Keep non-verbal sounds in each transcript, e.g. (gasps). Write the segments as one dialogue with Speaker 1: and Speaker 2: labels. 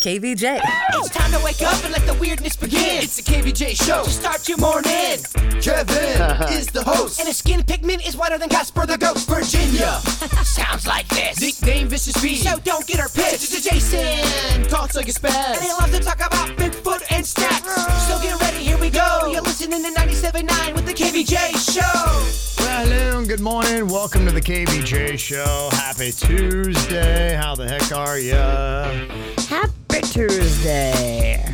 Speaker 1: KVJ.
Speaker 2: It's time to wake up and let the weirdness begin. It's the KVJ show. To start your morning.
Speaker 3: Kevin is the host.
Speaker 2: And his skin pigment is whiter than Casper the Ghost. Virginia (laughs) sounds like this.
Speaker 3: Nickname Vicious V.
Speaker 2: So don't get her pissed. It's Jason.
Speaker 3: Talks like a spaz.
Speaker 2: And they love to talk about Bigfoot and snacks. So get ready, here we go. You're listening to 97.9 with the KVJ show.
Speaker 3: Well, hello, and good morning. Welcome to the KBJ show. Happy Tuesday. How the heck are ya?
Speaker 1: Happy Tuesday.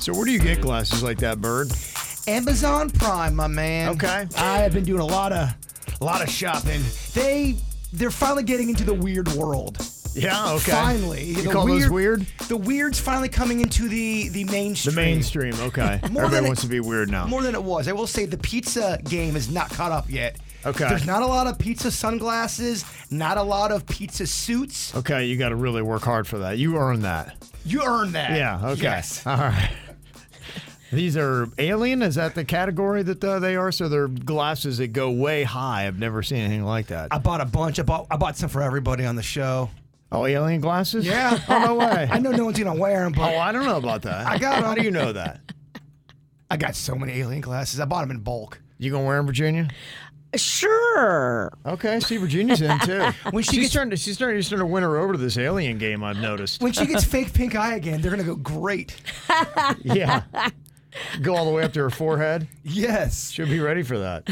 Speaker 3: So, where do you get glasses like that, Bird?
Speaker 4: Amazon Prime, my man.
Speaker 3: Okay.
Speaker 4: I have been doing a lot of a lot of shopping. They they're finally getting into the weird world.
Speaker 3: Yeah. Okay.
Speaker 4: Finally.
Speaker 3: You
Speaker 4: The
Speaker 3: call those weird?
Speaker 4: The weird's finally coming into the the
Speaker 3: The
Speaker 4: mainstream.
Speaker 3: mainstream. Okay.
Speaker 4: More
Speaker 3: (laughs)
Speaker 4: than
Speaker 3: Everybody
Speaker 4: it-
Speaker 3: wants to be weird now.
Speaker 4: More than it was. I will say the pizza game is not caught up yet.
Speaker 3: Okay.
Speaker 4: There's not a lot of pizza sunglasses, not a lot of pizza suits.
Speaker 3: okay. You got to really work hard for that. You earn that.
Speaker 4: You earned that.
Speaker 3: Yeah. Okay.
Speaker 4: Yes.
Speaker 3: All right. These are alien. Is that the category that uh, they are? So they're glasses that go way high. I've never seen anything like that.
Speaker 4: I bought a bunch. I bought I bought some for everybody on the show.
Speaker 3: Oh, alien glasses?
Speaker 4: Yeah.
Speaker 3: Oh no way.
Speaker 4: (laughs) I know no one's gonna wear them, but
Speaker 3: Oh, I don't know about that.
Speaker 4: I got 'em.
Speaker 3: How do you know that?
Speaker 4: I got so many alien glasses. I bought them in bulk.
Speaker 3: You gonna wear them, Virginia?
Speaker 1: Sure.
Speaker 3: Okay, see, Virginia's in too.
Speaker 4: (laughs) When she
Speaker 3: she's
Speaker 4: gets-
Speaker 3: starting, to, she's starting, she's starting to win her over to this alien game. I've noticed.
Speaker 4: When she gets fake pink eye again, they're gonna go great. (laughs)
Speaker 3: yeah, go all the way up to her forehead.
Speaker 4: Yes.
Speaker 3: She'll be ready for that.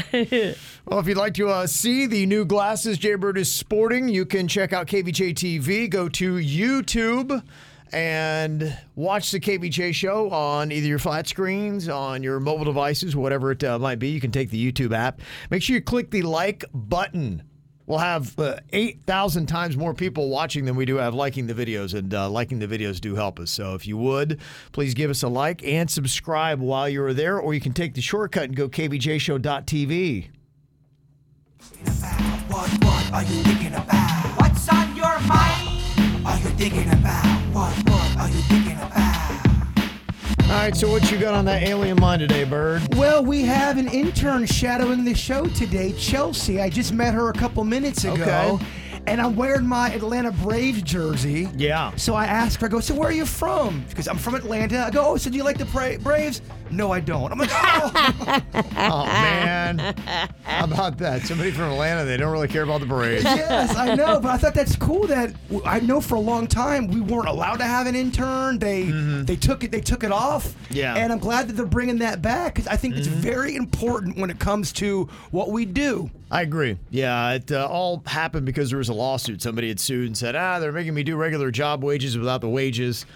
Speaker 3: well, if you'd like to uh, see the new glasses Jaybird is sporting, you can check out KVJ TV. Go to YouTube and watch the KVJ show on either your flat screens, on your mobile devices, whatever it uh, might be. You can take the YouTube app. Make sure you click the like button. We'll have uh, 8,000 times more people watching than we do have liking the videos, and uh, liking the videos do help us. So if you would, please give us a like and subscribe while you're there, or you can take the shortcut and go kvjshow.tv.
Speaker 2: What, what are you thinking about? What's on your mind? Are you thinking about? What, what are you thinking about?
Speaker 3: All right, so what you got on that alien mind today, Bird?
Speaker 4: Well, we have an intern shadowing the show today, Chelsea. I just met her a couple minutes ago.
Speaker 3: Okay.
Speaker 4: And I'm wearing my Atlanta Braves jersey.
Speaker 3: Yeah.
Speaker 4: So I asked her, I go, so where are you from? Because I'm from Atlanta. I go, oh, so do you like the Bra- Braves? No, I don't. I'm like, oh.
Speaker 3: Oh, man. How about that? Somebody from Atlanta, they don't really care about the
Speaker 4: (laughs)
Speaker 3: parade.
Speaker 4: yes, I know, but I thought that's cool that I know for a long time we weren't allowed to have an intern. They they took it they took it off.
Speaker 3: Mm-hmm. Yeah. Mm-hmm.
Speaker 4: and I'm glad that they're bringing that back because I think it's very important when it comes to what we do.
Speaker 3: I agree. Yeah, it uh, all happened because there was a lawsuit. Somebody had sued and said, ah, they're making me do regular job wages without the wages.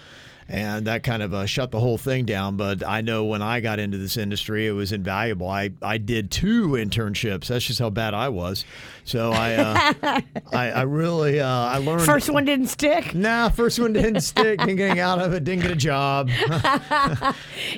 Speaker 3: And that kind of uh, shut the whole thing down. But I know when I got into this industry, it was invaluable. I, I did two internships. That's just how bad I was. So I uh, I, I really uh, I learned
Speaker 1: First one
Speaker 4: (laughs)
Speaker 1: didn't stick.
Speaker 3: Nah, first one didn't stick. Didn't get out of it. Didn't get a job.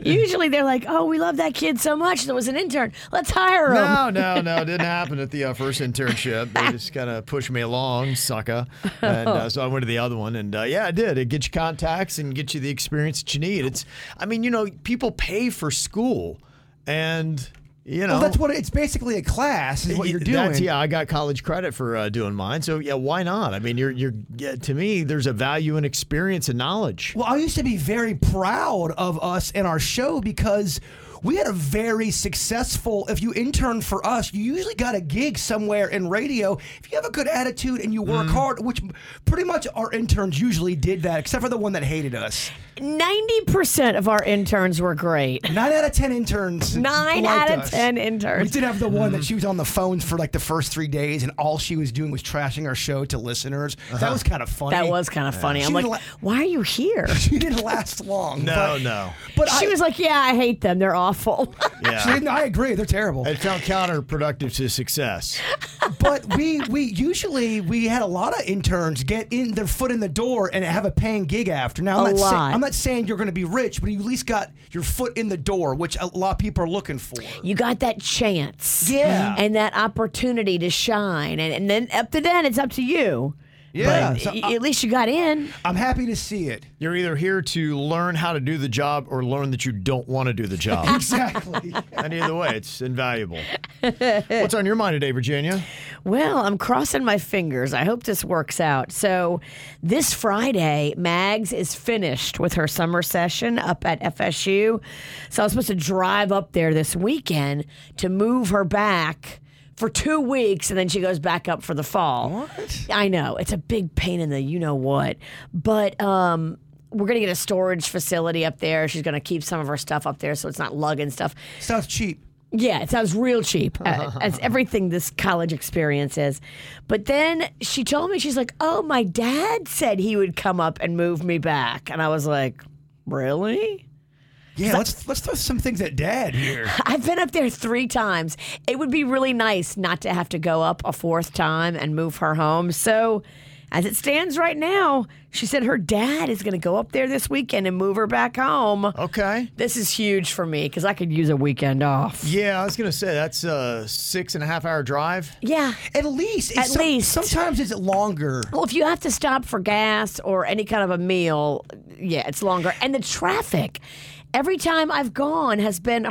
Speaker 1: Usually they're like, oh, we love that kid so much. There was an intern. Let's hire him.
Speaker 3: No, no, no. It didn't happen at the uh, first internship.
Speaker 4: (laughs)
Speaker 3: They just kind of pushed me along, sucker. And
Speaker 4: Oh.
Speaker 3: uh, so I went to the other one. And uh, yeah, it did. It gets you contacts and gets you the experience that you need. It's, I mean, you know, people pay for school. And, you know,
Speaker 4: Well, Oh, that's what it's basically a class is what you're doing.
Speaker 3: Oh. That's, yeah, I got college credit for uh, doing mine. So yeah, why not? I mean, you're, you're, yeah, to me, there's a value in experience and knowledge.
Speaker 4: Well, I used to be very proud of us and our show because we had a very successful. If you intern for us, you usually got a gig somewhere in radio. If you have a good attitude and you work
Speaker 3: Mm-hmm.
Speaker 4: hard, which pretty much our interns usually did that, except for the one that hated us.
Speaker 1: Ninety percent of our interns were great.
Speaker 4: Nine out of ten interns.
Speaker 1: Nine
Speaker 4: liked
Speaker 1: out of
Speaker 4: us.
Speaker 1: ten
Speaker 4: We
Speaker 1: interns.
Speaker 4: did have the one
Speaker 3: Mm-hmm.
Speaker 4: that she was on the phones for like the first three days, and all she was doing was trashing our show to listeners.
Speaker 3: Uh-huh.
Speaker 4: That was kind of funny.
Speaker 1: That was kind of funny. I'm
Speaker 4: She
Speaker 1: like,
Speaker 4: didn't
Speaker 1: why are you here?
Speaker 4: (laughs) She didn't last long.
Speaker 3: No,
Speaker 4: but,
Speaker 3: no.
Speaker 4: But
Speaker 1: She
Speaker 4: I,
Speaker 1: was like, yeah, I hate them.
Speaker 4: (laughs)
Speaker 1: They're awful.
Speaker 4: She
Speaker 3: Yeah.
Speaker 4: didn't, I agree. They're terrible.
Speaker 3: It felt counterproductive to success.
Speaker 4: but we we usually we had a lot of interns get in their foot in the door and have a paying gig after. Now I'm
Speaker 1: A
Speaker 4: not say-
Speaker 1: lot.
Speaker 4: I'm not saying you're going to be rich, but you at least got your foot in the door, which a lot of people are looking for.
Speaker 1: you got that chance.
Speaker 4: Yeah.
Speaker 1: And that opportunity to shine. And, and then up to then, it's up to you.
Speaker 4: Yeah,
Speaker 1: But
Speaker 4: so uh
Speaker 1: y-
Speaker 4: I-
Speaker 1: at least you got in.
Speaker 4: I'm happy to see it. (laughs)
Speaker 3: You're either here to learn how to do the job or learn that you don't want to do the job.
Speaker 4: Exactly.
Speaker 3: and either way, it's invaluable. What's on your mind today, Virginia?
Speaker 1: Well, I'm crossing my fingers. I hope this works out. So, this Friday, Mags is finished with her summer session up at FSU. So, I was supposed to drive up there this weekend to move her back for two weeks, and then she goes back up for the fall. What? I know. It's a big pain in the you know what. But, um, we're going to get a storage facility up there. She's going to keep some of her stuff up there so it's not lugging stuff.
Speaker 4: Sounds cheap.
Speaker 1: Yeah, it sounds real cheap, uh, as everything this college experience is. But then she told me, she's like, oh, my dad said he would come up and move me back. And I was like, really? (laughs)
Speaker 4: Yeah, let's let's throw some things at Dad here.
Speaker 1: I've been up there three times. It would be really nice not to have to go up a fourth time and move her home. So, as it stands right now, she said her dad is going to go up there this weekend and move her back home.
Speaker 3: Okay.
Speaker 1: This is huge for me because I could use a weekend off.
Speaker 3: Yeah, I was going to say that's a six and a half hour drive.
Speaker 1: Yeah.
Speaker 4: At least, it's
Speaker 1: At least.
Speaker 4: sometimes it's longer.
Speaker 1: Well, if you have to stop for gas or any kind of a meal, yeah, it's longer. And the traffic, every time I've gone, has been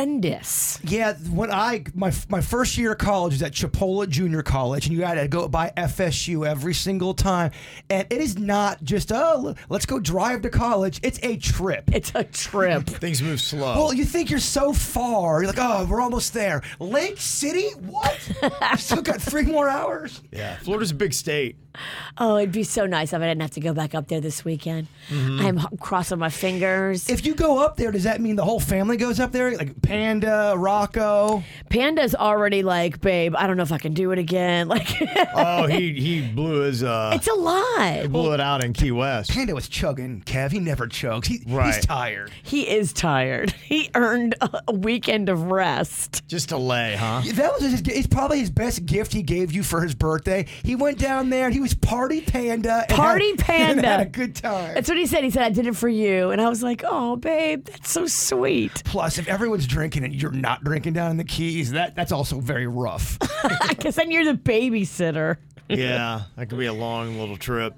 Speaker 1: horrendous.
Speaker 4: Yeah, when I my my first year of college was at Chipola Junior College, and you had to go by FSU every single time, and it is not just oh l- let's go drive to college. It's a trip.
Speaker 1: It's a trip.
Speaker 3: Things move slow.
Speaker 4: Well, you think you're so far. You're like, oh, we're almost there. Lake City? What? I've still got three more hours.
Speaker 3: yeah. Florida's a big state.
Speaker 1: (laughs) oh, it'd be so nice if I didn't have to go back up there this weekend. I'm h- crossing my fingers.
Speaker 4: If you go up there, does that mean the whole family goes up there? Like Panda, Rocco?
Speaker 1: Panda's already like, babe, I don't know if I can do it again. (laughs) Like,
Speaker 3: Oh, he he blew his uh
Speaker 1: it's a lot.
Speaker 3: blew it out in Key West.
Speaker 4: Panda was chugging. Kev, he never chugs. He,
Speaker 3: Right.
Speaker 4: He's tired.
Speaker 1: He is tired. (laughs) He earned a a weekend of rest.
Speaker 3: Just a lay, huh?
Speaker 4: That was his. It's probably his best gift he gave you for his birthday. He went down there. He was party panda. (laughs) and
Speaker 1: Party
Speaker 4: had-
Speaker 1: Panda.
Speaker 4: And had a good time.
Speaker 1: That's what he said. He said, I did it for you. And I was like, oh, babe, that's so sweet. (laughs)
Speaker 4: Plus, if everyone's drinking and you're not drinking down in the keys, that that's also very rough.
Speaker 1: (laughs) Because then you're the babysitter.
Speaker 3: yeah, that could be a long little trip.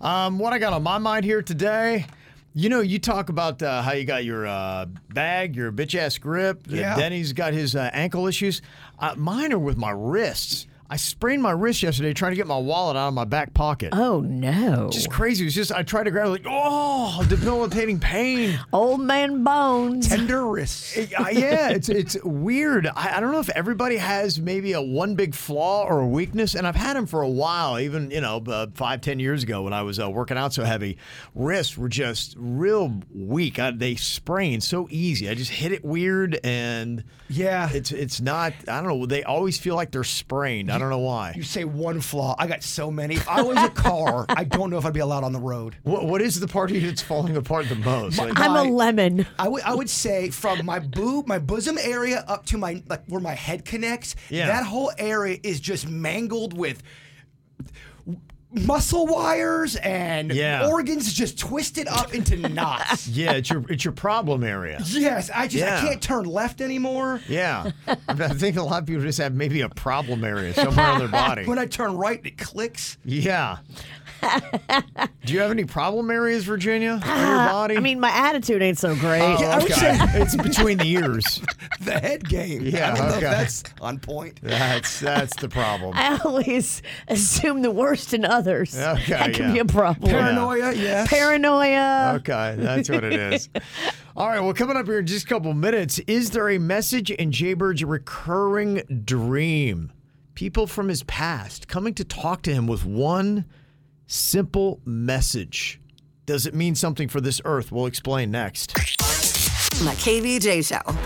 Speaker 3: Um, what I got on my mind here today, you know, you talk about uh, how you got your uh, bag, your bitch ass grip. that
Speaker 4: Yeah.
Speaker 3: Denny's got his uh, ankle issues. Uh, mine are with my wrists. I sprained my wrist yesterday trying to get my wallet out of my back pocket.
Speaker 1: Oh no.
Speaker 3: It's crazy. It was just I tried to grab it like oh debilitating pain.
Speaker 1: Old man bones.
Speaker 4: Tender wrists.
Speaker 3: Uh, yeah, it's it's weird. I, I don't know if everybody has maybe a one big flaw or a weakness, and I've had them for a while. Even you know, uh, five ten years ago when I was uh, working out so heavy, wrists were just real weak. I, they sprain so easy. I just hit it weird, and
Speaker 4: Yeah.
Speaker 3: it's it's not. I don't know. They always feel like they're sprained. I don't know why.
Speaker 4: You say one flaw. I got so many. If I was a
Speaker 1: (laughs)
Speaker 4: car, I don't know if I'd be allowed on the road.
Speaker 3: What, what is the part of you that's falling apart the most? Like,
Speaker 1: I'm a
Speaker 4: my-
Speaker 1: lemon.
Speaker 4: I would I would say from my boob, my bosom area up to my like where my head connects.
Speaker 3: Yeah.
Speaker 4: That whole area is just mangled with muscle wires and
Speaker 3: Yeah.
Speaker 4: organs just twisted up into
Speaker 3: (laughs)
Speaker 4: knots.
Speaker 3: yeah, it's your it's your
Speaker 4: (laughs)
Speaker 3: problem area.
Speaker 4: Yes, I just
Speaker 3: Yeah.
Speaker 4: I can't turn left anymore.
Speaker 3: Yeah, I think a lot of people just have maybe a problem area somewhere on their body.
Speaker 4: When I turn right, it clicks.
Speaker 1: (laughs)
Speaker 3: Yeah. Do you have any problem areas, Virginia, on your body?
Speaker 1: Uh, I mean, my attitude ain't so great.
Speaker 3: Oh,
Speaker 4: I would
Speaker 3: okay.
Speaker 4: say-
Speaker 3: (laughs) it's between
Speaker 1: (laughs)
Speaker 3: the ears.
Speaker 4: The head game.
Speaker 3: Yeah,
Speaker 4: I don't know
Speaker 3: okay.
Speaker 4: if that's on point.
Speaker 3: That's that's the problem.
Speaker 1: I always assume the worst in others.
Speaker 3: Okay,
Speaker 1: that can
Speaker 3: yeah.
Speaker 1: be a problem.
Speaker 3: Paranoid-
Speaker 4: Paranoia, yes.
Speaker 1: Paranoia. (laughs)
Speaker 3: Okay, that's what it is. All right, well, coming up here in just a couple minutes, is there a message in Jaybird's recurring dream? People from his past coming to talk to him with one simple message. Does it mean something for this earth? We'll explain next.
Speaker 5: The KVJ Show.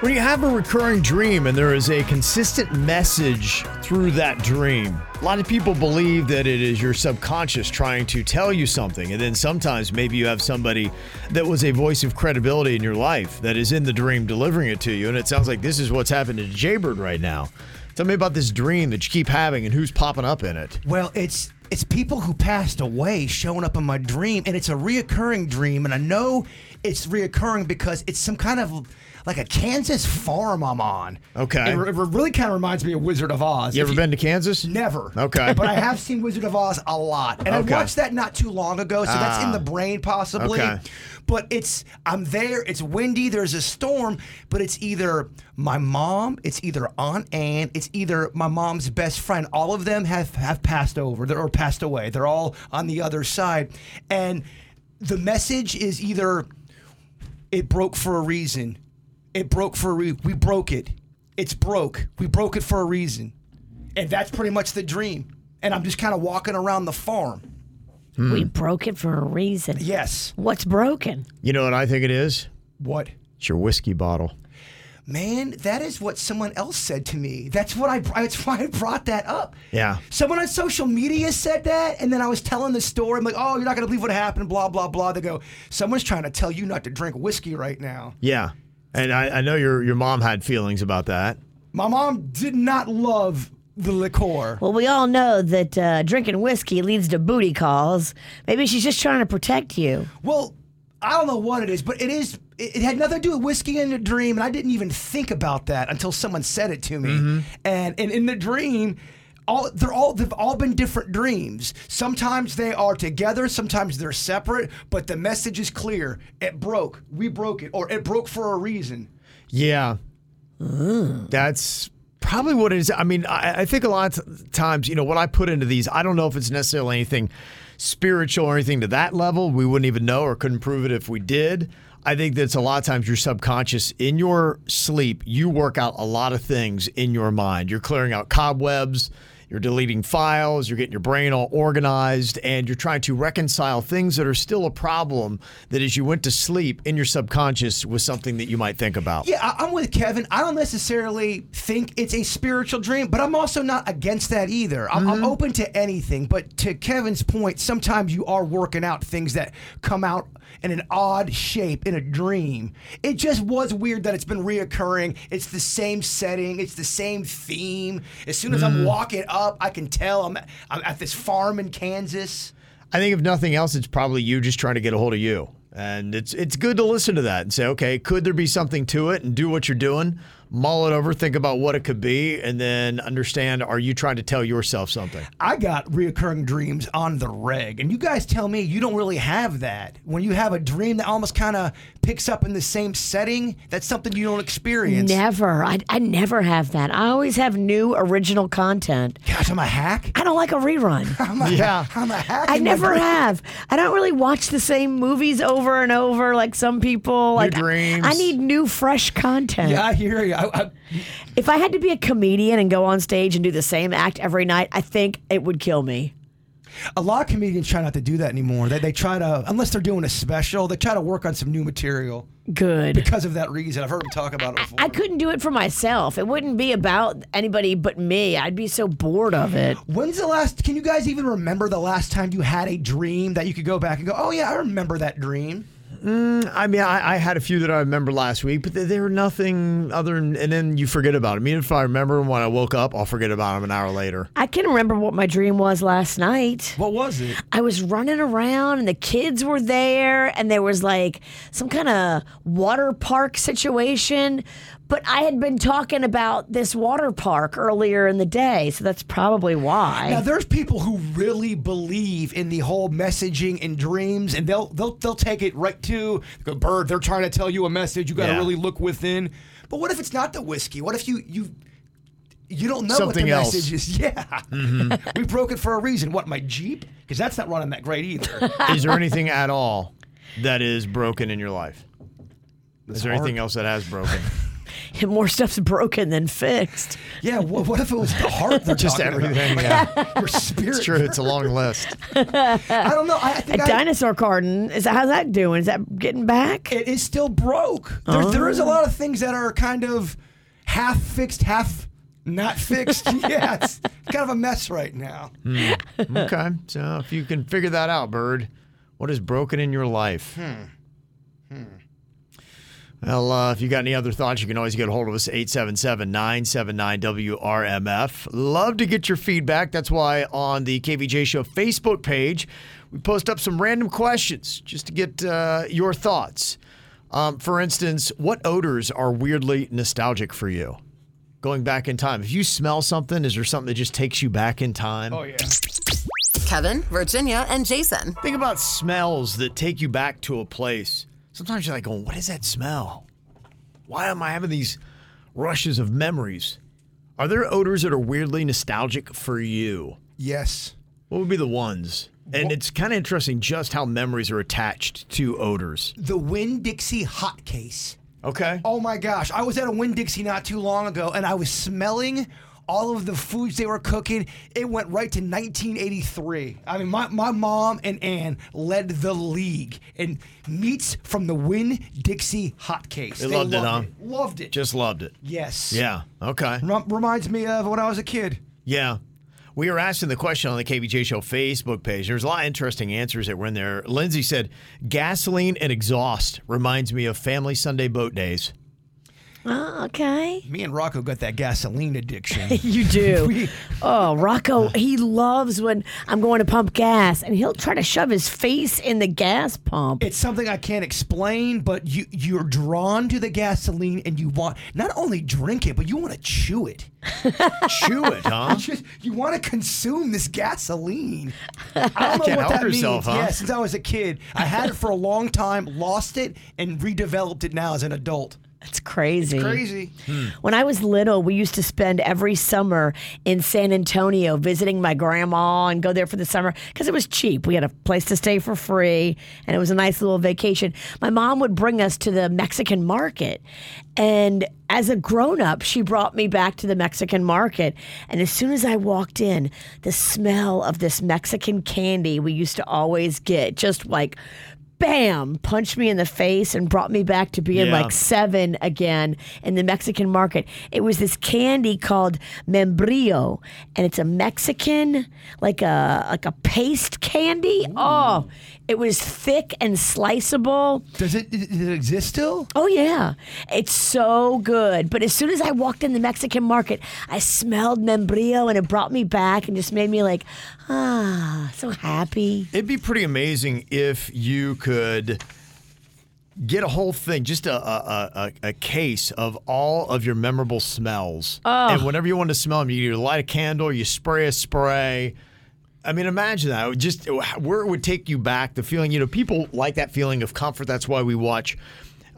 Speaker 3: When you have a recurring dream and there is a consistent message through that dream, a lot of people believe that it is your subconscious trying to tell you something. And then sometimes maybe you have somebody that was a voice of credibility in your life that is in the dream delivering it to you. And it sounds like this is what's happened to Jaybird right now. Tell me about this dream that you keep having and who's popping up in it.
Speaker 4: Well, it's it's people who passed away showing up in my dream, and it's a reoccurring dream, and I know it's reoccurring because it's some kind of like a Kansas farm I'm on.
Speaker 3: Okay.
Speaker 4: it, re- it really kind of reminds me of Wizard of Oz.
Speaker 3: You
Speaker 4: If
Speaker 3: ever been to Kansas?
Speaker 4: Never.
Speaker 3: Okay.
Speaker 4: (laughs) But I have seen Wizard of Oz a lot. And
Speaker 3: Okay.
Speaker 4: I watched that not too long ago, so that's in the brain possibly.
Speaker 3: Okay.
Speaker 4: But it's I'm there, it's windy, there's a storm, but it's either my mom, it's either Aunt Anne, it's either my mom's best friend. All of them have, have passed over they're, or passed away. They're all on the other side. And the message is either it broke for a reason. It broke for a re- we broke it. It's broke. We broke it for a reason. And that's pretty much the dream. And I'm just kind of walking around the farm.
Speaker 3: Hmm.
Speaker 1: We broke it for a reason.
Speaker 4: Yes.
Speaker 1: What's broken?
Speaker 3: You know what I think it is?
Speaker 4: What?
Speaker 3: It's your whiskey bottle.
Speaker 4: Man, that is what someone else said to me. That's what I. That's (laughs) why I brought that up.
Speaker 3: Yeah.
Speaker 4: Someone on social media said that, and then I was telling the story. I'm like, "Oh, you're not gonna believe what happened." Blah blah blah. They go, "Someone's trying to tell you not to drink whiskey right now."
Speaker 3: Yeah. And I, I know your, your mom had feelings about that.
Speaker 4: My mom did not love the liqueur.
Speaker 1: Well, we all know that uh, drinking whiskey leads to booty calls. Maybe she's just trying to protect you.
Speaker 4: Well, I don't know what it is, but it is. It it had nothing to do with whiskey in the dream, and I didn't even think about that until someone said it to me. And and in the dream. All, they're all they've all been different dreams. Sometimes they are together, sometimes they're separate, but the message is clear. It broke. We broke it, or it broke for a reason.
Speaker 3: Yeah. That's probably what it is. I mean, I, I think a lot of times, you know, what I put into these, I don't know if it's necessarily anything spiritual or anything to that level. We wouldn't even know or couldn't prove it if we did. I think that's a lot of times your subconscious in your sleep, you work out a lot of things in your mind. You're clearing out cobwebs, you're deleting files, you're getting your brain all organized, and you're trying to reconcile things that are still a problem that as you went to sleep in your subconscious was something that you might think about.
Speaker 4: Yeah, I, I'm with Kevin. I don't necessarily think it's a spiritual dream, but I'm also not against that either. I'm, I'm open to anything. But to Kevin's point, sometimes you are working out things that come out in an odd shape in a dream. It just was weird that it's been reoccurring. It's the same setting. It's the same theme. As soon as I'm walking up, I can tell I'm I'm at this farm in Kansas.
Speaker 3: I think if nothing else, it's probably you just trying to get a hold of you. And it's it's good to listen to that and say, okay, could there be something to it? And do what you're doing, mull it over, think about what it could be, and then understand: Are you trying to tell yourself something?
Speaker 4: I got reoccurring dreams on the reg, and you guys tell me you don't really have that. When you have a dream that almost kind of picks up in the same setting, that's something you don't experience.
Speaker 1: Never. I, I never have that. I always have new original content.
Speaker 4: Gosh, I'm a hack.
Speaker 1: I don't like a rerun.
Speaker 4: I'm a
Speaker 3: Yeah.
Speaker 4: hack. (laughs) I'm a hack.
Speaker 1: I
Speaker 4: in my
Speaker 1: never
Speaker 4: dream.
Speaker 1: have. I don't really watch the same movies over and over like some people. like
Speaker 3: dreams.
Speaker 1: I need new, fresh content.
Speaker 4: Yeah, I hear you. I, I,
Speaker 1: If I had to be a comedian and go on stage and do the same act every night, I think it would kill me.
Speaker 4: a lot of comedians try not to do that anymore. They, they try to, unless they're doing a special, they try to work on some new material
Speaker 1: Good.
Speaker 4: because of that reason. I've heard them talk about it before.
Speaker 1: I couldn't do it for myself. It wouldn't be about anybody but me. I'd be so bored of it.
Speaker 4: When's the last? Can you guys even remember the last time you had a dream that you could go back and go, "Oh yeah, I remember that dream."
Speaker 3: I mean, I, I had a few that I remember last week, but they, they were nothing other. Than, and then you forget about them. Even if I remember 'em when I woke up, I'll forget about them an hour later.
Speaker 1: I can remember what my dream was last night.
Speaker 4: What was it?
Speaker 1: I was running around and the kids were there and there was like some kind of water park situation. But I had been talking about this water park earlier in the day, so that's probably
Speaker 4: Now
Speaker 1: why.
Speaker 4: there's people who really believe in the whole messaging and dreams, and they'll they'll they'll take it right to go, Bird. They're trying to tell you a message. You got to
Speaker 3: Yeah.
Speaker 4: really look within. But what if it's not the whiskey? What if you you you don't know what
Speaker 3: Something
Speaker 4: the
Speaker 3: else.
Speaker 4: message
Speaker 3: Mm-hmm.
Speaker 4: is? (laughs) Yeah, we broke it for a reason. What my Jeep? Because that's not running that great either.
Speaker 3: is there anything at all that is broken in your life? Is there anything else that has broken?
Speaker 1: And (laughs) more stuff's broken than fixed.
Speaker 4: Yeah, what, what if it was the
Speaker 3: (laughs)
Speaker 4: heart? They're
Speaker 3: Just
Speaker 4: talking about?
Speaker 3: everything. Yeah,
Speaker 4: Your spirit.
Speaker 3: it's true. It's a long list.
Speaker 4: I don't know. I, I
Speaker 1: A
Speaker 4: think I,
Speaker 1: dinosaur garden is that, how's that doing? Is that getting back?
Speaker 4: it is still broke. There, there is a lot of things that are kind of half fixed, half not fixed. yeah, it's kind of a mess right now.
Speaker 3: Okay, so if you can figure that out, Bird, what is broken in your life? Hmm. Well, uh, if you got any other thoughts, you can always get a hold of us, 877-979-WRMF. Love to get your feedback. That's why on the KVJ Show Facebook page, we post up some random questions just to get uh, your thoughts. Um, for instance, what odors are weirdly nostalgic for you? Going back in time. If you smell something, is there something that just takes you back in time?
Speaker 4: yeah.
Speaker 6: Kevin, Virginia, and Jason.
Speaker 3: Think about smells that take you back to a place. Sometimes you're like, going, what is that smell? Why am I having these rushes of memories? Are there odors that are weirdly nostalgic for you?
Speaker 4: Yes.
Speaker 3: What would be the ones? And it's kind of interesting just how memories are attached to odors.
Speaker 4: The Winn Dixie hot case.
Speaker 3: Okay.
Speaker 4: Oh my gosh. I was at a Winn Dixie not too long ago and I was smelling all of the foods they were cooking. It went right to 1983. I mean, my, my mom and Ann led the league in meats from the Winn Dixie hot case.
Speaker 3: They loved it, huh?
Speaker 4: Loved it.
Speaker 3: Just loved it.
Speaker 4: yes.
Speaker 3: Yeah. Okay.
Speaker 4: Rem- reminds me of when I was a kid.
Speaker 3: Yeah. We were asking the question on the KBJ Show Facebook page. There's a lot of interesting answers that were in there. Lindsay said, gasoline and exhaust reminds me of family Sunday boat days.
Speaker 1: Oh, okay.
Speaker 4: Me and Rocco got that gasoline addiction.
Speaker 1: You (laughs) do. oh, Rocco, he loves when I'm going to pump gas and he'll try to shove his face in the gas pump.
Speaker 4: it's something I can't explain, but you you're drawn to the gasoline and you want not only drink it, but you want to chew it.
Speaker 3: Chew it, huh?
Speaker 4: Just- you want to consume this gasoline. I don't know
Speaker 3: Can't
Speaker 4: what
Speaker 3: help
Speaker 4: that
Speaker 3: yourself,
Speaker 4: means.
Speaker 3: huh?
Speaker 4: Yeah, since I was a kid, I had it for a long time, lost it, and redeveloped it now as an adult.
Speaker 1: It's crazy.
Speaker 4: Crazy.
Speaker 1: When I was little, we used to spend every summer in San Antonio visiting my grandma and go there for the summer because it was cheap. We had a place to stay for free and it was a nice little vacation. My mom would bring us to the Mexican market. And as a grown up, she brought me back to the Mexican market. And as soon as I walked in, the smell of this Mexican candy we used to always get just like bam, punched me in the face and brought me back to being
Speaker 3: Yeah.
Speaker 1: like seven again in the Mexican market. It was this candy called membrillo, and it's a Mexican like a like a paste candy. Oh, it was thick and sliceable.
Speaker 4: Does it does it exist still?
Speaker 1: Oh yeah, it's so good. But as soon as I walked in the Mexican market, I smelled membrillo, and it brought me back and just made me like ah, so happy.
Speaker 3: It'd be pretty amazing if you could get a whole thing, just a a, a, a- a case of all of your memorable smells. And whenever you want to smell them, you either light a candle, you spray a spray. I mean, imagine that. Just where it would take you back, the feeling, you know, people like that feeling of comfort. That's why we watch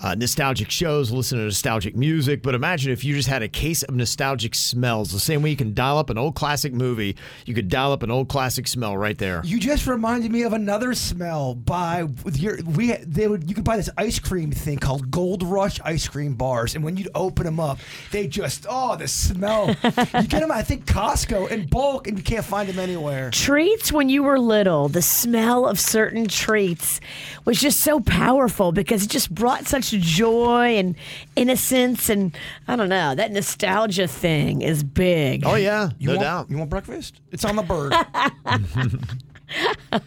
Speaker 3: uh, nostalgic shows, listen to nostalgic music. But imagine if you just had a case of nostalgic smells. The same way you can dial up an old classic movie, you could dial up an old classic smell right there.
Speaker 4: You just reminded me of another smell by with your we they would you could buy this ice cream thing called Gold Rush ice cream bars and when you'd open them up they just oh the smell you get them I think Costco in bulk and you can't find them anywhere.
Speaker 1: treats when you were little, the smell of certain treats was just so powerful because it just brought such joy and innocence and I don't know, that nostalgia thing is big.
Speaker 3: Oh yeah,
Speaker 4: You
Speaker 3: no
Speaker 4: want,
Speaker 3: doubt.
Speaker 4: You want breakfast? It's on the bird.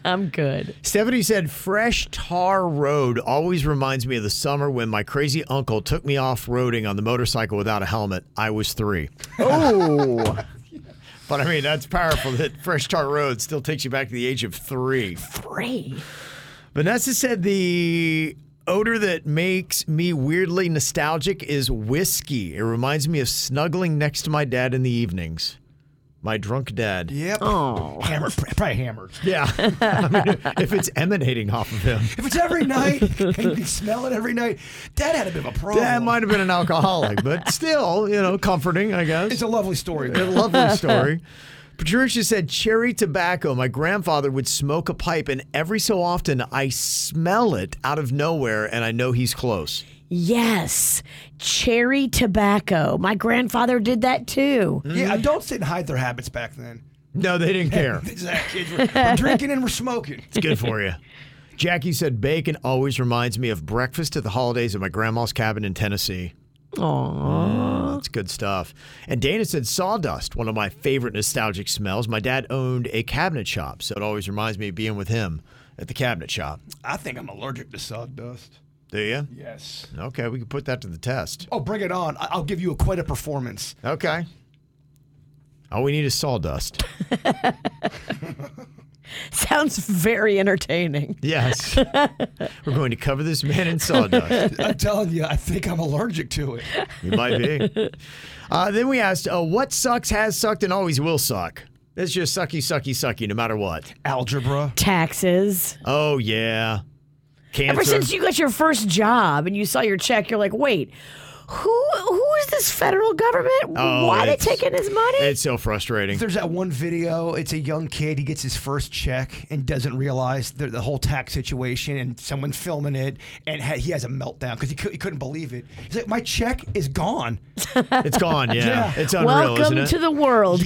Speaker 1: I'm good.
Speaker 3: Stephanie said, "Fresh tar road always reminds me of the summer when my crazy uncle took me off roading on the motorcycle without a helmet. I was three. Oh, (laughs) but I mean that's powerful. That fresh tar road still takes you back to the age of three.
Speaker 1: Three.
Speaker 3: Vanessa said the odor that makes me weirdly nostalgic is whiskey. It reminds me of snuggling next to my dad in the evenings. My drunk dad.
Speaker 4: yep.
Speaker 1: Oh.
Speaker 4: Hammered, probably hammered.
Speaker 3: Yeah. (laughs) I mean, if it's emanating off of him.
Speaker 4: If it's every night (laughs) and you can smell it every night, Dad had a bit of a problem.
Speaker 3: That might have been an alcoholic, but still, you know, comforting, I guess.
Speaker 4: (laughs) It's a lovely story.
Speaker 3: A lovely story. Patricia said, cherry tobacco. My grandfather would smoke a pipe, and every so often I smell it out of nowhere, and I know he's close.
Speaker 1: Yes, cherry tobacco. My grandfather did that too.
Speaker 4: Yeah,
Speaker 3: Mm-hmm.
Speaker 4: adults didn't hide their habits back then.
Speaker 3: No, they didn't care.
Speaker 4: These kids were, we're drinking and we're smoking.
Speaker 3: It's good for you. (laughs) Jackie said bacon always reminds me of breakfast at the holidays at my grandma's cabin in Tennessee. Aww. that's good stuff. And Dana said sawdust, one of my favorite nostalgic smells. My dad owned a cabinet shop, so it always reminds me of being with him at the cabinet shop.
Speaker 4: I think I'm allergic to sawdust.
Speaker 3: Do you?
Speaker 4: Yes.
Speaker 3: Okay, we can put that to the test.
Speaker 4: Oh, bring it on. I- I'll give you a quite a (laughs) performance.
Speaker 3: Okay. All we need is (laughs) sawdust.
Speaker 1: Sounds very entertaining.
Speaker 3: Yes. We're going to cover this man in sawdust.
Speaker 4: I'm telling you, I think I'm allergic to it.
Speaker 3: You might
Speaker 1: (laughs)
Speaker 3: be. uh, then we asked, uh, what sucks, has sucked, and always will suck? That's just sucky, sucky, sucky, no matter what.
Speaker 4: Algebra.
Speaker 1: Taxes.
Speaker 3: Oh, yeah. Cancer.
Speaker 1: Ever since you got your first job and you saw your check, you're like, wait, who who is this federal government?
Speaker 3: Oh,
Speaker 1: Why they
Speaker 3: it's-
Speaker 1: taking his money?
Speaker 3: It's so
Speaker 1: (laughs)
Speaker 3: frustrating.
Speaker 4: There's that one video. It's a young kid. He gets his first check and doesn't realize the, the whole tax situation, and someone's filming it, and ha- he has a meltdown because he, cou- he couldn't believe it. He's like, "My check is gone."
Speaker 3: It's gone, yeah. It's unreal,
Speaker 1: Welcome
Speaker 3: isn't it?
Speaker 1: to the world,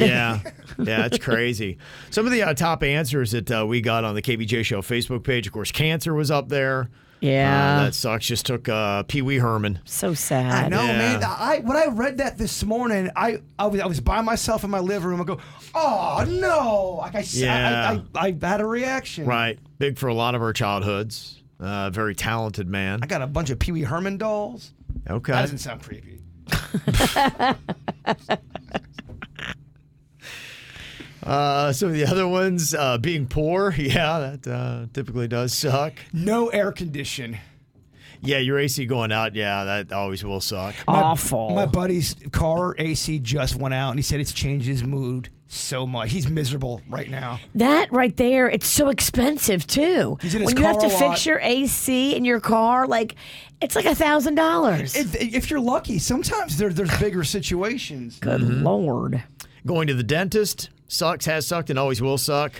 Speaker 3: (laughs) yeah. Yeah, it's crazy. Some of the uh, top answers that uh, we got on the KBJ Show Facebook page, of course, cancer was up there.
Speaker 1: Yeah.
Speaker 3: Uh, that sucks. Just took uh, Pee Wee Herman.
Speaker 1: So sad.
Speaker 4: No,
Speaker 3: Yeah.
Speaker 4: man. I when I read that this morning, I I was, I was by myself in my living room. I go, "Oh no!" Like I, s- I-
Speaker 3: Yeah.
Speaker 4: I, I, I had a reaction.
Speaker 3: Right. Big for a lot of our childhoods. Uh, very talented man.
Speaker 4: I got a bunch of Pee Wee Herman dolls.
Speaker 3: Okay.
Speaker 4: That doesn't sound creepy.
Speaker 3: Uh, some of the other ones, uh, being poor, (laughs) yeah, that uh, typically does suck.
Speaker 4: No air condition.
Speaker 3: Yeah, your AC going out, yeah, that always will suck.
Speaker 1: Awful.
Speaker 4: My buddy's car AC just went out, and he said it's changed his mood so much. He's miserable right now.
Speaker 1: that right there, it's so expensive too.
Speaker 4: He's in his
Speaker 1: when you have
Speaker 4: car
Speaker 1: to
Speaker 4: a lot.
Speaker 1: fix your AC in your car, like it's like a thousand dollars.
Speaker 4: If, if you're lucky, sometimes there, there's bigger situations.
Speaker 1: Good lord.
Speaker 3: Going to the dentist sucks, has sucked, and always will suck.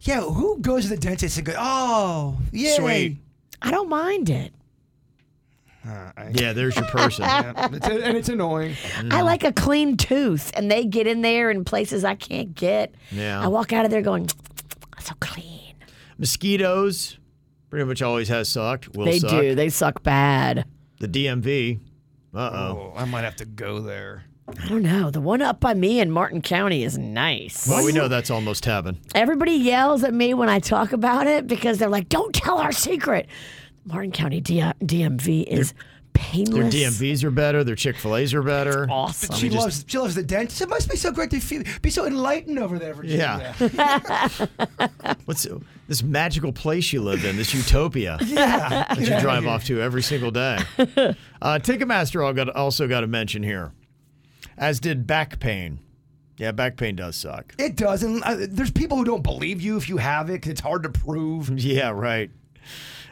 Speaker 4: Yeah, who goes to the dentist and goes, "Oh, yeah,
Speaker 3: Sweet.
Speaker 1: I don't mind it.
Speaker 3: Yeah, there's your person.
Speaker 1: (laughs)
Speaker 4: and Uh, it's annoying.
Speaker 1: I like a clean tooth, and they get in there in places I can't get.
Speaker 3: Yeah.
Speaker 1: I walk out of there going, so clean.
Speaker 3: Mosquitoes pretty much always has sucked, will
Speaker 1: they
Speaker 3: suck.
Speaker 1: do. They suck bad.
Speaker 3: The DMV, uh oh.
Speaker 4: Oh, I might have to go there.
Speaker 1: I don't know. The one up by me in Martin County is nice.
Speaker 3: Well, we know that's almost heaven.
Speaker 1: Everybody yells at me when I talk about it because they're like, "Don't tell our secret." Martin County D- DMV is
Speaker 3: Their
Speaker 1: painless.
Speaker 3: DMVs are better, their Chick fil A's are better.
Speaker 1: Awesome.
Speaker 4: She loves she loves the dentist. It must be so great to feel, be so enlightened over there, Virginia.
Speaker 3: Yeah. What's this magical place you live in, this utopia?
Speaker 1: (laughs)
Speaker 4: Yeah.
Speaker 3: that you drive off to every
Speaker 4: (laughs)
Speaker 3: single day. uh, Ticketmaster al- got- also got a mention here, as did back pain. Yeah, back pain does suck. (laughs)
Speaker 4: It doesn't. Uh, there's people who don't believe you if you have it 'cause it's hard to prove.
Speaker 3: Yeah, right.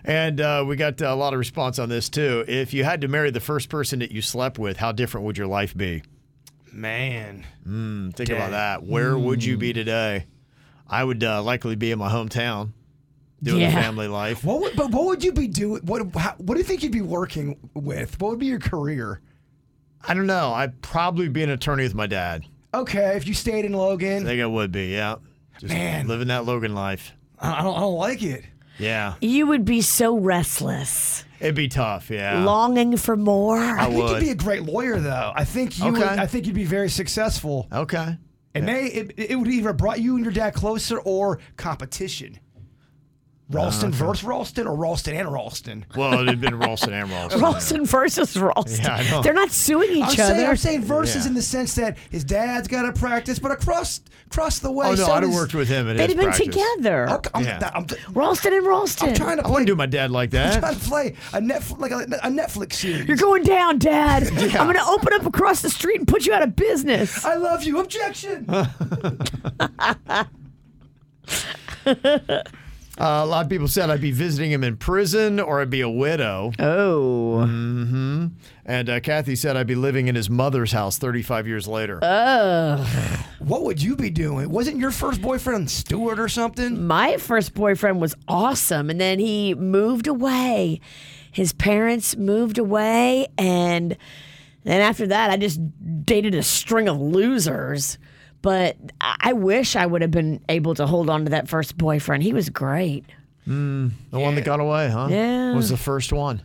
Speaker 3: And uh, we got a lot of response on this too. If you had to marry the first person that you slept with, how different would your life be?
Speaker 4: Man.
Speaker 3: Think
Speaker 4: Dang. Hmm.
Speaker 3: about that. Where would you be today? I would uh, likely be in my hometown, doing the
Speaker 1: Yeah.
Speaker 3: family life.
Speaker 4: What would, but what would you be doing? What how, what do you think you'd be working with? What would be your career?
Speaker 3: I don't know. I'd probably be an attorney with my dad.
Speaker 4: Okay, if you stayed in
Speaker 3: I
Speaker 4: Logan,
Speaker 3: think I would be. Yeah, just
Speaker 4: Man.
Speaker 3: living that Logan life.
Speaker 4: I I don't, I don't like it.
Speaker 3: Yeah,
Speaker 1: You would be so restless,
Speaker 3: it'd be tough. Yeah,
Speaker 1: longing for more. (laughs)
Speaker 4: I, think
Speaker 3: would.
Speaker 4: you'd be a great lawyer, though. I think you. Would,
Speaker 3: Okay. Oh,
Speaker 4: I think you'd be very successful.
Speaker 3: Okay.
Speaker 4: It may. It, it would either brought you and your dad closer or competition.
Speaker 3: Oh,
Speaker 4: Ralston versus Ralston, or Ralston and Ralston.
Speaker 3: Well, it'd have been Ralston and Ralston.
Speaker 1: Ralston versus Ralston.
Speaker 3: Yeah, I know.
Speaker 1: they're not suing each
Speaker 4: I'm
Speaker 1: other.
Speaker 4: saying, I'm saying versus
Speaker 3: Yeah.
Speaker 4: in the sense that his dad's got to practice, but across across the way.
Speaker 3: Oh no,
Speaker 4: so
Speaker 3: I'd have
Speaker 4: does-
Speaker 3: worked with him. At
Speaker 1: They'd
Speaker 3: his
Speaker 1: have been
Speaker 3: practice.
Speaker 1: together.
Speaker 4: Okay, I'm,
Speaker 3: Yeah.
Speaker 4: I'm,
Speaker 1: Ralston and Ralston.
Speaker 4: I'm trying to
Speaker 3: I
Speaker 4: play
Speaker 3: wouldn't do my dad like
Speaker 4: I'm trying
Speaker 3: (laughs) that. Uh,
Speaker 4: to play a Netflix, like a, a Netflix series.
Speaker 1: You're going down,
Speaker 4: (laughs)
Speaker 1: Dad. I'm going to open up across the street and put you out of business.
Speaker 4: I love you. Objection.
Speaker 3: Uh, a lot of people said I'd be visiting him in prison or I'd be a widow.
Speaker 1: Oh.
Speaker 3: And uh, Kathy said I'd be living in his mother's house 35 years later.
Speaker 4: what would you be doing? Wasn't your first boyfriend Stewart
Speaker 1: Mm.
Speaker 4: or something?
Speaker 1: my first boyfriend was awesome and then he moved away
Speaker 7: His parents moved away, and then after that, I just dated a string of losers. But I I wish I would have been able to hold on to that first boyfriend. He was great.
Speaker 3: The one that got away, huh?
Speaker 7: Yeah.
Speaker 3: Was the first one.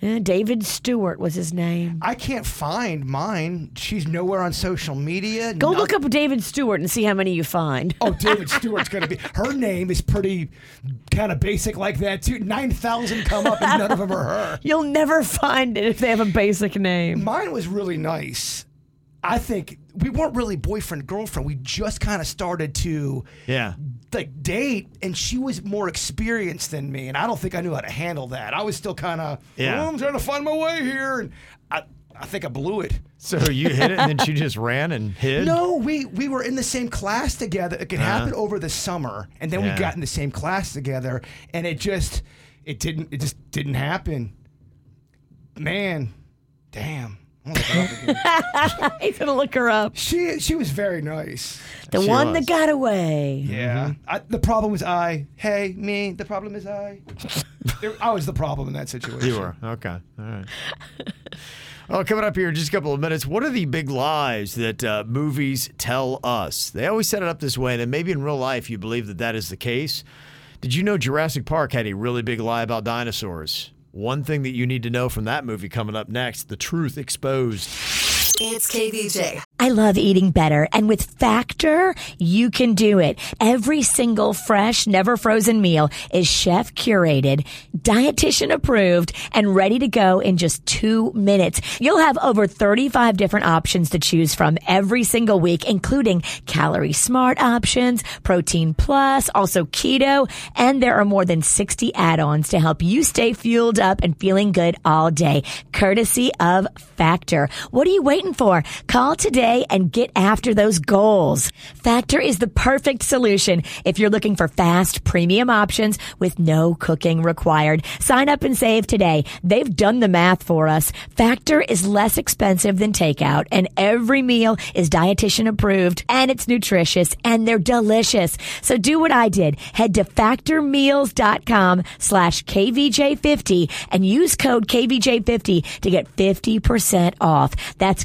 Speaker 7: Yeah, David Stewart was his name.
Speaker 4: I can't find mine. She's nowhere on social media.
Speaker 7: Go look up David Stewart and see how many you find.
Speaker 4: (laughs) Oh, David Stewart's gonna be. Her name is pretty, kind of basic like that too. Nine thousand come up, and none of them are her.
Speaker 7: You'll never find it if they have a basic name.
Speaker 4: Mine was really nice. I think we weren't really boyfriend girlfriend. We just kind of started to
Speaker 3: Yeah.
Speaker 4: like date, and she was more experienced than me, and I don't think I knew how to handle that. I was still kind of,
Speaker 3: Yeah.
Speaker 4: "Oh, I'm trying to find my way here, and I, I think I blew it.
Speaker 3: So you hit it, and then she just ran and hid.
Speaker 4: No, we we were in the same class together. It could happen over the summer, and then
Speaker 3: Yeah.
Speaker 4: we got in the same class together, and it just it didn't it just didn't happen. Man, damn. I wanna look her up again.
Speaker 7: He's gonna look her up.
Speaker 4: she she was very nice.
Speaker 7: The
Speaker 3: She
Speaker 7: one
Speaker 3: was.
Speaker 7: that got away.
Speaker 4: Yeah. I, the problem was I. Hey, me. The problem is (laughs) I. There- I was the problem in that situation.
Speaker 3: You were. Okay. All right. Oh, coming up here in just a couple of minutes, what are the big lies that uh, movies tell us? They always set it up this way, and then maybe in real life you believe that that is the case. Did you know Jurassic Park had a really big lie about dinosaurs? One thing that you need to know from that movie coming up next the truth exposed.
Speaker 8: It's KVJ.
Speaker 1: I love eating better, and with Factor, you can do it. Every single fresh, never frozen meal is chef curated, dietitian approved, and ready to go in just two minutes. You'll have over 35 different options to choose from every single week, including calorie smart options, protein plus, also keto, and there are more than 60 add-ons to help you stay fueled up and feeling good all day, courtesy of Factor. What are you waiting for? Call today and get after those goals. Factor is the perfect solution if you're looking for fast premium options with no cooking required. Sign up and save today. They've done the math for us. Factor is less expensive than takeout and every meal is dietitian approved and it's nutritious and they're delicious. So do what I did. Head to factormeals.com slash KVJ50 and use code KVJ50 to get 50% off. That's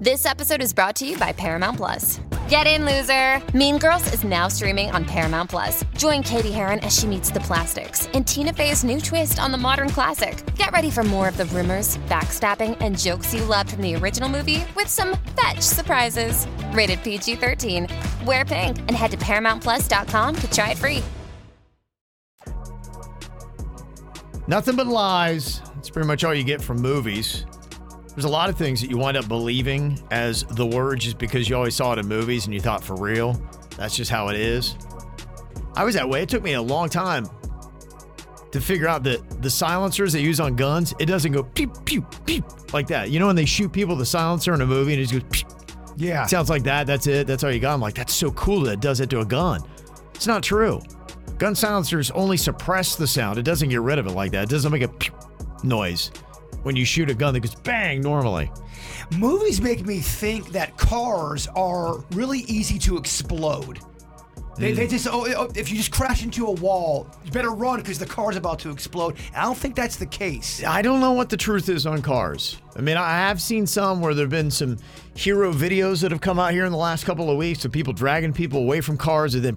Speaker 9: This episode is brought to you by Paramount Plus. Get in, loser! Mean Girls is now streaming on Paramount Plus. Join Katie Heron as she meets the plastics in Tina Fey's new twist on the modern classic. Get ready for more of the rumors, backstabbing, and jokes you loved from the original movie with some fetch surprises. Rated PG 13. Wear pink and head to ParamountPlus.com to try it free.
Speaker 3: Nothing but lies. That's pretty much all you get from movies. There's a lot of things that you wind up believing as the word just because you always saw it in movies and you thought for real. That's just how it is. I was that way. It took me a long time to figure out that the silencers they use on guns, it doesn't go pew pew pew like that. You know when they shoot people with a silencer in a movie and it just goes pew,
Speaker 4: Yeah.
Speaker 3: Ah. sounds like that. That's it. That's all you got. I'm like, that's so cool that it does it to a gun. It's not true. Gun silencers only suppress the sound. It doesn't get rid of it like that. It doesn't make a pew noise when you shoot a gun that goes bang normally.
Speaker 4: Movies make me think that cars are really easy to explode. They, they just oh, oh, if you just crash into a wall, you better run because the car's about to explode. I don't think that's the case.
Speaker 3: I don't know what the truth is on cars. I mean, I have seen some where there have been some hero videos that have come out here in the last couple of weeks of people dragging people away from cars and then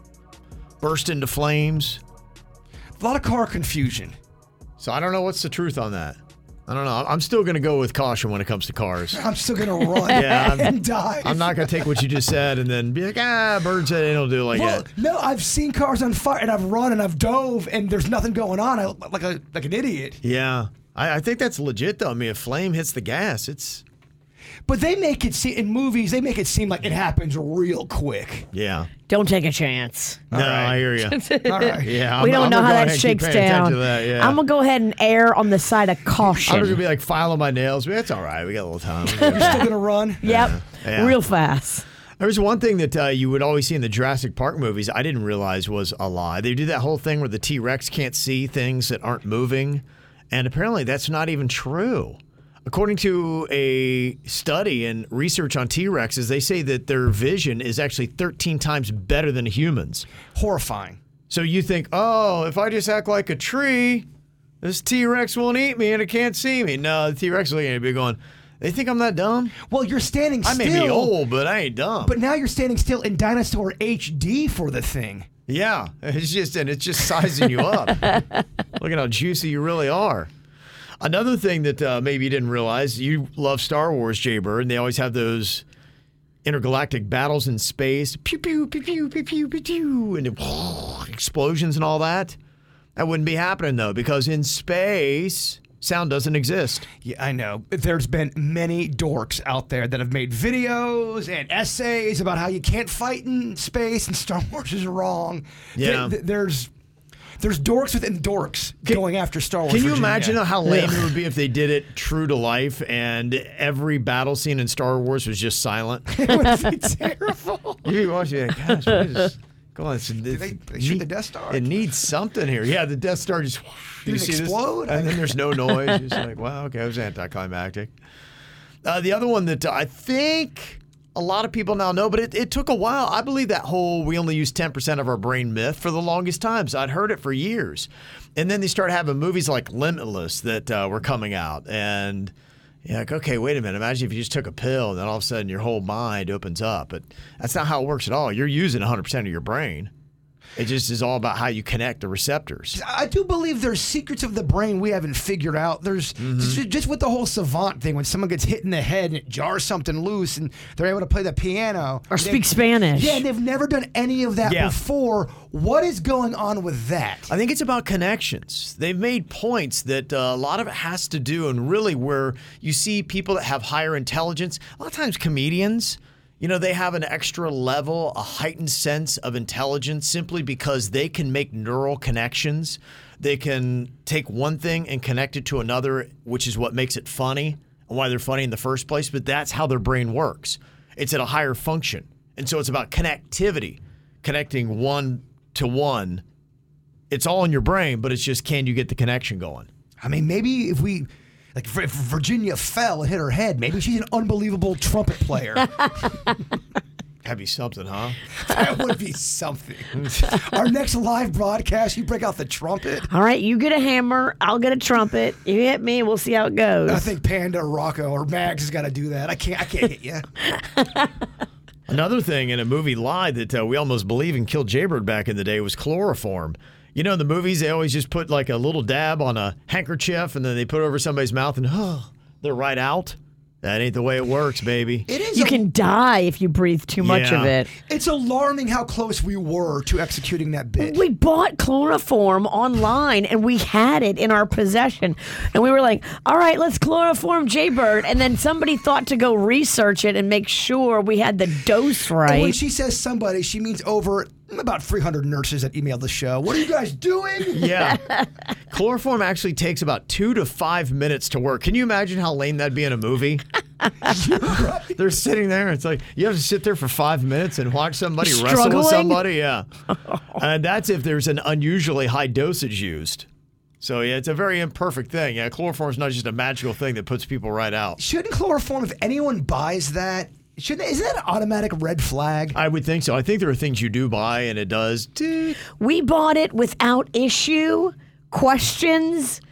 Speaker 3: (sniffs) burst into flames.
Speaker 4: A lot of car confusion.
Speaker 3: So I don't know what's the truth on that. I don't know. I'm still going to go with caution when it comes to cars.
Speaker 4: I'm still (laughs) gonna run
Speaker 3: Yeah, I'm-
Speaker 4: and die.
Speaker 3: I'm not gonna take what you just said and then be like, ah, bird said it'll do like
Speaker 4: Well,
Speaker 3: that.
Speaker 4: no, I've seen cars on fire and I've run and I've dove and there's nothing going on. I look like a like an idiot.
Speaker 3: Yeah, I, I think that's legit though. I mean, if flame hits the gas, it's
Speaker 4: But they make it seem in movies. They make it seem like it happens real quick.
Speaker 3: Yeah.
Speaker 1: Don't take a chance.
Speaker 3: No, I hear you.
Speaker 4: All right.
Speaker 3: Yeah.
Speaker 1: (laughs)
Speaker 3: I'm-
Speaker 1: we don't
Speaker 3: I'm gonna
Speaker 1: know how
Speaker 3: go
Speaker 1: that
Speaker 3: ahead and keep
Speaker 1: shakes
Speaker 3: paying attention
Speaker 1: down.
Speaker 3: to that, yeah.
Speaker 1: I'm gonna go ahead and err on the side
Speaker 3: (laughs)
Speaker 1: of
Speaker 3: I'm
Speaker 1: caution.
Speaker 3: gonna be like filing my nails. That's all right. We got a little
Speaker 1: (laughs)
Speaker 3: time.
Speaker 1: You're still
Speaker 4: gonna run?
Speaker 1: Yep.
Speaker 3: Yeah.
Speaker 1: Real fast.
Speaker 3: There was one thing that uh, you would always see in the Jurassic Park movies. I didn't realize was a lie. They do that whole thing where the T Rex can't see things that aren't moving, and apparently that's not even true. According to a study and research on T Rexes, they say that their vision is actually 13 times better than humans.
Speaker 4: Horrifying.
Speaker 3: So you think, oh, if I just act like a tree, this T Rex won't eat me and it can't see me. No, the T Rex looking at me going, they think I'm that dumb?
Speaker 4: Well, you're standing
Speaker 3: I may be
Speaker 4: still.
Speaker 3: old, but I ain't dumb.
Speaker 4: But now you're standing still in Dinosaur HD for the thing.
Speaker 3: Yeah, it's just and it's just sizing you up. Look at how juicy you really are. Another thing that uh, maybe you didn't realize, you love Star Wars, Jay Bird, and they always have those intergalactic battles in space, pew pew pew pew pew pew pew, pew and then (sniffs) explosions and all that. That wouldn't be happening though, because in space, sound doesn't exist.
Speaker 4: Yeah, I know. There's been many dorks out there that have made videos and essays about how you can't fight in space and Star Wars is wrong. There-
Speaker 3: Yeah.
Speaker 4: th- there's there's dorks within dorks going after Star Wars.
Speaker 3: Can you
Speaker 4: Virginia. (laughs)
Speaker 3: imagine how lame
Speaker 4: Ugh.
Speaker 3: it would be if they did it true to life and every battle scene in Star Wars was just silent?
Speaker 4: it would be terrible.
Speaker 3: You'd be watching that. Gosh, what
Speaker 4: (laughs)
Speaker 3: is, come on. It's, they,
Speaker 4: shoot the Death Star?
Speaker 3: It needs something here. Yeah, the Death Star just
Speaker 4: Did
Speaker 3: you
Speaker 4: it
Speaker 3: see this?
Speaker 4: explode?
Speaker 3: and then (laughs) there's no noise. It's like, wow, okay, it was anticlimactic. Uh, the other one that I think a lot of people now know, but it, it took a while. I believe that whole we only use 10% of our brain myth for the longest times. I'd heard it for years. And then they started having movies like Limitless that uh, were coming out. And you're like, okay, wait a minute. Imagine if you just took a pill and then all of a sudden your whole mind opens up. But that's not how it works at all. You're using 100% of your brain. It just is all about how you connect the receptors.
Speaker 4: I do believe there's secrets of the brain we haven't figured out. There's just, just with the whole savant thing when someone gets hit in the head and it jars something loose and they're able to play the piano
Speaker 1: Or
Speaker 4: They-
Speaker 1: speak Spanish.
Speaker 4: Yeah, they've never done any of that
Speaker 3: Yeah.
Speaker 4: before. What is going on with that?
Speaker 3: I think it's about connections. They've made points that uh, a lot of it has to do, and really where you see people that have higher intelligence, a lot of times comedians, you know, they have an extra level, a heightened sense of intelligence simply because they can make neural connections. They can take one thing and connect it to another, which is what makes it funny and why they're funny in the first place. But that's how their brain works. It's at a higher function. And so it's about connectivity, connecting one to one it's all in your brain, but it's just can you get the connection going?
Speaker 4: I mean, maybe if we. Like if Virginia fell and hit her head, maybe she's an unbelievable trumpet player. (laughs)
Speaker 3: That'd be something, huh?
Speaker 4: that would be something. Our next live broadcast, you break out the trumpet.
Speaker 1: All right, you get a hammer, I'll get a trumpet. You hit me, we'll see how it goes.
Speaker 4: I think Panda, Rocco, or Max has got to do that. I can't. I can't hit you.
Speaker 3: Another thing in a movie lie that uh, we almost believe and killed Jaybird back in the day was chloroform. You know, in the movies, they always just put like a little dab on a handkerchief and then they put it over somebody's mouth and oh, they're right out. That ain't the way it works, baby.
Speaker 4: It is.
Speaker 1: you can die if you breathe too much of
Speaker 3: Yeah.
Speaker 1: it.
Speaker 4: It's alarming how close we were to executing that bit.
Speaker 1: We bought chloroform online and we had it in our possession. And we were like, all right, let's chloroform Jaybird. And then somebody thought to go research it and make sure we had the dose
Speaker 4: And when
Speaker 1: right.
Speaker 4: she says somebody, she means over about 300 nurses that emailed the show. What are you guys doing?
Speaker 3: Yeah. chloroform actually takes about two to five minutes to work. Can you imagine how lame that'd be in a movie? They're sitting there. It's like you have to sit there for five minutes and watch somebody wrestle with
Speaker 1: Struggling?
Speaker 3: somebody. Yeah. and that's if there's an unusually high dosage used. So, yeah, it's a very imperfect thing. Yeah, chloroform's not just a magical thing that puts people right out.
Speaker 4: Shouldn't chloroform, if anyone buys that, shouldn't isn't that an automatic red flag?
Speaker 3: I would think so. I think there are things you do buy and it does. toot.
Speaker 1: we bought it without issue, questions.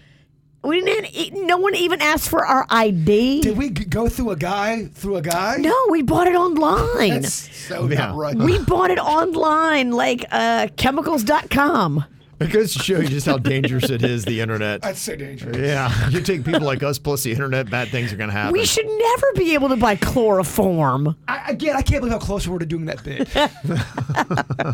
Speaker 1: We didn't, e, no one even asked for our ID.
Speaker 4: Did we g- go through a guy through a guy?
Speaker 1: no, we bought it online.
Speaker 4: That's so
Speaker 3: Yeah.
Speaker 4: not right.
Speaker 1: we bought it online, like uh, chemicals.com.
Speaker 3: It goes to show you just how dangerous it is, the internet.
Speaker 4: That's so dangerous.
Speaker 3: Yeah. (laughs) You take people like us plus the internet, bad things are going to happen.
Speaker 1: We should never be able to buy chloroform.
Speaker 4: I, again, I can't believe how close we were to doing that bit.
Speaker 1: (laughs)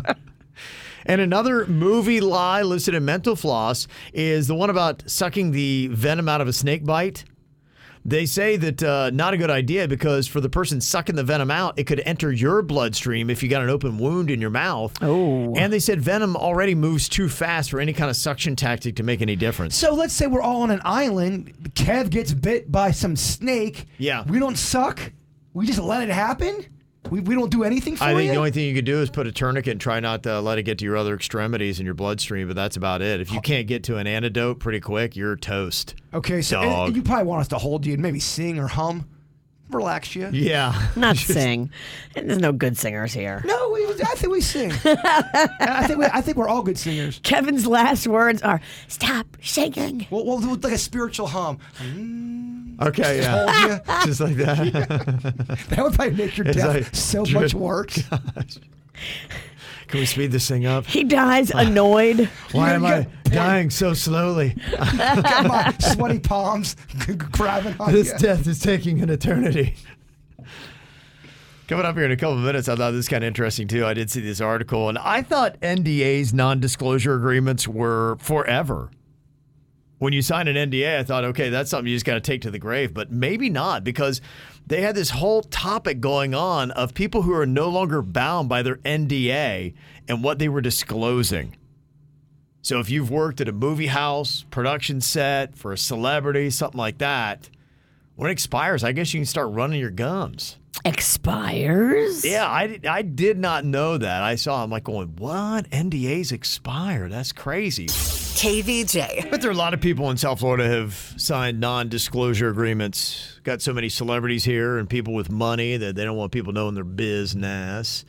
Speaker 3: And another movie lie listed in Mental Floss is the one about sucking the venom out of a snake bite. They say that uh, not a good idea because for the person sucking the venom out, it could enter your bloodstream if you got an open wound in your mouth. Oh. And they said venom already moves too fast for any kind of suction tactic to make any difference.
Speaker 4: So let's say we're all on an island. Kev gets bit by some snake.
Speaker 3: Yeah.
Speaker 4: We don't suck. We just let it happen. We, we don't do anything for
Speaker 3: I think
Speaker 4: you.
Speaker 3: the only thing you could do is put a tourniquet and try not to let it get to your other extremities in your bloodstream, but that's about it. If you can't get to an antidote pretty quick, you're toast.
Speaker 4: okay, so and-
Speaker 3: Dog.
Speaker 4: and you probably want us to hold you and maybe sing or hum, relax you.
Speaker 3: Yeah.
Speaker 1: Not sing. There's no good singers here.
Speaker 4: No, we, I think we
Speaker 3: (laughs)
Speaker 4: sing. I think we, I think we're all good singers.
Speaker 1: Kevin's last words are "Stop shaking."
Speaker 4: We'll, we'll do like a spiritual hum.
Speaker 3: (laughs) Okay, yeah.
Speaker 4: Hold ya.
Speaker 3: Just
Speaker 1: (laughs)
Speaker 3: like that.
Speaker 4: That would probably make your
Speaker 3: It's
Speaker 4: death
Speaker 3: like-
Speaker 4: so much worse.
Speaker 3: (laughs) Can we speed this thing up?
Speaker 1: He dies annoyed.
Speaker 3: Why am I
Speaker 1: (laughs)
Speaker 4: You're
Speaker 3: dying so slowly?
Speaker 4: Got my sweaty palms (laughs) grabbing on
Speaker 3: this
Speaker 4: ya.
Speaker 3: death is taking an eternity. (laughs) Coming up here in a couple of minutes, I thought this kind of interesting too. I did see this article, and I thought NDAs, non disclosure agreements, were forever. When you sign an NDA, I thought, okay, that's something you just got to take to the grave, but maybe not because they had this whole topic going on of people who are no longer bound by their NDA and what they were disclosing. So if you've worked at a movie house, production set, for a celebrity, something like that, when it expires, I guess you can start running your gums.
Speaker 1: Expires.
Speaker 3: Yeah, I, did- I did not know that. I saw, I'm like going, what? NDAs expire? That's crazy.
Speaker 10: KVJ.
Speaker 3: But there are a lot of people in South Florida have signed non-disclosure agreements. Got so many celebrities here and people with money that they don't want people knowing their business.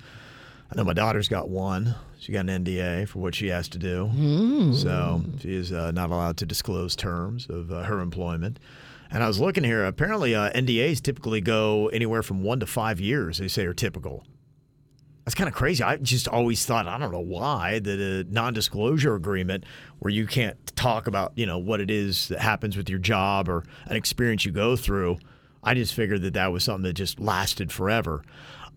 Speaker 3: I know my daughter's got one. She got an NDA for what she has to do, so she is uh, not allowed to disclose terms of uh, her employment. And I was looking here. Apparently, uh, NDAs typically go anywhere from one to five years. They say are typical. That's kind of crazy. I just always thought I don't know why that a non-disclosure agreement where you can't talk about you know what it is that happens with your job or an experience you go through. I just figured that that was something that just lasted forever.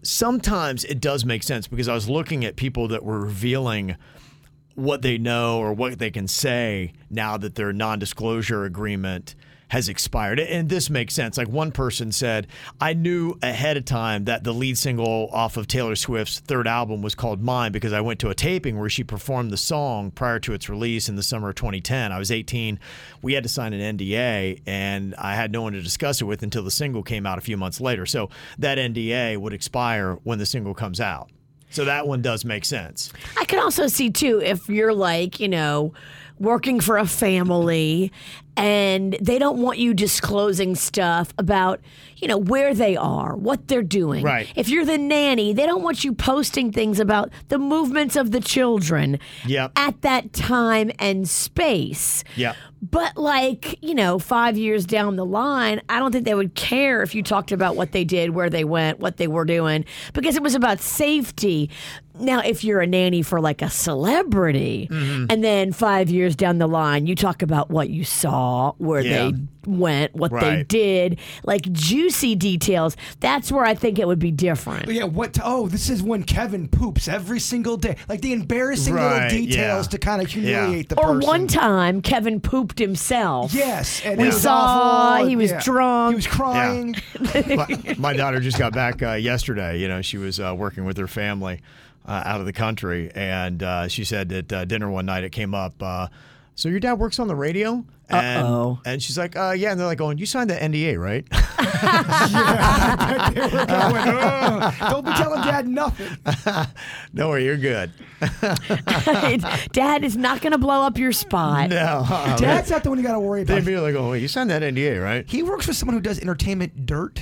Speaker 3: Sometimes it does make sense because I was looking at people that were revealing what they know or what they can say now that their non disclosure agreement has expired. And this makes sense. Like one person said, I knew ahead of time that the lead single off of Taylor Swift's third album was called Mine because I went to a taping where she performed the song prior to its release in the summer of 2010. I was 18. We had to sign an NDA, and I had no one to discuss it with until the single came out a few months later. So that NDA would expire when the single comes out. So that one does make sense.
Speaker 1: I can also see too if you're like, you know, working for a family and they don't want you disclosing stuff about, you know, where they are, what they're doing.
Speaker 3: Right.
Speaker 1: If you're the nanny, they don't want you posting things about the movements of the children
Speaker 3: Yep.
Speaker 1: at that time and space.
Speaker 3: Yeah.
Speaker 1: But like, you know, 5 years down the line, I don't think they would care if you talked about what they did, where they went, what they were doing because it was about safety. Now, if you're a nanny for like a celebrity
Speaker 3: Mm-hmm.
Speaker 1: and then 5 years down the line you talk about what you saw, where
Speaker 3: Yeah.
Speaker 1: they went, what they
Speaker 3: Right.
Speaker 1: did, like juicy details, that's where I think it would be different.
Speaker 4: Yeah, what? t- oh, this is when Kevin poops every single day. Like the embarrassing
Speaker 3: Right,
Speaker 4: little details
Speaker 3: yeah.
Speaker 4: to kind of humiliate the
Speaker 1: or
Speaker 4: person.
Speaker 1: one time Kevin pooped himself.
Speaker 4: Yes, and
Speaker 1: we
Speaker 4: it was
Speaker 1: saw
Speaker 4: awful,
Speaker 1: he was
Speaker 4: yeah.
Speaker 1: drunk.
Speaker 4: He was crying. (laughs)
Speaker 3: my, my daughter just got back uh, yesterday. You know, she was uh, working with her family uh, out of the country, and uh, she said at uh, dinner one night it came up. Uh, so your dad works on the radio, and
Speaker 1: Uh-oh.
Speaker 3: and she's like, uh, yeah, and they're like, going, you signed the NDA,
Speaker 4: (laughs)
Speaker 3: right?
Speaker 4: They were going, "Ugh, Don't be telling dad nothing.
Speaker 3: (laughs) no, worry, you're good.
Speaker 1: (laughs) Dad is not going to blow up your
Speaker 4: (laughs)
Speaker 3: (laughs)
Speaker 1: spot.
Speaker 3: No, uh-uh.
Speaker 4: Dad's not the one you got to worry
Speaker 3: they'd
Speaker 4: about.
Speaker 3: be like, oh, wait, you signed that NDA, right?
Speaker 4: He works for someone who does entertainment
Speaker 3: (laughs)
Speaker 4: dirt.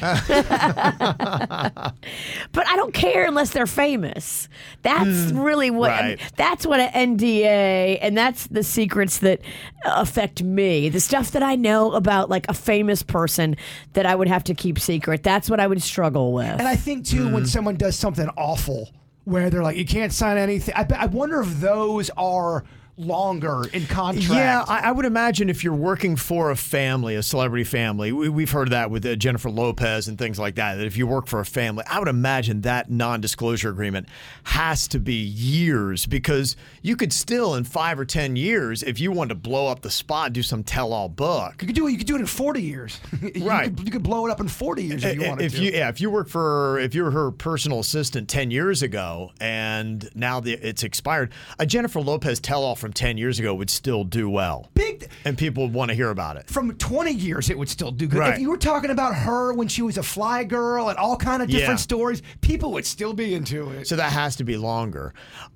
Speaker 1: But I don't care unless they're famous. That's really what
Speaker 3: Hmm, right.
Speaker 1: that's what an NDA and that's the secrets that affect me. The stuff that I know about like a famous person that I would have to keep secret. That's what I would struggle with.
Speaker 4: And I think too,
Speaker 3: Mm-hmm.
Speaker 4: when someone does something awful, where they're like, "You can't sign anything," I, bet- I wonder if those are longer in contract.
Speaker 3: Yeah, I, I would imagine if you're working for a family, a celebrity family, we, we've heard that with uh, Jennifer Lopez and things like that. That if you work for a family, I would imagine that non-disclosure agreement has to be years because you could still, in five or ten years, if you wanted to blow up the spot, do some tell-all book.
Speaker 4: You could do it. You could do it in forty years. (laughs) You
Speaker 3: right.
Speaker 4: could- you could blow it up in forty years if you
Speaker 3: I- I-
Speaker 4: wanted
Speaker 3: if
Speaker 4: to.
Speaker 3: You, yeah, if you work for, if you were her personal assistant 10 years ago and now the, it's expired, a Jennifer Lopez tell all from 10 years ago would still do well.
Speaker 4: Big.
Speaker 3: And people would want to hear about it.
Speaker 4: from 20 years it would still do good.
Speaker 3: Right.
Speaker 4: If you were talking about her when she was a fly girl and all kind of different
Speaker 3: Yeah.
Speaker 4: stories, people would still be into it.
Speaker 3: So that has to be longer.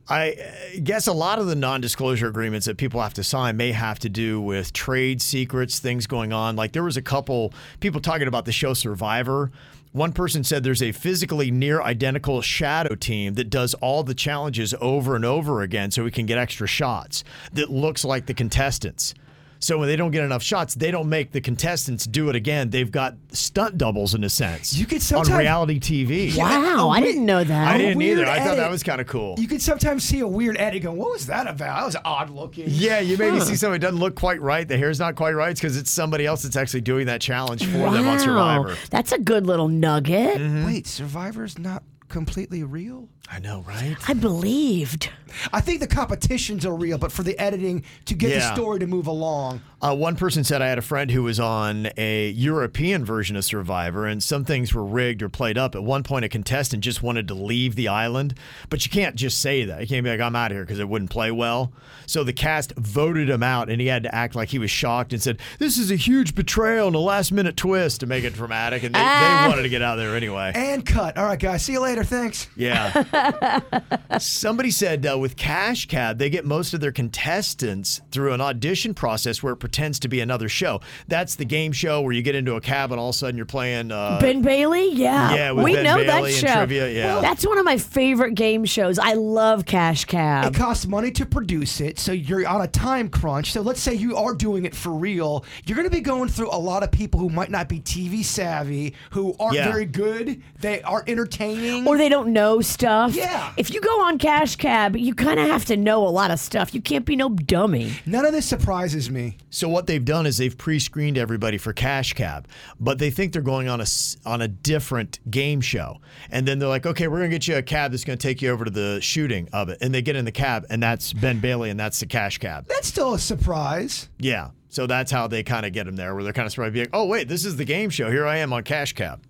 Speaker 3: I uh, guess a lot of the non disclosure agreements that people have to sign may have to do with trade secrets, things going on. Like there was a couple people talking about the show Survivor. One person said there's a physically near identical shadow team that does all the challenges over and over again so we can get extra shots that looks like the contestants. So when they don't get enough shots, they don't make the contestants do it again. They've got stunt doubles in a sense. You
Speaker 4: could
Speaker 3: on
Speaker 4: sometimes-
Speaker 3: reality TV.
Speaker 4: Wow, I didn't know that.
Speaker 3: I didn't
Speaker 4: A weird
Speaker 3: either. I thought that
Speaker 4: edit.
Speaker 3: was kind of cool.
Speaker 4: You could sometimes see a weird edit going, What was that about? That was odd looking.
Speaker 3: Yeah, you maybe see somebody doesn't look quite right. The hair's not quite right. It's because it's somebody else that's actually doing that challenge for them on Survivor. Mm-hmm.
Speaker 1: That's a good little nugget.
Speaker 4: Wait, Survivor's not completely real?
Speaker 3: I know, right?
Speaker 1: I believed.
Speaker 4: I think the competitions are real, but for the editing to get
Speaker 3: Yeah.
Speaker 4: the story to move along.
Speaker 3: Uh, one person said I had a friend who was on a European version of Survivor, and some things were rigged or played up. At one point, a contestant just wanted to leave the island, but you can't just say that. You can't be like, "I'm out of here" because it wouldn't play well. So the cast voted him out, and he had to act like he was shocked and said, "This is a huge betrayal and a last-minute twist" to make it dramatic. And they, they wanted to get out of there anyway.
Speaker 4: And cut. All right, guys. See you later. Thanks.
Speaker 3: Yeah. Somebody said uh, with Cash Cab, they get most of their contestants through an audition process where it pretends to be another show. That's the game show where you get into a cab and all of a sudden you're playing. Uh,
Speaker 1: ben Bailey, yeah,
Speaker 3: yeah, with
Speaker 1: we
Speaker 3: Ben
Speaker 1: know
Speaker 3: Bailey
Speaker 1: that
Speaker 3: and
Speaker 1: show.
Speaker 3: trivia, yeah.
Speaker 1: That's one of my favorite game shows. I love Cash Cab.
Speaker 4: It costs money to produce it, so you're on a time crunch. So let's say you are doing it for real. You're going to be going through a lot of people who might not be TV savvy, who aren't
Speaker 1: Yeah.
Speaker 4: very good, they aren't entertaining.
Speaker 1: or they don't know stuff.
Speaker 4: Yeah.
Speaker 1: If you go on Cash Cab, you kind of have to know a lot of stuff. You can't be no dummy.
Speaker 4: None of this surprises me.
Speaker 3: So what they've done is they've pre-screened everybody for Cash Cab, but they think they're going on a s- on a different game show, and then they're like, okay, we're gonna get you a cab that's gonna take you over to the shooting of it, and they get in the cab, and that's Ben Bailey, and that's the Cash Cab.
Speaker 4: That's still a surprise.
Speaker 3: Yeah. So that's how they kind of get them there, where they're kind of surprised, be like, oh, wait, this is the game show. Here I am on Cash Cab.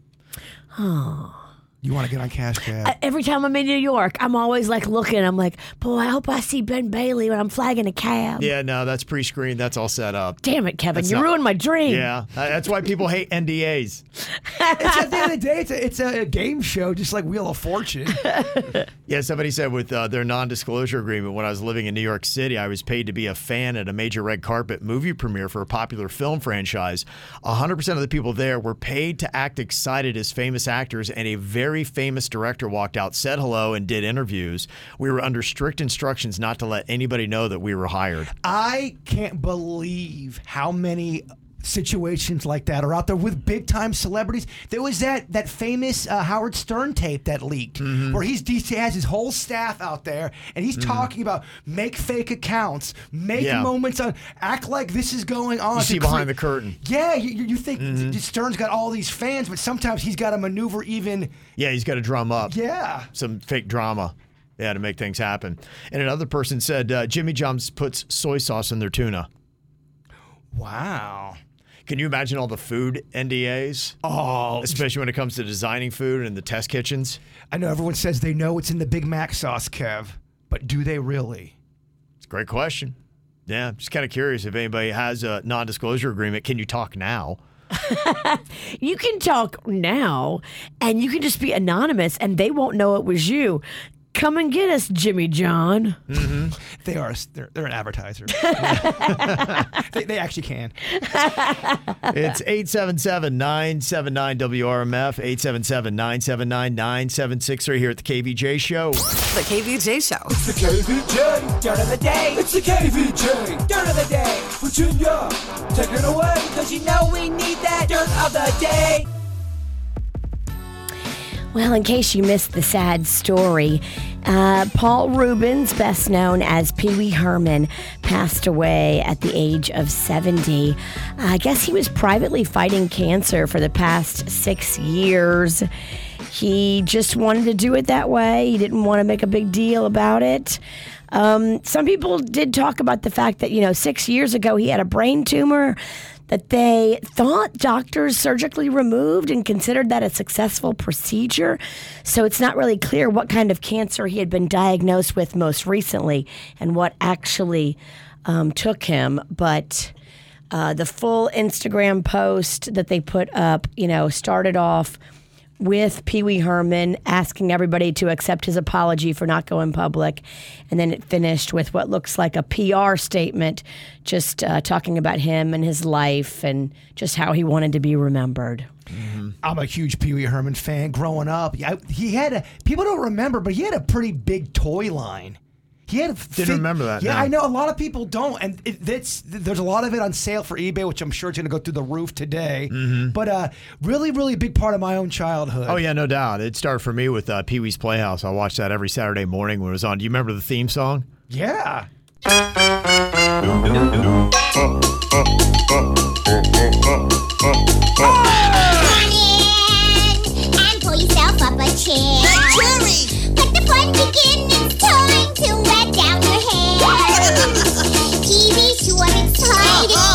Speaker 4: You want to get on Cash Cab?
Speaker 1: Uh, (laughs) Every time I'm in New York, I'm always like looking. I'm like, boy, I hope I see Ben Bailey when I'm flagging a cab.
Speaker 3: Yeah, no, that's pre screened. That's all set up.
Speaker 1: Damn it, Kevin,
Speaker 3: That's
Speaker 1: you
Speaker 3: not-
Speaker 1: ruined my dream.
Speaker 3: Yeah. Uh, That's why people hate NDAs.
Speaker 4: it's at the end of the day, it's a, it's a game show, just like Wheel of Fortune.
Speaker 3: Yeah, somebody said with uh, their non disclosure agreement, when I was living in New York City, I was paid to be a fan at a major red carpet movie premiere for a popular film franchise. 100% of the people there were paid to act excited as famous actors, and a very famous director walked out, said hello, and did interviews. We were under strict instructions not to let anybody know that we were hired.
Speaker 4: I can't believe how many situations like that are out there with big time celebrities. There was that that famous uh, Howard Stern tape that leaked,
Speaker 3: Mm-hmm.
Speaker 4: where he's DC has his whole staff out there, and he's talking about make fake accounts, make
Speaker 3: Yeah.
Speaker 4: moments on, act like this is going on.
Speaker 3: You
Speaker 4: to
Speaker 3: see
Speaker 4: cre-
Speaker 3: behind the curtain. Mm-hmm.
Speaker 4: Yeah, you, you- you think Stern's got all these fans, but sometimes he's got to maneuver even.
Speaker 3: Yeah, he's got to drum up.
Speaker 4: Yeah.
Speaker 3: Some fake drama. Yeah, to make things happen. And another person said uh, Jimmy John's puts soy sauce in their tuna.
Speaker 4: Wow.
Speaker 3: Can you imagine all the food NDAs?
Speaker 4: Oh,
Speaker 3: Especially when it comes to designing food and the test kitchens.
Speaker 4: I know everyone says they know it's in the Big Mac sauce, Kev, but do they really?
Speaker 3: It's a great question. Yeah, just kind of curious if anybody has a non disclosure agreement. Can you
Speaker 4: (laughs)
Speaker 3: talk now?
Speaker 1: You can talk now and you can just be anonymous and they won't know it was you. Come and get us, Jimmy John.
Speaker 4: They are. They're, they're an advertiser. (laughs) they, they actually can.
Speaker 3: It's 877 979 WRMF, 877 979 9763 here at the KVJ Show.
Speaker 10: The KVJ Show.
Speaker 2: It's the KVJ. Dirt of the day. It's the KVJ. Dirt of the day. Virginia, take it away. Cause you know we need that dirt of the day.
Speaker 1: Well, in case you missed the sad story, uh, Paul Rubens, best known as Pee Wee Herman, passed away at the age of 70. I guess he was privately fighting cancer for the past six years. He just wanted to do it that way. He didn't want to make a big deal about it. Um, some people did talk about the fact that, you know, six years ago he had a brain tumor that they thought doctors surgically removed and considered that a successful procedure. So it's not really clear what kind of cancer he had been diagnosed with most recently and what actually um, took him. But uh, the full Instagram post that they put up, you know, started off with Pee Wee Herman asking everybody to accept his apology for not going public. And then it finished with what looks like a PR statement, just uh, talking about him and his life and just how he wanted to be remembered.
Speaker 4: I'm a huge Pee Wee Herman fan. Growing up, I, he had a people don't remember, but he had a pretty big toy line. He had a
Speaker 3: Didn't remember that,
Speaker 4: Yeah,
Speaker 3: no.
Speaker 4: I know a lot of people don't, and it, that's there's a lot of it on sale for eBay, which I'm sure it's going to go through the roof today. But uh, really, really big part of my own childhood.
Speaker 3: Mm-hmm. Oh yeah, no doubt. It started for me with uh, Pee Wee's Playhouse. I watched that every Saturday morning when it was on. Do you remember the theme song?
Speaker 4: yeah.
Speaker 8: and pull yourself up a chair. Let the fun begin. It's time to let down your hair. TV short and tight. It's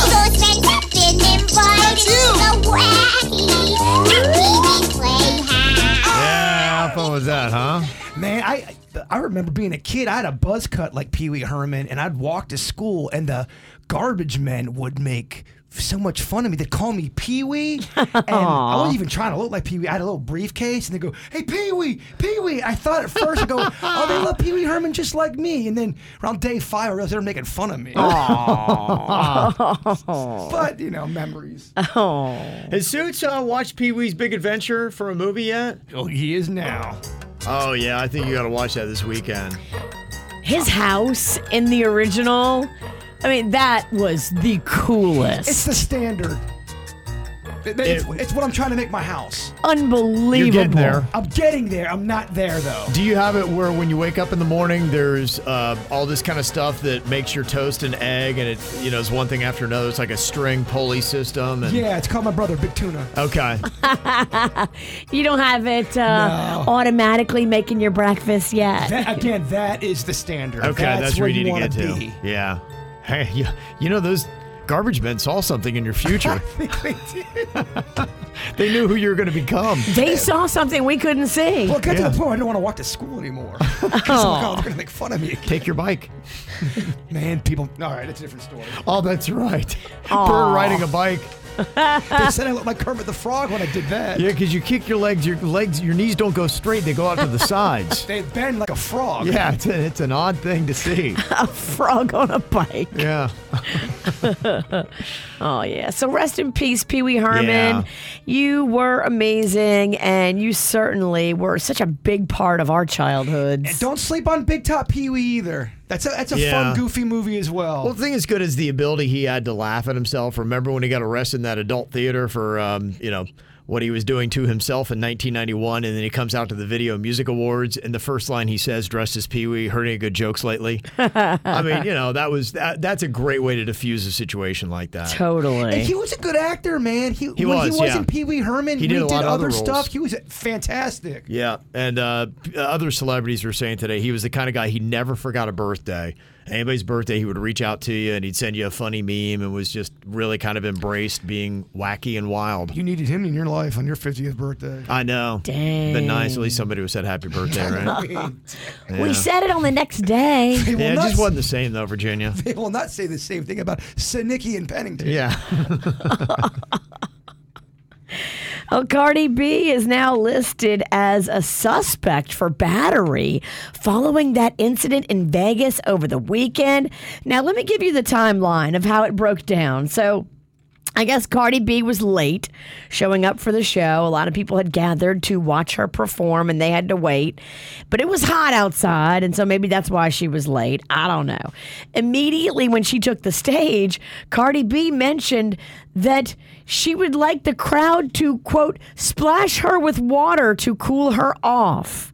Speaker 8: close and spinning right. It's the wacky TV playhouse.
Speaker 3: Yeah, how fun was that, huh?
Speaker 4: Man, I I remember being a kid. I had a buzz cut like Pee Wee Herman, and I'd walk to school, and the garbage men would make so much fun of me. They'd call me Pee Wee, and I wasn't even trying to look like Pee Wee. I had a little briefcase, and they go, "Hey, Pee Wee, Pee Wee." I thought at first, I go, "Oh, they love Pee Wee Herman just like me." And then around day five, I realized they were making fun of me. (laughs) but you know, memories.
Speaker 3: Oh. Has Suits uh, watched Pee Wee's Big Adventure for a movie yet?
Speaker 4: Oh, he is now.
Speaker 3: Oh yeah, I think you got to watch that this weekend.
Speaker 11: His house in the original, I mean, that was the coolest.
Speaker 4: It's the standard. It- it's, it's what I'm trying to make my house.
Speaker 11: Unbelievable.
Speaker 3: there.
Speaker 4: I'm getting there. I'm not there though.
Speaker 3: Do you have it where when you wake up in the morning, there's uh, all this kind of stuff that makes your toast an egg, and it you know is one thing after another. It's like a string pulley system. And,
Speaker 4: Yeah, it's called my brother, Big Tuna.
Speaker 3: Okay.
Speaker 12: you don't have it uh, automatically making your breakfast
Speaker 11: (laughs)
Speaker 12: yet.
Speaker 4: That, again, that is the standard.
Speaker 3: Okay, that's, where you need to
Speaker 4: wanna
Speaker 3: get to.
Speaker 4: be.
Speaker 3: Yeah. Hey, (laughs) you, you know those garbage men saw something in your future. they knew who you were going to become. (laughs)
Speaker 11: They saw something we couldn't see.
Speaker 4: Well, it got to the point where I don't want to walk to school anymore. (laughs) 'Cause I'm like, oh, they're going to make fun of me.
Speaker 3: Take your bike.
Speaker 4: Man, people. All right, it's a different story.
Speaker 3: Oh, that's (laughs) right.
Speaker 4: Aw.
Speaker 3: Bird riding a bike.
Speaker 4: they said I looked like Kermit the Frog when I did that.
Speaker 3: Yeah, because you kick your legs, your legs, your knees don't go straight; they go out to (laughs) the sides.
Speaker 4: they bend like a frog.
Speaker 3: Yeah, it's, a, it's an odd thing to (laughs) see.
Speaker 11: a frog on a bike.
Speaker 3: Yeah.
Speaker 11: oh, yeah. So rest in peace, Pee Wee Herman.
Speaker 3: Yeah.
Speaker 11: You were amazing, and you certainly were such a big part of our childhoods.
Speaker 4: Don't sleep on Big Top Pee Wee either. That's a that's a
Speaker 3: Yeah.
Speaker 4: fun, goofy movie as well.
Speaker 3: Well, the thing as good as the ability he had to laugh at himself. Remember when he got arrested in that adult theater for, um, you know, what he was doing to himself in 1991, and then he comes out to the Video Music Awards, and the first line he says, dressed as Pee Wee, heard any good jokes (laughs) lately? I mean, you know, that was that, that's a great way to diffuse a situation like that.
Speaker 11: Totally.
Speaker 4: And he was a good actor, man. He,
Speaker 3: He
Speaker 4: when
Speaker 3: was,
Speaker 4: he was
Speaker 3: yeah.
Speaker 4: in Pee Wee Herman.
Speaker 3: He did
Speaker 4: we
Speaker 3: a lot of other
Speaker 4: other
Speaker 3: roles.
Speaker 4: stuff. He was fantastic.
Speaker 3: Yeah, and uh, p- other celebrities were saying today he was the kind of guy he never forgot a birthday. Anybody's birthday, he would reach out to you and he'd send you a funny meme, and was just really kind of embraced being wacky and wild.
Speaker 4: You needed him in your life on your 50th birthday.
Speaker 3: I know. Dang. Been nice. At least somebody would said happy (laughs) birthday, right? Yeah.
Speaker 12: We said it on the next day.
Speaker 4: They will
Speaker 3: Yeah, it
Speaker 4: not (laughs)
Speaker 3: just wasn't the same though, Virginia.
Speaker 4: They will not say the same thing about Sinicki and Pennington.
Speaker 3: (laughs) Yeah.
Speaker 11: (laughs) Oh, Cardi B is now listed as a suspect for battery following that incident in Vegas over the weekend. Now, let me give you the timeline of how it broke down. So,
Speaker 1: I guess Cardi B was late showing up for the show. A lot of people had gathered to watch her perform and they had to wait. But it was hot outside, and so maybe that's why she was late. I don't know. Immediately when she took the stage, Cardi B mentioned that she would like the crowd to, quote, splash her with water to cool her off.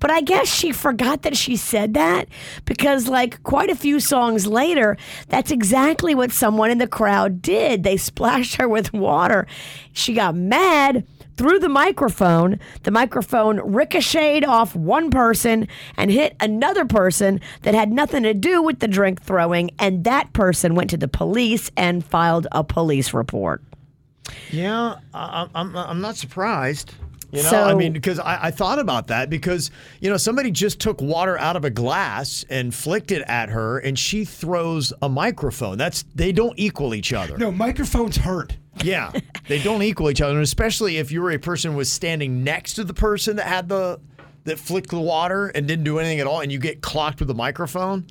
Speaker 1: But I guess she forgot that she said that because, like, quite a few songs later, that's exactly what someone in the crowd did. They splashed her with water. She got mad, threw the microphone. The microphone ricocheted off one person and hit another person that had nothing to do with the drink throwing. And that person went to the police and filed a police report.
Speaker 3: Yeah, I, I'm, I'm not surprised. You know,
Speaker 1: So-
Speaker 3: I mean, because I, I thought about that because, you know, somebody just took water out of a glass and flicked it at her and she throws a microphone. That's, they don't equal each other.
Speaker 4: No, microphones hurt.
Speaker 1: (laughs)
Speaker 3: Yeah, they don't equal each other, and especially if you were a person who was standing next to the person that had the that flicked the water and didn't do anything at all, and you get clocked with a microphone.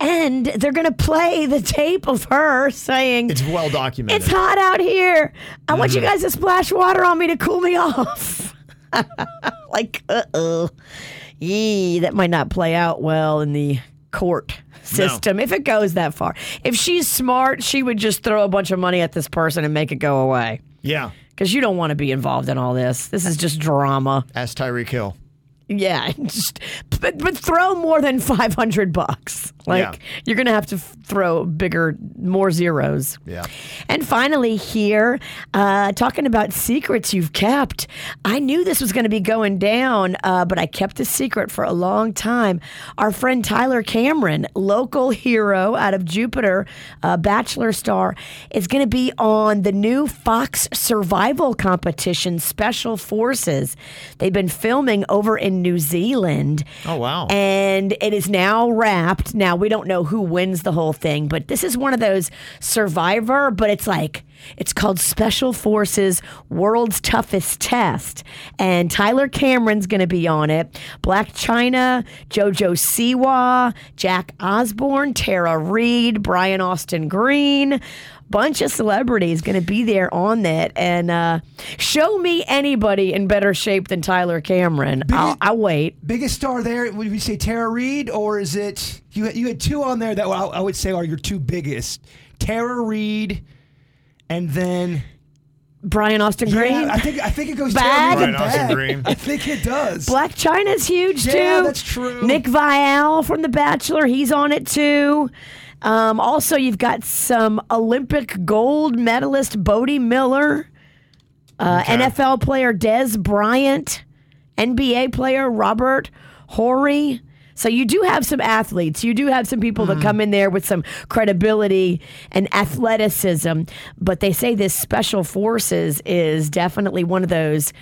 Speaker 1: And they're going to play the tape of her saying,
Speaker 3: It's well documented.
Speaker 1: It's hot out here. I want you
Speaker 3: Mhm.
Speaker 1: guys to splash water on me to cool me (laughs) off. like, uh oh. Yee, that might not play out well in the court system if it goes that far. If she's smart, she would just throw a bunch of money at this person and make it go away.
Speaker 3: Yeah.
Speaker 1: Because you don't want to be involved in all this. This is just drama.
Speaker 3: Ask Tyreek Hill.
Speaker 1: Yeah, (laughs) just but, but throw more than 500 bucks. Like
Speaker 3: Yeah.
Speaker 1: you're going to have to f- throw bigger more zeros.
Speaker 3: Yeah.
Speaker 1: And finally here, uh, talking about secrets you've kept. I knew this was going to be going down, uh, but I kept a secret for a long time. Our friend Tyler Cameron, local hero out of Jupiter, uh, Bachelor star, is going to be on the new Fox Survival Competition Special Forces. They've been filming over in New Zealand.
Speaker 3: Oh, wow.
Speaker 1: And it is now wrapped. Now, we don't know who wins the whole thing, but this is one of those survivor, but it's like, it's called Special Forces World's Toughest Test. And Tyler Cameron's going to be on it. Black China, JoJo Siwa, Jack Osborne, Tara Reid, Brian Austin Green. Bunch of celebrities going to be there on that, and uh, show me anybody in better shape than Tyler Cameron. I'll, I'll wait.
Speaker 4: Biggest star there? Would we say Tara Reid, or is it you? had- You had two on there that I, I would say are your two biggest: Tara Reid, and then
Speaker 1: Brian Austin
Speaker 4: Yeah,
Speaker 1: Green?
Speaker 4: I think I think it goes Tara
Speaker 1: Bag?
Speaker 4: Reid and
Speaker 1: Brian Austin
Speaker 4: Bag.
Speaker 1: Green.
Speaker 4: I think it does.
Speaker 1: Black China's huge
Speaker 4: Yeah,
Speaker 1: too.
Speaker 4: that's true.
Speaker 1: Nick Vial from The Bachelor, he's on it too. Um, also, you've got some Olympic gold medalist Bodie Miller, uh, NFL player Des Bryant, NBA player Robert Horry. So you do have some athletes. You do have some people
Speaker 3: Hmm.
Speaker 1: that come in there with some credibility and athleticism. But they say this special forces is definitely one of those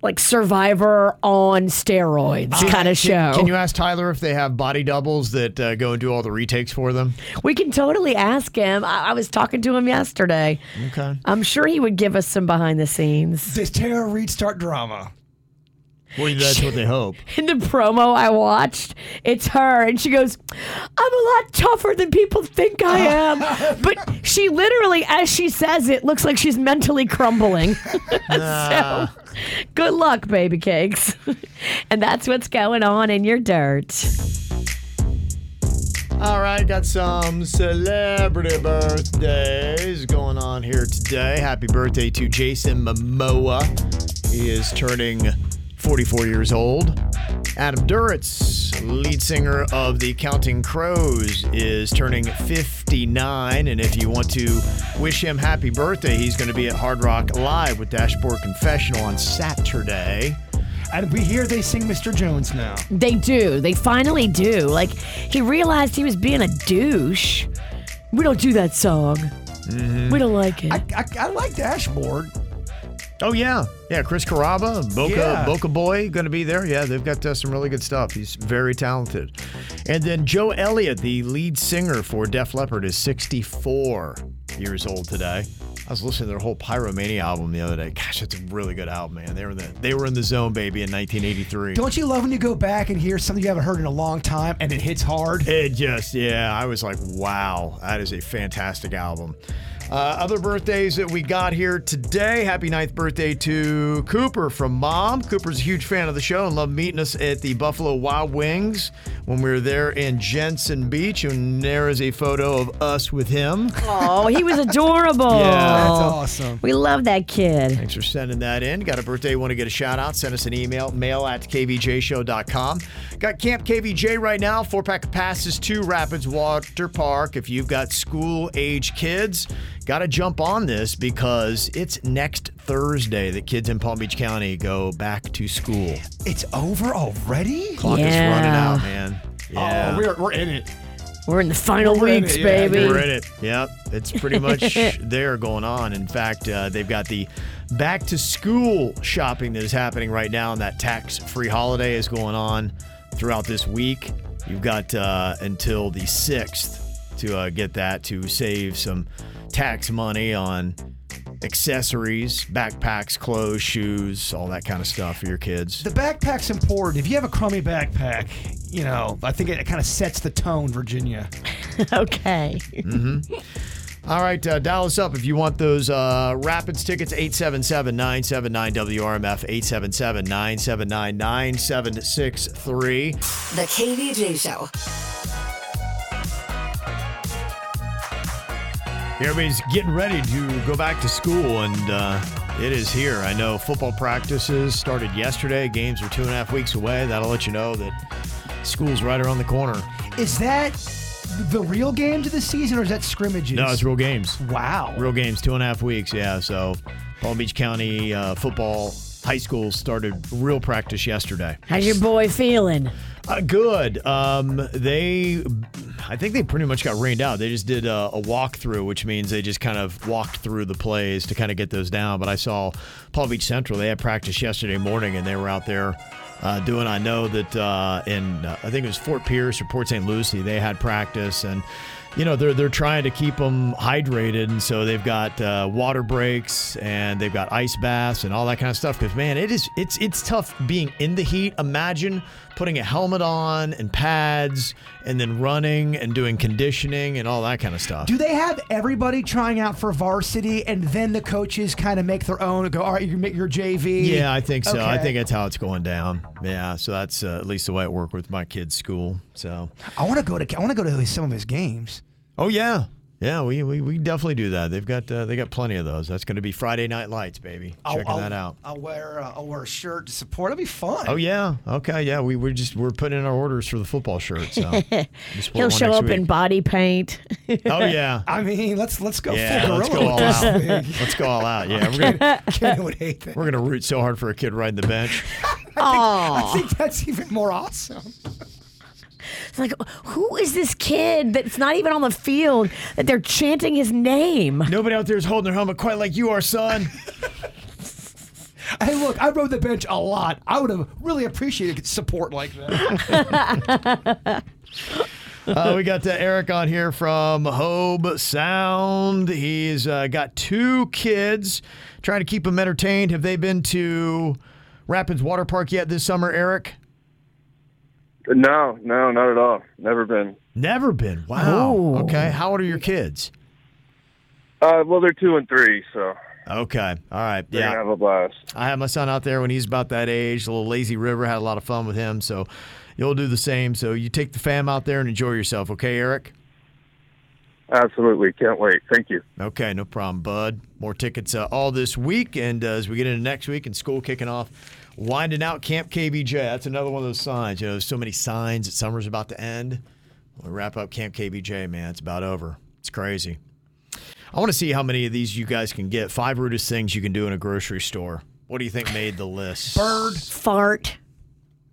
Speaker 1: like survivor on steroids kind
Speaker 3: Ah, Can-
Speaker 1: of show.
Speaker 3: Can you ask Tyler if they have body doubles that uh, go and do all the retakes for them?
Speaker 1: we can totally ask him. I, I was talking to him yesterday.
Speaker 3: Okay.
Speaker 1: I'm sure he would give us some behind the scenes.
Speaker 4: Does Tara Reid start drama?
Speaker 3: Well, that's what they hope.
Speaker 1: In the promo I watched, it's her, and she goes, I'm a lot tougher than people think
Speaker 3: (laughs)
Speaker 1: I am. but she literally, as she says it, looks like she's mentally crumbling. (laughs) so, good luck, baby cakes. (laughs) and that's what's going on in your dirt.
Speaker 3: All right, got some celebrity birthdays going on here today. Happy birthday to Jason Momoa. He is turning 44 years old. Adam Duritz, lead singer of the Counting Crows, is turning 59. And if you want to wish him happy birthday, he's going to be at Hard Rock Live with Dashboard Confessional on Saturday.
Speaker 4: And we hear they sing Mr. Jones now.
Speaker 1: They do. They finally do. Like he realized he was being a douche. We don't do that song.
Speaker 3: Mm-hmm.
Speaker 1: We don't like it.
Speaker 4: I, I, I like Dashboard.
Speaker 3: Oh yeah, yeah. Chris Caraba, Boca
Speaker 4: Yeah.
Speaker 3: Boca Boy, going to be there. Yeah, they've got uh, some really good stuff. He's very talented. And then Joe Elliott, the lead singer for Def Leppard, is 64 years old today. I was listening to their whole Pyromania album the other day. Gosh, that's a really good album, man. They were in the they were in the zone, baby, in 1983.
Speaker 4: Don't you love when you go back and hear something you haven't heard in a long time and it hits hard?
Speaker 3: It just, yeah, I was like, wow, that is a fantastic album. Uh, other birthdays that we got here today. Happy ninth birthday to Cooper from Mom. Cooper's a huge fan of the show and loved meeting us at the Buffalo Wild Wings when we were there in Jensen Beach. And there is a photo of us with him.
Speaker 1: Oh, he was
Speaker 3: (laughs)
Speaker 1: adorable.
Speaker 3: Yeah, that's awesome.
Speaker 1: We love that kid.
Speaker 3: Thanks for sending that in. Got a birthday, want to get a shout out? Send us an email, mail at kvjshow.com. Got Camp KVJ right now, four pack of passes to Rapids Water Park. If you've got school age kids, got to jump on this because it's next Thursday that kids in Palm Beach County go back to school.
Speaker 4: It's over already?
Speaker 3: Clock is running out, man. Yeah.
Speaker 4: Oh, we're, we're in it.
Speaker 1: We're in the final
Speaker 4: We're in
Speaker 1: weeks,
Speaker 4: it, yeah,
Speaker 1: baby.
Speaker 3: We're in it. Yep. It's pretty much there going on. In fact, uh, they've got the back to school shopping that is happening right now, and that tax free holiday is going on throughout this week. You've got uh, until the 6th to uh, get that to save some tax money on accessories, backpacks, clothes, shoes, all that kind of stuff for your kids.
Speaker 4: The backpack's important. If you have a crummy backpack, you know, I think it kind of sets the tone, Virginia.
Speaker 1: (laughs) okay.
Speaker 3: hmm All right, uh, dial us up if you want those uh, Rapids tickets, 877-979-WRMF, 877-979-9763.
Speaker 13: The KVJ Show.
Speaker 3: Everybody's getting ready to go back to school, and uh, it is here. I know football practices started yesterday. Games are two and a half weeks away. That'll let you know that school's right around the corner.
Speaker 4: Is that the real games of the season or is that scrimmages?
Speaker 3: No, it's real games.
Speaker 4: Wow.
Speaker 3: Real games, two and a half weeks. Yeah. So Palm Beach County uh, football high school started real practice yesterday.
Speaker 1: How's your boy feeling?
Speaker 3: Uh, good. Um, they, I think they pretty much got rained out. They just did a, a walkthrough, which means they just kind of walked through the plays to kind of get those down. But I saw Palm Beach Central. They had practice yesterday morning, and they were out there. Uh, doing, I know that uh, in uh, I think it was Fort Pierce or Port St. Lucie, they had practice, and you know they're they're trying to keep them hydrated, and so they've got uh, water breaks and they've got ice baths and all that kind of stuff. Because man, it is it's it's tough being in the heat. Imagine putting a helmet on and pads, and then running and doing conditioning and all that kind of stuff.
Speaker 4: Do they have everybody trying out for varsity and then the coaches kind of make their own and go, all right, you can make your JV?
Speaker 3: Yeah, I think so. I
Speaker 4: Okay.
Speaker 3: think that's how it's going down. Yeah, so that's uh, at least the way it worked with my kids' school. So.
Speaker 4: I want to go to I want to go to some of his games.
Speaker 3: Oh yeah, yeah. We we, we definitely do that. They've got uh, they got plenty of those. That's going to be Friday Night Lights, baby.
Speaker 4: Oh, I'll-
Speaker 3: Checking
Speaker 4: I'll-
Speaker 3: that out.
Speaker 4: I'll wear uh, I'll wear a shirt to support. It'll be fun.
Speaker 3: Oh yeah. Okay. Yeah. We we're just we're putting in our orders for the football shirt.
Speaker 1: (laughs)
Speaker 3: So just
Speaker 1: He'll
Speaker 3: one
Speaker 1: show
Speaker 3: next
Speaker 1: up in
Speaker 3: week.
Speaker 1: body paint.
Speaker 3: Oh yeah.
Speaker 4: I mean, let's let's go
Speaker 3: Yeah.
Speaker 4: full
Speaker 3: Let's
Speaker 4: gorilla.
Speaker 3: go all
Speaker 4: with
Speaker 1: (laughs)
Speaker 3: out.
Speaker 4: this thing.
Speaker 3: Let's go all out. Yeah. We're gonna
Speaker 4: Kenny would hate that.
Speaker 3: we're gonna root so hard for a kid riding the bench.
Speaker 4: I
Speaker 3: (laughs)
Speaker 4: think that's even more awesome.
Speaker 1: It's like, who is this kid that's not even on the field that they're chanting his name?
Speaker 3: Nobody out there is holding their helmet quite like you are, son.
Speaker 4: Hey, look, I rode the bench a lot. I would have really appreciated support like that.
Speaker 3: Uh, we got uh, Eric on here from Hobe Sound. He's uh, got two kids, trying to keep them entertained. Have they been to Rapids Water Park yet this summer, Eric?
Speaker 14: No, no, not at all. Never been.
Speaker 3: Never been. Wow. Okay. How old are your kids?
Speaker 14: Uh, well, they're two and three, so
Speaker 3: Okay. All right.
Speaker 14: they're
Speaker 3: Yeah.
Speaker 14: gonna have a blast.
Speaker 3: I had my son out there when he's about that age, a little lazy river, had a lot of fun with him. So you'll do the same. So you take the fam out there and enjoy yourself. Okay, Eric?
Speaker 14: Absolutely, can't wait. Thank you.
Speaker 3: Okay, no problem, bud. More tickets uh, all this week, and uh, as we get into next week and school kicking off, winding out Camp KBJ. That's another one of those signs. You know, there's so many signs that summer's about to end. We wrap up Camp KBJ, man. It's about over. It's crazy. I want to see how many of these you guys can get. Five rudest things you can do in a grocery store. What do you think made the list?
Speaker 4: Bird
Speaker 1: fart.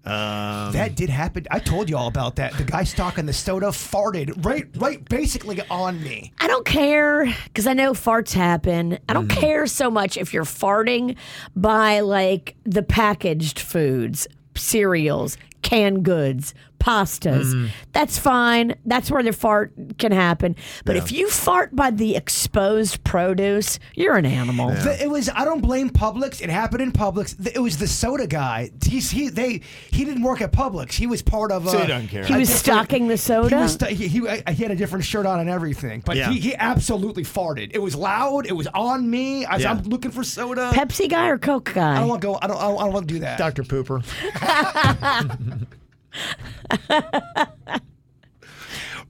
Speaker 3: Um,
Speaker 4: That did happen. I told you all about that. The guy stocking the soda farted right, right, basically on me.
Speaker 1: I don't care because I know farts happen. I
Speaker 4: Mm-hmm.
Speaker 1: don't care so much if you're farting by like the packaged foods, cereals, canned goods, pastas.
Speaker 4: Mm-hmm.
Speaker 10: Mhm.
Speaker 1: That's fine. That's where the fart can happen. But
Speaker 10: Yeah.
Speaker 1: if you fart by the exposed produce, you're an animal.
Speaker 4: The- it was. I don't blame Publix. It happened in Publix. The- It was the soda guy. He's he they he didn't work at Publix. He was part of. Uh,
Speaker 1: So he don't care. He
Speaker 4: a
Speaker 1: was
Speaker 4: different-
Speaker 1: stocking the soda?
Speaker 4: He, was sto- he, he, I- he had a different shirt on and everything, but
Speaker 1: Yeah.
Speaker 4: he, he absolutely farted. It was loud. It was on me. I,
Speaker 1: Yeah.
Speaker 4: am looking for soda.
Speaker 1: Pepsi guy or Coke guy?
Speaker 4: I don't want to go. I don't. I don't, want to do that. Doctor
Speaker 3: Pooper.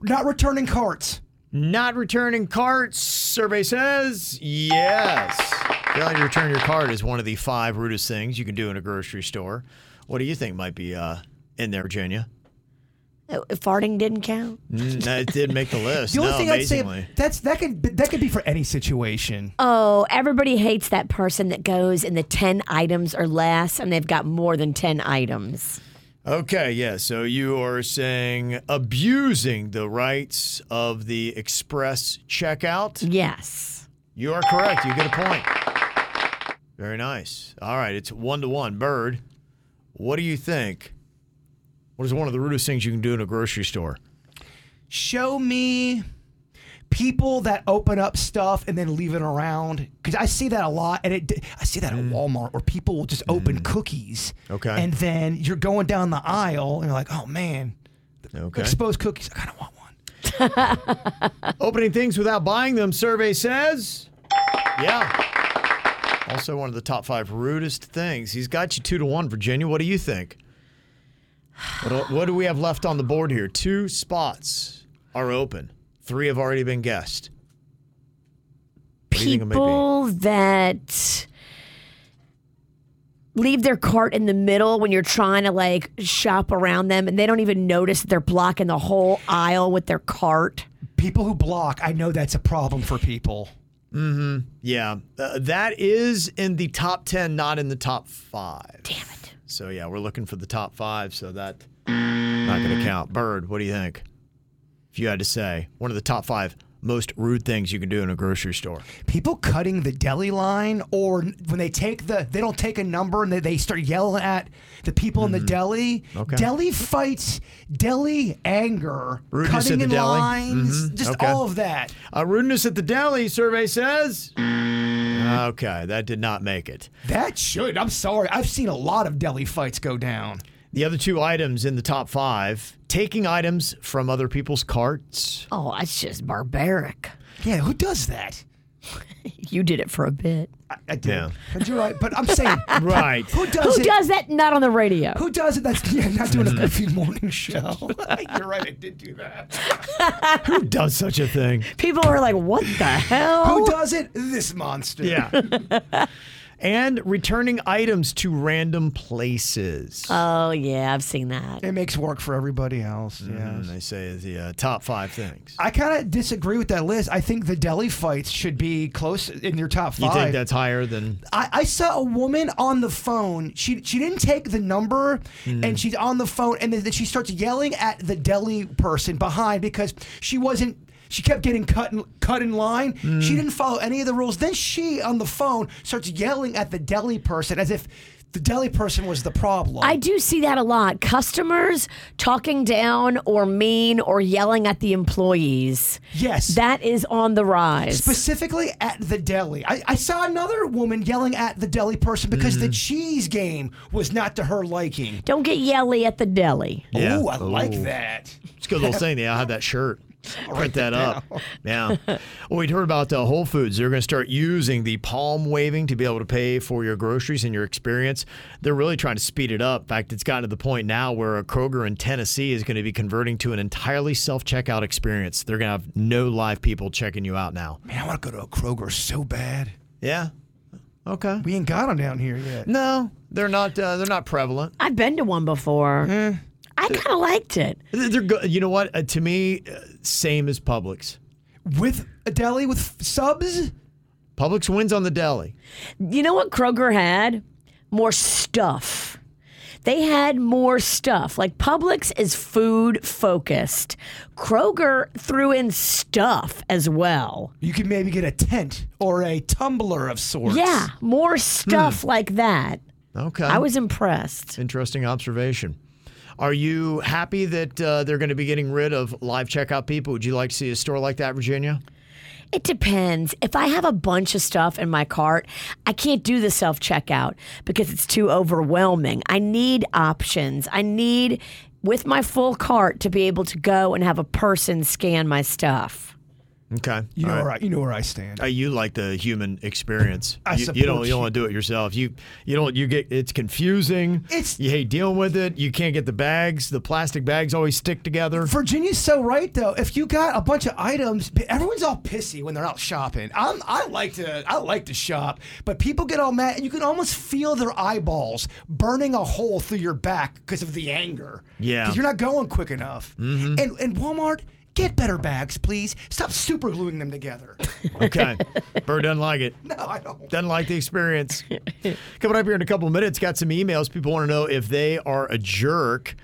Speaker 4: Not returning carts.
Speaker 3: Not returning carts. Survey says yes. Failing to return your cart is one of the five rudest things you can do in a grocery store. What do you think might be uh, in there, Virginia?
Speaker 1: Uh, Farting didn't count.
Speaker 3: Mm, that did make (laughs) the list.
Speaker 4: The only
Speaker 3: no,
Speaker 4: thing I'd say-
Speaker 3: amazingly.
Speaker 4: That's that could be- that could be for any situation.
Speaker 10: Oh, everybody hates that person that goes in the 10 items or less and they've got more than 10 items.
Speaker 3: Okay, yeah. So you are saying abusing the rights of the express checkout?
Speaker 1: Yes.
Speaker 3: You are correct. You get a point. Very nice. All right, it's one to one. Bird, what do you think? What is one of the rudest things you can do in a grocery store?
Speaker 4: show me people that open up stuff and then leave it around because I see that a lot, and it I see that at Walmart where people will just open cookies,
Speaker 3: Mm. Okay.
Speaker 4: and then you're going down the aisle and you're like, oh man,
Speaker 3: okay.
Speaker 4: exposed cookies. I kind of want one.
Speaker 3: Opening things without buying them, survey says. Yeah. Also, one of the top five rudest things. He's got you two to one, Virginia. What do you think? What do, what do we have left on the board here? Two spots are open, three have already been guessed. What do you think it might be?
Speaker 10: People that
Speaker 1: leave their cart in the middle when you're trying to like shop around them and they don't even notice that they're blocking the whole aisle with their cart.
Speaker 4: People who block, I know that's a problem for people.
Speaker 3: hmm Yeah, Uh, that is in the top ten, not in the top five. Damn it! So yeah, we're looking for the top five. So that not going to count. Bird, what do you think? If you had to say one of the top five most rude things you can do in a grocery store,
Speaker 4: People cutting the deli line, or when they take the, they don't take a number and they, they start yelling at the people in the deli.
Speaker 3: Mm-hmm. Okay.
Speaker 4: Deli fights, deli anger,
Speaker 3: rudeness
Speaker 4: cutting
Speaker 3: at the
Speaker 4: in
Speaker 3: deli,
Speaker 4: lines,
Speaker 3: Mhm.
Speaker 4: just
Speaker 3: Okay.
Speaker 4: all of that.
Speaker 3: Uh, rudeness at the deli survey says. Okay, that did not make it.
Speaker 4: That should. I'm sorry. I've seen a lot of deli fights go down.
Speaker 3: The other two items in the top five: taking items from other people's carts.
Speaker 1: Oh, that's just barbaric.
Speaker 4: Yeah, who does that?
Speaker 1: you did it for a bit.
Speaker 4: I did.
Speaker 3: Yeah.
Speaker 4: But you're right. But I'm
Speaker 3: (laughs)
Speaker 4: saying,
Speaker 3: Right.
Speaker 4: Who does
Speaker 1: Who
Speaker 4: it?
Speaker 1: does that not on the radio?
Speaker 4: Oh, Who does it? That's yeah, not doing a
Speaker 3: Mm-hmm.
Speaker 4: goofy morning show. (laughs) you're right. I did do that.
Speaker 3: Who does such a thing?
Speaker 1: People are like, what (laughs) the hell?
Speaker 4: Who does it? This monster.
Speaker 3: Yeah. (laughs) and returning items to random places.
Speaker 1: Oh yeah, I've seen that.
Speaker 4: It makes work for everybody else.
Speaker 3: Mhm,
Speaker 4: Yes.
Speaker 3: They say is the uh, top five things.
Speaker 4: I kind of disagree with that list. I think the deli fights should be close in your top
Speaker 3: You
Speaker 4: five.
Speaker 3: think that's higher than?
Speaker 4: I, I saw a woman on the phone. She she didn't take the number,
Speaker 3: Mm.
Speaker 4: and she's on the phone, and then, then she starts yelling at the deli person behind because she wasn't. She kept getting cut in, cut in line. She
Speaker 3: Mm-hmm.
Speaker 4: didn't follow any of the rules. Then she on the phone starts yelling at the deli person as if the deli person was the problem.
Speaker 1: I do see that a lot. Customers talking down or mean or yelling at the employees.
Speaker 4: Yes.
Speaker 1: That is on the rise.
Speaker 4: Specifically at the deli. I, I saw another woman yelling at the deli person because the cheese game was not to her liking.
Speaker 1: Don't get yelly at the deli.
Speaker 3: Yeah.
Speaker 4: Ooh, I like
Speaker 3: Ooh.
Speaker 4: that.
Speaker 3: It's a good little thing. They all have that shirt. Print that up. Yeah. Well, we'd heard about the Whole Foods. They're going to start using the palm waving to be able to pay for your groceries and your experience. They're really trying to speed it up. In fact, it's gotten to the point now where a Kroger in Tennessee is going to be converting to an entirely self checkout experience. They're going to have no live people checking you out now.
Speaker 4: Man, I want to go to a Kroger so bad.
Speaker 3: Yeah. Okay.
Speaker 4: We ain't got them down here yet.
Speaker 3: No, they're not. Uh, they're not prevalent.
Speaker 1: I've been to one before. Mm. I kind of liked it.
Speaker 3: They're go- you know what? Uh, to me, uh, same as Publix.
Speaker 4: With a deli with f- subs?
Speaker 3: Publix wins on the deli.
Speaker 1: You know what Kroger had? More stuff. They had more stuff. Like Publix is food focused. Kroger threw in stuff as well.
Speaker 4: You could maybe get a tent or a tumbler of sorts.
Speaker 1: Yeah, Hmm. more stuff like that.
Speaker 3: Okay.
Speaker 1: I was impressed.
Speaker 3: Interesting observation. Are you happy that uh, they're going to be getting rid of live checkout people? Would you like to see a store like that, Virginia?
Speaker 1: It depends.
Speaker 10: If I have a bunch of stuff in my cart, I can't do the self checkout because it's too overwhelming. I need options. I need, with my full cart, to be able to go and have a person scan my stuff.
Speaker 3: Okay.
Speaker 4: You know,
Speaker 3: All
Speaker 4: where I, you know where I stand.
Speaker 3: Uh, you like the human experience.
Speaker 4: I
Speaker 3: you, you
Speaker 4: support
Speaker 3: don't. You
Speaker 4: you.
Speaker 3: don't want to do it yourself. You you don't. You get it's confusing. It's you hate dealing with it. You can't get the bags. The plastic bags always stick (laughs) together.
Speaker 4: Virginia's so right though. If you got a bunch of items, p- everyone's all pissy when they're out shopping. I'm, I like to I like to shop, but people get all mad, and you can almost feel their eyeballs burning a hole through your back because of the anger.
Speaker 3: Yeah.
Speaker 4: 'Cause you're not going quick enough.
Speaker 3: Mhm.
Speaker 4: And and Walmart, get better bags, please. Stop super gluing them together. (laughs)
Speaker 3: Okay. Bird doesn't like it. No, I don't. Doesn't like the experience. Coming up here in a couple of minutes, got some emails. People want to know if they are a jerk.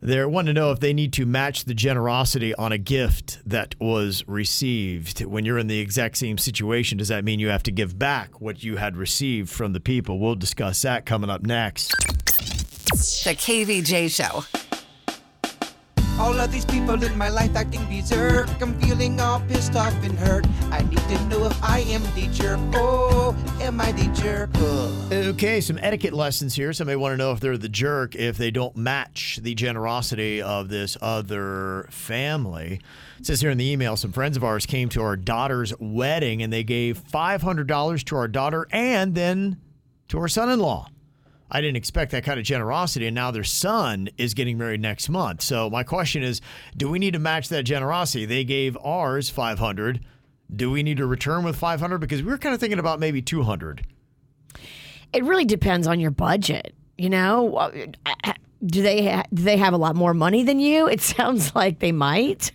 Speaker 3: They want to know if they need to match the generosity on a gift that was received. When you're in the exact same situation, does that mean you have to give back what you had received from the people? We'll discuss that coming up next.
Speaker 13: The KVJ Show.
Speaker 2: All of these people in my life acting berserk. I'm feeling all pissed off and hurt. I need to know if I am the jerk. Oh, am I the jerk?
Speaker 3: Okay, some etiquette lessons here. Somebody want to know if they're the jerk if they don't match the generosity of this other family. It says here in the email, some friends of ours came to our daughter's wedding and they gave five hundred dollars to our daughter and then to her son-in-law. I didn't expect that kind of generosity, and now their son is getting married next month. So my question is, do we need to match that generosity? They gave ours five hundred. Do we need to return with five hundred? Because we were kind of thinking about maybe two hundred.
Speaker 1: It really depends on your budget. You know, Uh, I- do they ha- do they have a lot more money than you? (laughs) It sounds like they might.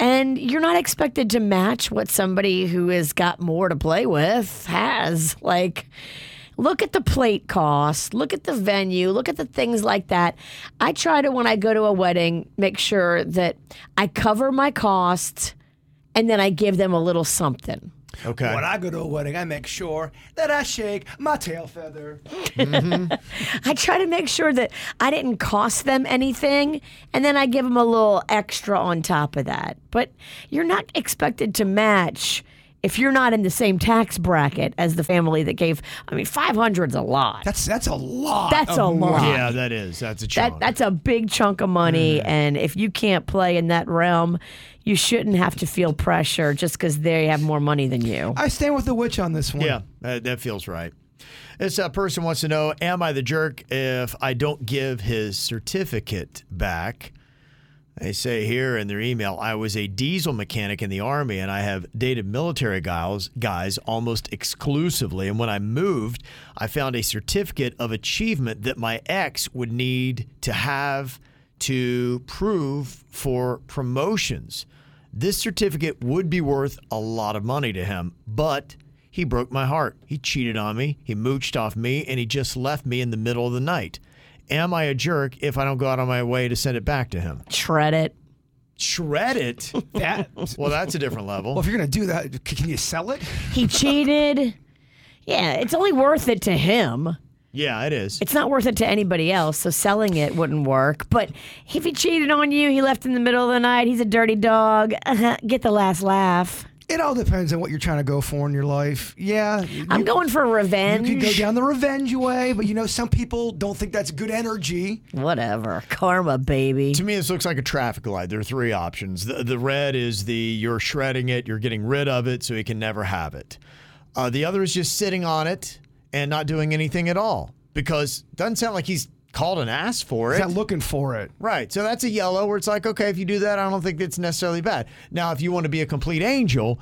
Speaker 1: And you're not expected to match what somebody who has got more to play with has. Like, look at the plate cost, look at the venue, look at the things like that. I try to, when I go to a wedding, make sure that I cover my costs and then I give them a little something.
Speaker 3: Okay.
Speaker 4: When I go to a wedding, I make sure that I shake my tail feather.
Speaker 1: I try to make sure that I didn't cost them anything, and then I give them a little extra on top of that. But you're not expected to match if you're not in the same tax bracket as the family that gave. I mean, 500's a lot.
Speaker 4: That's that's a lot.
Speaker 1: That's
Speaker 4: of
Speaker 1: a lot.
Speaker 4: money.
Speaker 3: Yeah, that is. That's a chunk.
Speaker 1: That, that's a big chunk of money,
Speaker 4: Mm-hmm.
Speaker 1: and if you can't play in that realm, you shouldn't have to feel pressure just because they have more money than you.
Speaker 4: I stand with the witch on this one.
Speaker 3: yeah, that, that feels right. This uh, person wants to know Am I the jerk if I don't give his certificate back? They say here in their email I was a diesel mechanic in the Army and I have dated military guys, guys almost exclusively. And when I moved, I found a certificate of achievement that my ex would need to have to prove for promotions. This certificate would be worth a lot of money to him, but he broke my heart. He cheated on me, he mooched off me, and he just left me in the middle of the night. Am I a jerk if I don't go out on my way to send it back to him?
Speaker 1: Shred it.
Speaker 3: Shred it?
Speaker 4: that?
Speaker 3: (laughs) Well, that's a different level.
Speaker 4: Well, if you're gonna do that, c- can you sell it?
Speaker 1: He (laughs) cheated. Yeah, it's only worth it to him.
Speaker 3: Yeah, it is.
Speaker 1: It's not worth it to anybody else, so selling it wouldn't work. But if he cheated on you, he left in the middle of the night, he's a dirty dog. (laughs) Get the last laugh.
Speaker 4: It all depends on what you're trying to go for in your life. Yeah,
Speaker 1: I'm going for revenge.
Speaker 4: You can go down the revenge way, but you know some people don't think that's good energy.
Speaker 1: Whatever. Karma, baby.
Speaker 3: To me, this looks like a traffic light. There are three options. The, the red is the you're shredding it, you're getting rid of it, so he can never have it. Uh, the other is just sitting on it and not doing anything at all because doesn't sound like he's called an ass for it.
Speaker 4: He's not looking for it.
Speaker 3: Right. So that's a yellow where it's like, okay, if you do that, I don't think that's necessarily bad. Now, if you want to be a complete angel,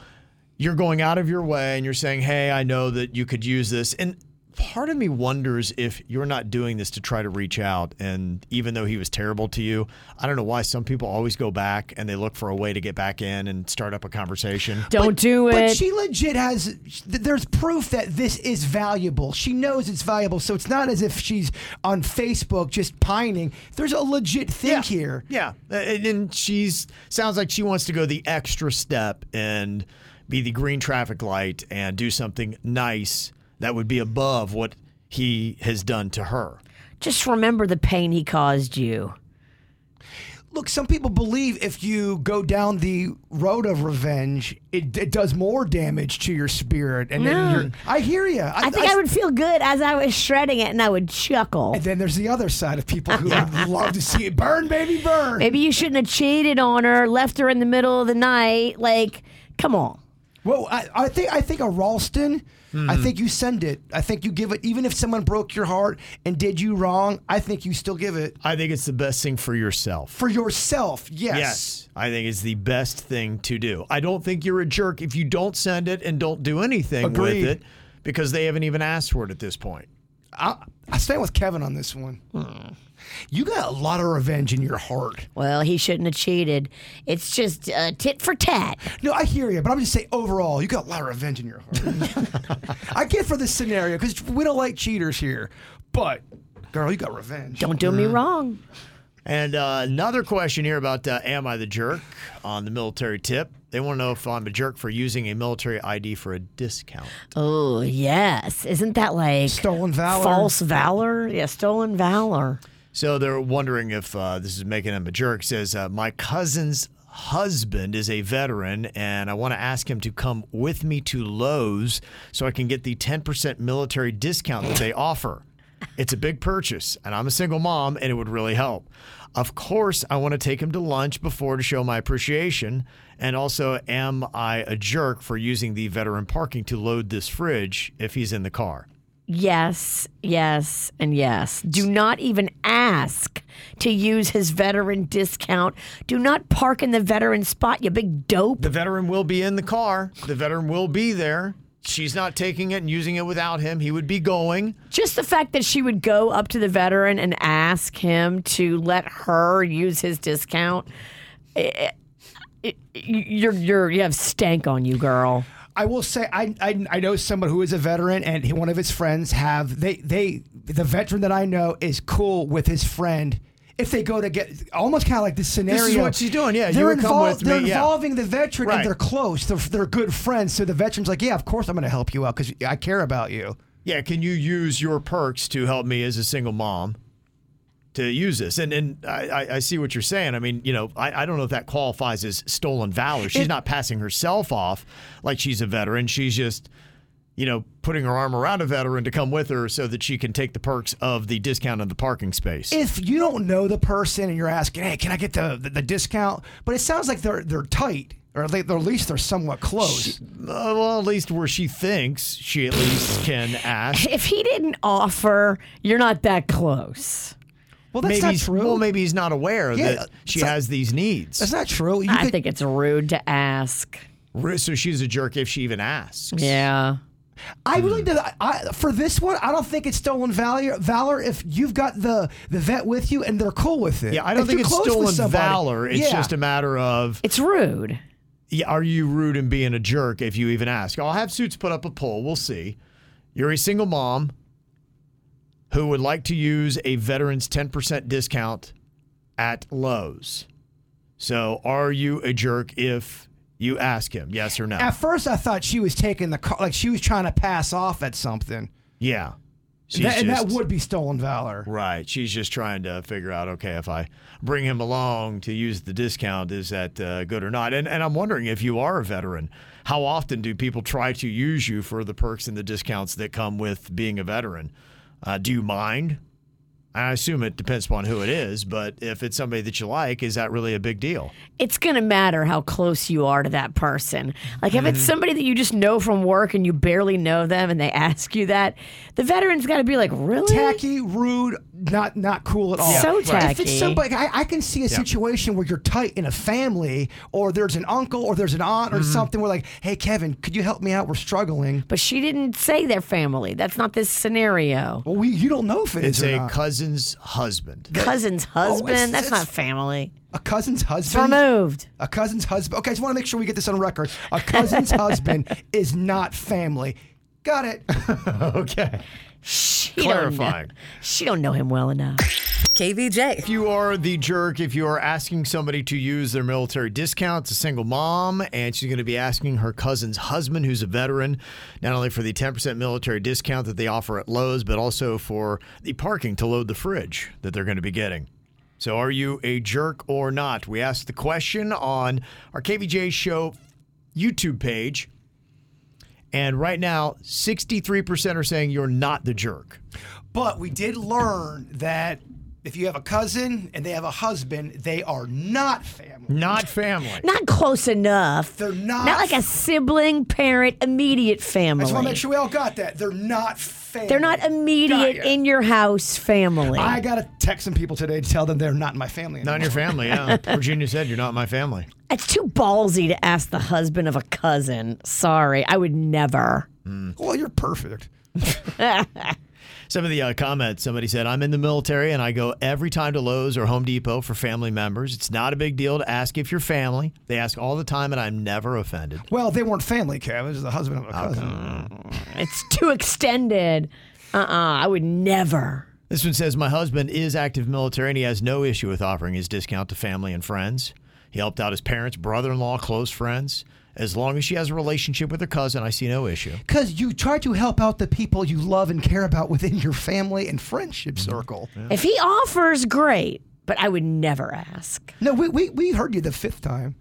Speaker 3: you're going out of your way and you're saying, hey, I know that you could use this. And part of me wonders if you're not doing this to try to reach out. And even though he was terrible to you, I don't know why some people always go back and they look for a way to get back in and start up a conversation.
Speaker 1: Don't do
Speaker 4: But
Speaker 1: it.
Speaker 4: she legit has. th- There's proof that this is valuable. She knows it's valuable, so it's not as if she's on Facebook just pining. There's a legit thing here.
Speaker 3: Yeah, Uh, and then she's sounds like she wants to go the extra step and be the green traffic light and do something nice that would be above what he has done to her.
Speaker 1: Just remember the pain he caused you.
Speaker 4: Look, some people believe if you go down the road of revenge, it, it does more damage to your spirit. And
Speaker 1: No.
Speaker 4: then you're, I hear you.
Speaker 1: I think I would feel good as I was shredding it and I would chuckle.
Speaker 4: And then there's the other side of people who would love to see it burn, baby, burn.
Speaker 1: Maybe you shouldn't have cheated on her, left her in the middle of the night. Like, come on.
Speaker 4: Well, I, I think I think a Ralston. I
Speaker 1: Mhm.
Speaker 4: think you send it. I think you give it. Even if someone broke your heart and did you wrong, I think you still give it
Speaker 3: I think it's the best thing for yourself.
Speaker 4: for yourself. Yes.
Speaker 3: I think it's the best thing to do. I don't think you're a jerk if you don't send it and don't do anything
Speaker 4: Agreed.
Speaker 3: with it because they haven't even asked for it at this point.
Speaker 4: I, I stand with Kevin on this one. You got a lot of revenge in your heart.
Speaker 1: Well, he shouldn't have cheated. It's just uh, tit for tat.
Speaker 4: No, I hear you, but I'm just saying overall, you got a lot of revenge in your heart. I get for this scenario because we don't like cheaters here, but girl, you got revenge.
Speaker 1: Don't do me wrong.
Speaker 3: And uh, another question here about uh, Am I the Jerk on the military tip? They want to know if I'm a jerk for using a military ID for a discount.
Speaker 1: Oh, yes. Isn't that like
Speaker 4: stolen valor?
Speaker 1: False valor? Yeah, stolen valor.
Speaker 3: So they're wondering if uh, this is making him a jerk. It says uh, my cousin's husband is a veteran, and I want to ask him to come with me to Lowe's so I can get the ten percent military discount that they offer. It's a big purchase, and I'm a single mom, and it would really help. Of course, I want to take him to lunch before to show my appreciation. And also, am I a jerk for using the veteran parking to load this fridge if he's in the car?
Speaker 1: Yes, yes, and yes. Do not even ask to use his veteran discount. Do not park in the veteran spot, you big dope.
Speaker 3: The veteran will be in the car. The veteran will be there. She's not taking it and using it without him. He would be going.
Speaker 1: Just the fact that she would go up to the veteran and ask him to let her use his discount. eh, eh, you're you're you have stank on you, girl.
Speaker 4: I will say I, I I know someone who is a veteran and he, one of his friends have they they the veteran that I know is cool with his friend if they go to get almost kind of like this scenario.
Speaker 3: what she's doing, yeah, you
Speaker 4: they're
Speaker 3: would come
Speaker 4: invol-
Speaker 3: with
Speaker 4: they're
Speaker 3: me, yeah.
Speaker 4: involving the veteran
Speaker 3: Right.
Speaker 4: and they're close. They're they're good friends. So the veteran's like, yeah, of course I'm going to help you out because I care about you.
Speaker 3: Yeah, can you use your perks to help me as a single mom to use this? And and I, I- I see what you're saying. I mean, you know, I, I don't know if that qualifies as stolen valor. She's not passing herself off like she's a veteran. She's just, you know, putting her arm around a veteran to come with her so that she can take the perks of the discount on the parking space.
Speaker 4: If you don't know the person and you're asking, hey, can I get the the, the discount? But it sounds like they're they're tight or they, they're at least they're somewhat close.
Speaker 3: Uh, well, at least where she thinks she at least can ask.
Speaker 1: If he didn't offer, you're not that close.
Speaker 4: Well,
Speaker 3: maybe he's, Well, maybe he's not aware
Speaker 1: Yeah,
Speaker 3: that she
Speaker 1: so-
Speaker 3: has these needs.
Speaker 4: That's not true.
Speaker 1: I think it's rude to ask.
Speaker 3: So she's a jerk if she even asks.
Speaker 1: Yeah.
Speaker 4: I really
Speaker 3: Hmm.
Speaker 4: did. I, I, for this one, I don't think it's stolen valor. Valor, if you've got the the vet with you and they're cool with it.
Speaker 3: Yeah, I don't
Speaker 4: If
Speaker 3: think
Speaker 4: you're
Speaker 3: it's
Speaker 4: close with
Speaker 3: stolen
Speaker 4: somebody-
Speaker 3: valor. It's
Speaker 4: Yeah.
Speaker 3: just a matter of
Speaker 1: it's rude.
Speaker 3: Yeah, are you rude and being a jerk if you even ask? I'll have suits put up a poll. We'll see. You're a single mom who would like to use a veteran's 10% discount at Lowe's. So, are you a jerk if you ask him? Yes or no?
Speaker 4: At first, I thought she was taking the car, like she was trying to pass off at something.
Speaker 3: yeah. She's
Speaker 4: That- and that
Speaker 3: just-
Speaker 4: would be stolen valor.
Speaker 3: Right. She's just trying to figure out, okay, if I bring him along to use the discount, is that uh, good or not? And, and I'm wondering if you are a veteran, how often do people try to use you for the perks and the discounts that come with being a veteran? Uh, do you mind? I assume it depends upon who it is, but if it's somebody that you like, is that really a big deal?
Speaker 1: It's going to matter how close you are to that person. Like, if it's
Speaker 4: Mm.
Speaker 3: Mhm.
Speaker 1: somebody that you just know from work and you barely know them and they (laughs) ask you that, the veteran's got to be like, really?
Speaker 4: Tacky, rude, not not cool at all.
Speaker 1: So
Speaker 4: If it's
Speaker 1: tacky.
Speaker 4: somebody, I, I can see a
Speaker 1: Yeah.
Speaker 4: situation where you're tight in a family, or there's an uncle, or there's an aunt, or
Speaker 3: Mm-hmm.
Speaker 1: Mhm.
Speaker 4: something. We're like, hey, Kevin, could you help me out? We're struggling.
Speaker 1: But she didn't say their family. That's not this scenario.
Speaker 4: Well, we, you don't know if it
Speaker 3: It's
Speaker 4: is or
Speaker 3: a
Speaker 4: not.
Speaker 3: cousin's husband.
Speaker 4: (laughs)
Speaker 1: cousin's husband.
Speaker 4: Oh, it's-
Speaker 1: That's
Speaker 4: it's-
Speaker 1: not family.
Speaker 4: A cousin's husband.
Speaker 1: removed.
Speaker 4: A cousin's husband. Okay, I just want to make sure we get this on record. A
Speaker 1: (laughs)
Speaker 4: cousin's husband is not family. Got it.
Speaker 3: okay.
Speaker 1: She don't know-
Speaker 3: Clarifying.
Speaker 1: she don't know him well enough.
Speaker 3: KVJ. If you are the jerk, if you are asking somebody to use their military discount, it's a single mom, and she's going to be asking her cousin's husband, who's a veteran, not only for the 10% military discount that they offer at Lowe's, but also for the parking to load the fridge that they're going to be getting. So, are you a jerk or not? We asked the question on our KVJ show YouTube page. And right now, 63% are saying you're not the jerk.
Speaker 4: But we did learn that if you have a cousin and they have a husband, they are not family.
Speaker 3: Not family.
Speaker 1: Not close enough.
Speaker 4: They're not.
Speaker 1: Not like a sibling, parent, immediate
Speaker 4: I
Speaker 1: family.
Speaker 4: just want to make sure we all got that. They're not family.
Speaker 1: They're not immediate
Speaker 4: Got ya.
Speaker 1: in your house family.
Speaker 4: I got to text some people today to tell them they're not in my family.
Speaker 3: Not in your family, yeah. Virginia said you're not my family.
Speaker 1: It's too ballsy to ask the husband of a cousin. Sorry, I would never.
Speaker 4: Well, you're perfect.
Speaker 3: Some of the uh, comments somebody said, I'm in the military and I go every time to Lowe's or Home Depot for family members. It's not a big deal to ask if you're family. They ask all the time and I'm never offended.
Speaker 4: Well, they weren't family, Kev. It was the husband of a cousin.
Speaker 1: It's too extended. Uh uh I would never.
Speaker 3: This one says, My husband is active military and he has no issue with offering his discount to family and friends. He helped out his parents, brother in law, close friends. As long as she has a relationship with her cousin, I see no issue.
Speaker 4: Because you try to help out the people you love and care about within your family and friendship
Speaker 3: Mm-hmm.
Speaker 4: circle.
Speaker 1: If he offers, great, but I would never ask.
Speaker 4: No, we, we, we heard you the fifth time.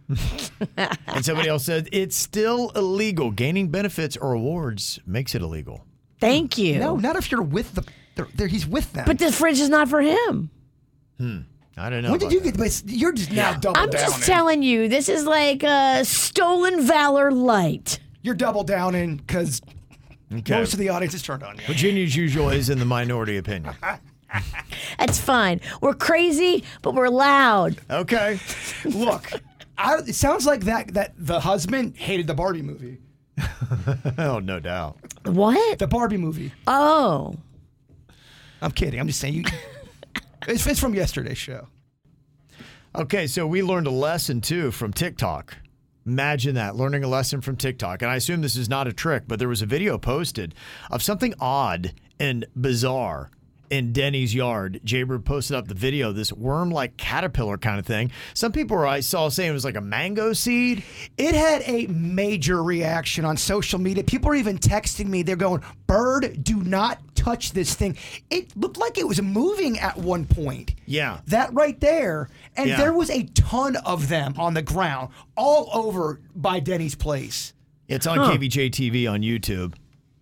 Speaker 3: And somebody else said, It's still illegal. Gaining benefits or awards makes it illegal.
Speaker 1: Thank you.
Speaker 4: No, not if you're with the. They're, they're, he's with them.
Speaker 1: But the fridge is not for him.
Speaker 3: Hmm. I don't know.
Speaker 4: when did
Speaker 3: about
Speaker 4: you
Speaker 3: that.
Speaker 4: get? But you're just now double
Speaker 1: I'm
Speaker 4: down.
Speaker 1: just telling you, this is like a stolen valor light.
Speaker 4: You're double downing because
Speaker 3: Okay.
Speaker 4: most of the audience is turned on you.
Speaker 3: Virginia's usual is in the minority opinion.
Speaker 1: That's fine. We're crazy, but we're loud.
Speaker 3: Okay.
Speaker 4: (laughs) Look, I, it sounds like that that the husband hated the Barbie movie.
Speaker 3: oh, no doubt.
Speaker 1: What?
Speaker 4: The Barbie movie.
Speaker 1: Oh.
Speaker 4: I'm kidding. I'm just saying you. it's, it's from yesterday's show.
Speaker 3: Okay, so we learned a lesson too from TikTok. Imagine that, learning a lesson from TikTok. And I assume this is not a trick, but there was a video posted of something odd and bizarre in Denny's yard. Jaybird posted up the video, this worm like caterpillar kind of thing. Some people I saw saying it was like a mango seed.
Speaker 4: It had a major reaction on social media. People are even texting me. They're going, "Bird, do not touch this thing." It looked like it was moving at one point.
Speaker 3: Yeah.
Speaker 4: That right there, and
Speaker 3: Yeah.
Speaker 4: there was a ton of them on the ground, all over by Denny's place.
Speaker 3: It's on
Speaker 4: Huh.
Speaker 3: KVJ TV on YouTube.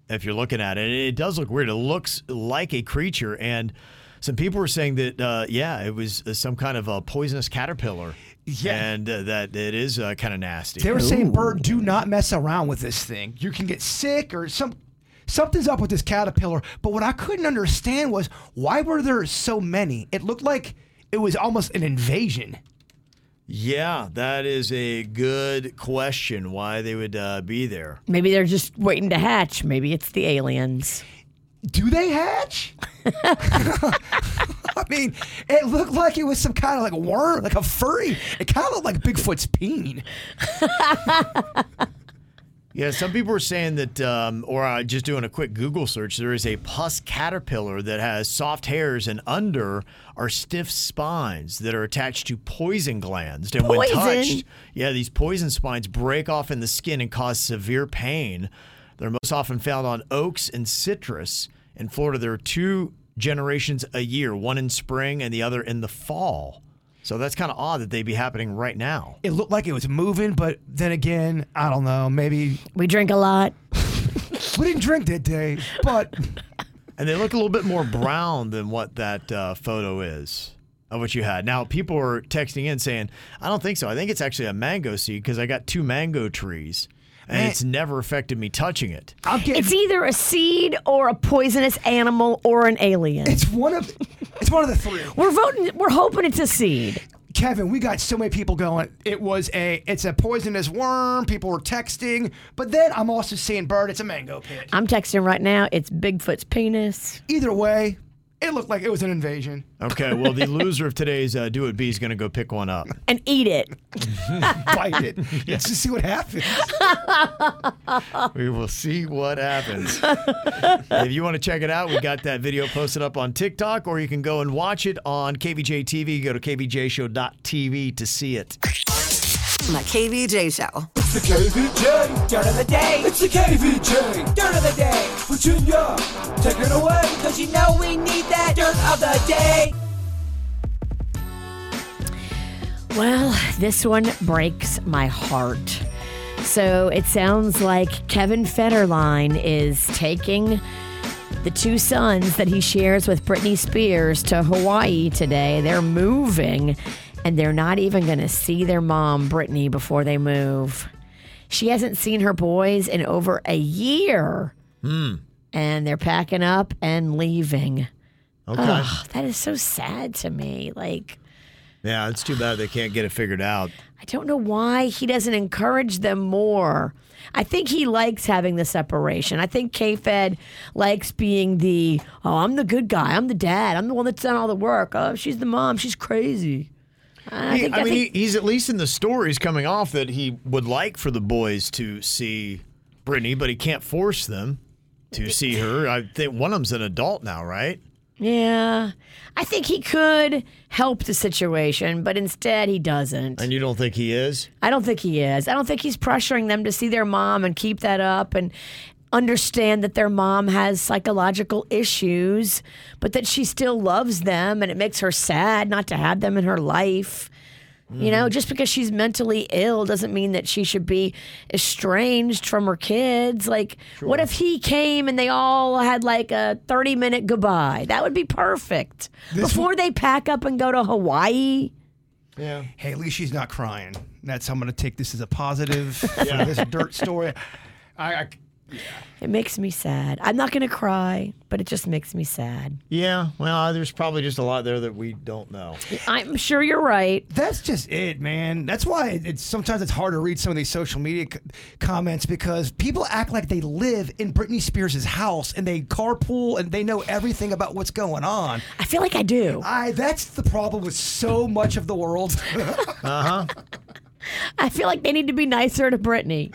Speaker 3: If you're looking at it, it does look weird. It looks like a creature, and some people were saying that, uh, yeah, it was uh, some kind of a poisonous caterpillar. Yeah, and uh, that it is uh, kind of nasty.
Speaker 4: They were saying, "Bird, do not mess around with this thing. You can get sick or some." Something's up with this caterpillar, but what I couldn't understand was why were there so many? It looked like it was almost an invasion.
Speaker 3: yeah, that is a good question. Why they would uh, be there?
Speaker 1: Maybe they're just waiting to hatch. Maybe it's the aliens.
Speaker 4: Do they hatch? I mean, it looked like it was some kind of like worm, like a furry. It kind of looked like Bigfoot's peen.
Speaker 3: Yeah, some people were saying that, um, or uh, just doing a quick Google search, there is a pus caterpillar that has soft hairs and under are stiff spines that are attached to poison glands. And when
Speaker 8: Poison?
Speaker 3: touched, yeah, these poison spines break off in the skin and cause severe pain. They're most often found on oaks and citrus. In Florida, there are two generations a year, one in spring and the other in the fall. So that's kind of odd that they'd be happening right now.
Speaker 4: It looked like it was moving, but then again, I don't know. Maybe
Speaker 1: we drink a lot.
Speaker 4: we didn't drink that day, but
Speaker 3: And they look a little bit more brown than what that uh, photo is of what you had. Now, people were texting in saying, I don't think so. I think it's actually a mango seed because I got two mango trees and
Speaker 1: Man.
Speaker 3: it's never affected me touching it.
Speaker 1: it's either a seed or a poisonous animal or an alien. It's
Speaker 4: one of it's one of the three.
Speaker 1: We're voting we're hoping it's a seed.
Speaker 4: Kevin, we got so many people going. It was a it's a poisonous worm. People were texting, but then I'm also seeing bird. It's a mango pit.
Speaker 1: I'm texting right now. It's Bigfoot's penis.
Speaker 4: Either way, it looked like it was an invasion.
Speaker 3: Okay, well, the loser of today's uh, Do It Be is going to go pick one up.
Speaker 1: And eat it.
Speaker 4: Bite it. Let's just see what happens.
Speaker 3: We will see what happens. if you want to check it out, we got that video posted up on TikTok, or you can go and watch it on KVJ TV. Go to kvjshow.tv to see it.
Speaker 13: My KVJ show.
Speaker 15: It's the KVJ. Dirt of the day. It's the KVJ. Dirt of the day. Virginia, take it away. Cause you know we need that dirt of the day.
Speaker 1: Well, this one breaks my heart. So it sounds like Kevin Federline is taking the two sons that he shares with Britney Spears to Hawaii today. They're moving and they're not even going to see their mom, Britney, before they move. She hasn't seen her boys in over a year
Speaker 16: Hmm.
Speaker 1: and they're packing up and leaving.
Speaker 3: Okay.
Speaker 1: Ugh, that is so sad to me. Like,
Speaker 3: Yeah, it's too bad they can't get it figured out.
Speaker 1: I don't know why he doesn't encourage them more. I think he likes having the separation. I think K Fed likes being the, oh, I'm the good guy. I'm the dad. I'm the one that's done all the work. Oh, she's the mom. She's crazy. I
Speaker 3: He-
Speaker 1: think,
Speaker 3: I
Speaker 1: I
Speaker 3: mean,
Speaker 1: think
Speaker 3: he- he's at least in the stories coming off that he would like for the boys to see Brittany, but he can't force them to see her. I think one of them's an adult now, right?
Speaker 1: yeah. I think he could help the situation, but instead he doesn't.
Speaker 3: And you don't think he is?
Speaker 1: I don't think he is. I don't think he's pressuring them to see their mom and keep that up and understand that their mom has psychological issues, but that she still loves them and it makes her sad not to have them in her life. You know, just because she's mentally ill doesn't mean that she should be estranged from her kids. Like, what if he came and they all had like a 30 minute goodbye? That would be perfect. Before they pack up and go to Hawaii.
Speaker 3: Yeah.
Speaker 4: Hey, at least she's not crying. That's I'm gonna take this as a (laughs) positive for
Speaker 1: Yeah.
Speaker 4: this dirt story. (laughs) I, I
Speaker 1: It makes me sad. I'm not going to cry, but it just makes me sad.
Speaker 3: Yeah. Well, uh, there's probably just a lot there that we don't know.
Speaker 1: I'm sure you're right.
Speaker 4: That's just it, man. That's why it- it's sometimes it's hard to read some of these social media c- comments because people act like they live in Britney Spears' house and they carpool and they know everything about what's going on.
Speaker 1: I feel like I do.
Speaker 4: I that's the problem with so much of the world.
Speaker 3: uh huh.
Speaker 1: I feel like they need to be nicer to Brittany.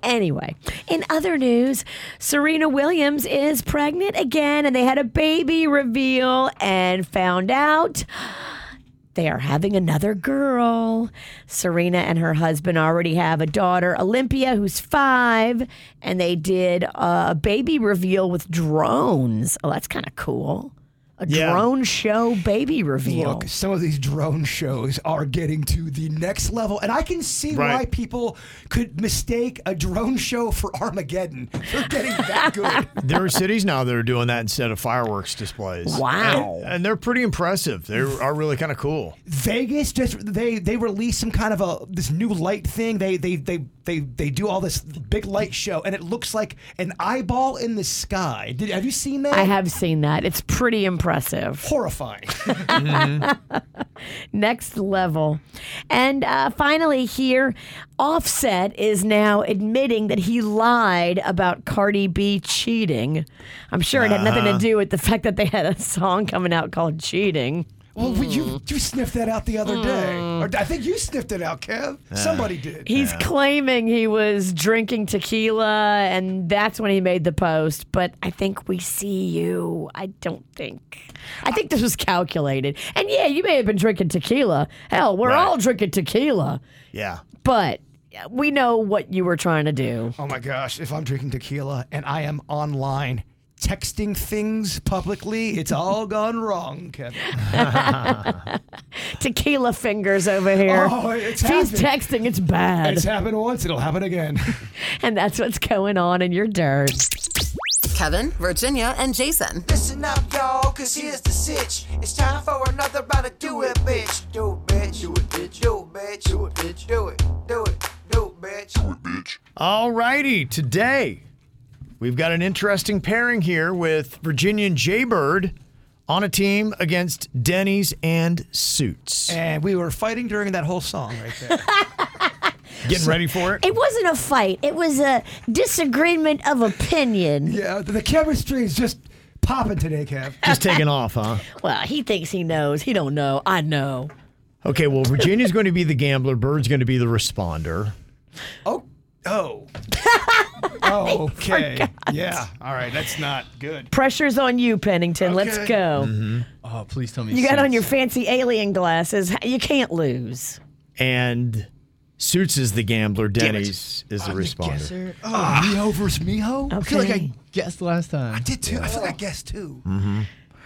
Speaker 1: Anyway, in other news, Serena Williams is pregnant again, and they had a baby reveal and found out they are having another girl. Serena and her husband already have a daughter, Olympia, who's five, and they did a baby reveal with drones. Oh, that's kind of cool. A
Speaker 4: Yeah.
Speaker 1: drone show baby reveal.
Speaker 4: Look, some of these drone shows are getting to the next level, and I can see why
Speaker 1: Right.
Speaker 4: people could mistake a drone show for Armageddon. They're getting
Speaker 1: (laughs)
Speaker 4: that good.
Speaker 3: (laughs) there are cities now that are doing that instead of fireworks displays.
Speaker 4: Wow.
Speaker 3: And, and they're pretty impressive. They are really kind of cool.
Speaker 4: Vegas just they they released some kind of a this new light thing. They they they they they do all this big light show, and it looks like an eyeball in the sky. Did have you seen that?
Speaker 1: I have seen that. It's pretty impressive. (laughs)
Speaker 4: Horrifying.
Speaker 1: Next level. And uh, finally, here, Offset is now admitting that he lied about Cardi B cheating. I'm sure it had nothing to
Speaker 4: Uh-huh.
Speaker 1: do with the fact that they had a song coming out called Cheating.
Speaker 4: Well, you you sniffed that out the other day,
Speaker 1: Hmm.
Speaker 4: or I think you sniffed it out, Kev.
Speaker 1: Uh,
Speaker 4: Somebody did.
Speaker 1: He's claiming he was drinking tequila, and that's when he made the post. But I think we see you. I don't think. I think this was calculated. And yeah, you may have been drinking tequila. Hell, we're all drinking tequila.
Speaker 3: Yeah.
Speaker 1: But we know what you were trying to do.
Speaker 4: Oh my gosh! If I'm drinking tequila and I am online texting things publicly, it's all (laughs) gone wrong, Kevin.
Speaker 1: Tequila fingers over here.
Speaker 4: Oh, it's
Speaker 1: If He's
Speaker 4: happened.
Speaker 1: texting. It's bad.
Speaker 4: It's happened once. It'll happen again.
Speaker 1: and that's what's going on in your dirt.
Speaker 17: Kevin, Virginia, and Jason.
Speaker 2: Listen up, y'all, cause here's the sitch. It's time for another round of do it, bitch. Do it, bitch. Do it, bitch. Do it, bitch. Do it, bitch. Do it, do it, do it, bitch.
Speaker 3: All righty. Today, we've got an interesting pairing here with Virginian Jaybird on a team against Denny's and Suits.
Speaker 4: (laughs) And we were fighting during that whole song right there.
Speaker 3: Getting ready for it?
Speaker 18: It wasn't a fight. It was a disagreement of opinion.
Speaker 4: (laughs) Yeah, the chemistry is just popping today, Kev.
Speaker 3: Just taking off, huh?
Speaker 1: Well, he thinks he knows. He don't know. I know.
Speaker 3: Okay, well, Virginia's going to be the gambler, Bird's going to be the responder.
Speaker 4: Oh. (laughs) oh, okay. Yeah. All right. That's not good.
Speaker 1: Pressure's on you, Pennington. Let's
Speaker 4: Okay.
Speaker 1: go.
Speaker 4: Oh, please tell
Speaker 1: You got on your fancy alien glasses. You can't lose.
Speaker 3: And Suits is the gambler, Denny's is the responder.
Speaker 4: Oh, Miho versus Miho?
Speaker 1: I feel like I Okay.
Speaker 4: guessed last time. I did too. I feel like I guessed (laughs) too.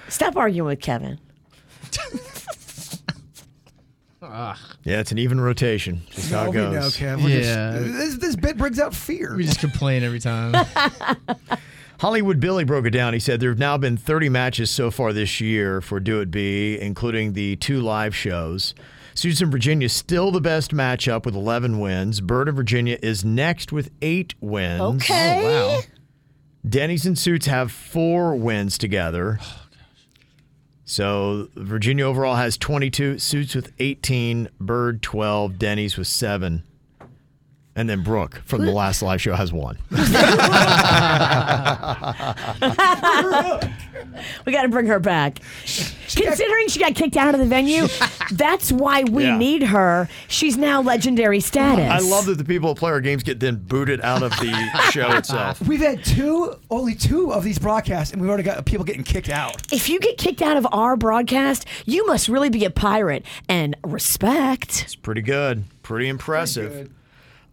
Speaker 1: Stop arguing with Kevin.
Speaker 3: Ugh. Yeah, it's an even rotation. Just how it
Speaker 4: No, we
Speaker 3: goes.
Speaker 4: know, Kev. We're just-
Speaker 8: Yeah.
Speaker 4: this, this bit brings out fear.
Speaker 8: We just complain every time.
Speaker 3: Hollywood Billy broke it down. He said there have now been 30 matches so far this year for Do It Be, including the two live shows. Susan Virginia is still the best matchup with 11 wins. Bird of Virginia is next with eight wins.
Speaker 19: Okay. Oh, wow.
Speaker 3: Denny's and Suits have four wins together. So Virginia overall has 22, Suits with 18, Bird 12, Denny's with seven. And then Brooke from the last live show has one.
Speaker 1: we got to bring her back. Considering she got kicked out of
Speaker 3: (laughs)
Speaker 1: the venue, that's why we
Speaker 3: Yeah.
Speaker 1: need her. She's now legendary status.
Speaker 3: I love that the people that play our games get then booted out of the show itself.
Speaker 4: We've had two, only two of these broadcasts, and we've already got people getting kicked out.
Speaker 1: If you get kicked out of our broadcast, you must really be a pirate and respect.
Speaker 3: Pretty good. Pretty impressive.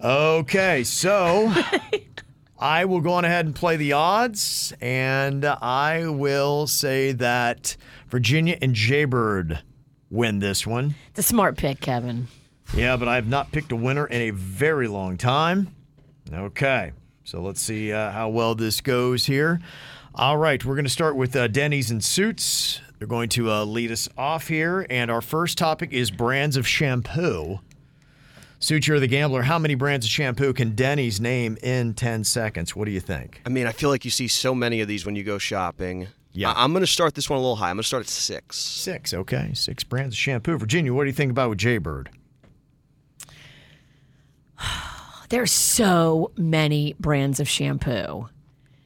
Speaker 3: Okay, so I will go on ahead and play the odds, and I will say that Virginia and Jaybird win this one.
Speaker 1: It's a smart pick, Kevin.
Speaker 3: Yeah, but I have not picked a winner in a very long time. Okay, so let's see uh, how well this goes here. All right, we're going to start with uh, Denny's and Suits. They're going to uh, lead us off here, and our first topic is brands of shampoo. Suits, you're the gambler. How many brands of shampoo can Denny's name in 10 seconds? What do you think?
Speaker 20: I mean, I feel like you see so many of these when you go shopping. Yeah. I- am going to start this one a little high. I'm going to start at six.
Speaker 3: Six, okay. Six brands of shampoo. Virginia, what do you think about with Jaybird?
Speaker 1: There's so many brands of shampoo.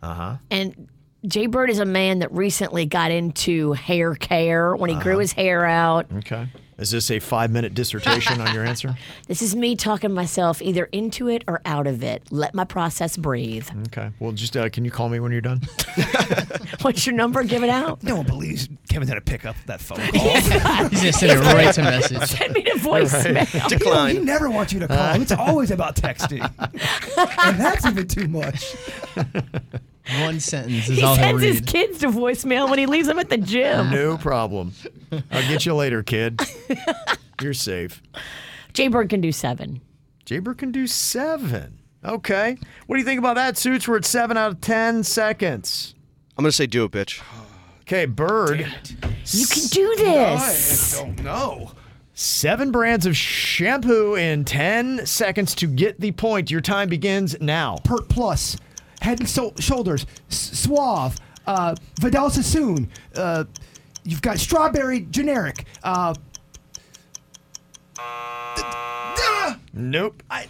Speaker 3: Uh huh.
Speaker 1: And Jay Bird is a man that recently got into hair care when he
Speaker 3: Uh-huh.
Speaker 1: grew his hair out.
Speaker 3: Okay. Is this a five minute dissertation on your answer?
Speaker 1: This is me talking myself either into it or out of it. Let my process breathe.
Speaker 3: Okay. Well, just uh, can you call me when you're done?
Speaker 1: What's your number? Give it out.
Speaker 4: No one believes Kevin's going to pick up that phone call.
Speaker 8: (laughs) He's gonna send it right to message.
Speaker 1: (laughs) Send me to
Speaker 8: voicemail.
Speaker 4: Right.
Speaker 8: Decline.
Speaker 4: He never wants you to call. It's always about texting. and that's even too much.
Speaker 8: One sentence is
Speaker 1: He
Speaker 8: all he'll
Speaker 1: sends his
Speaker 8: read.
Speaker 1: kids to voicemail when he leaves them at the gym.
Speaker 3: no problem. I'll get you later, kid. You're safe.
Speaker 1: Jay Bird can do seven.
Speaker 3: Jaybird can do seven. Okay. What do you think about that, Suits? We're at seven out of 10 seconds.
Speaker 20: I'm going to say do it, bitch.
Speaker 3: Okay, Bird.
Speaker 1: You can do this.
Speaker 4: I don't know.
Speaker 3: Seven brands of shampoo in 10 seconds to get the point. Your time begins now.
Speaker 4: Pert Plus, Head and so- Shoulders, S- Suave, uh, Vidal Sassoon. Uh, you've got Strawberry Generic. Uh,
Speaker 3: Nope. I,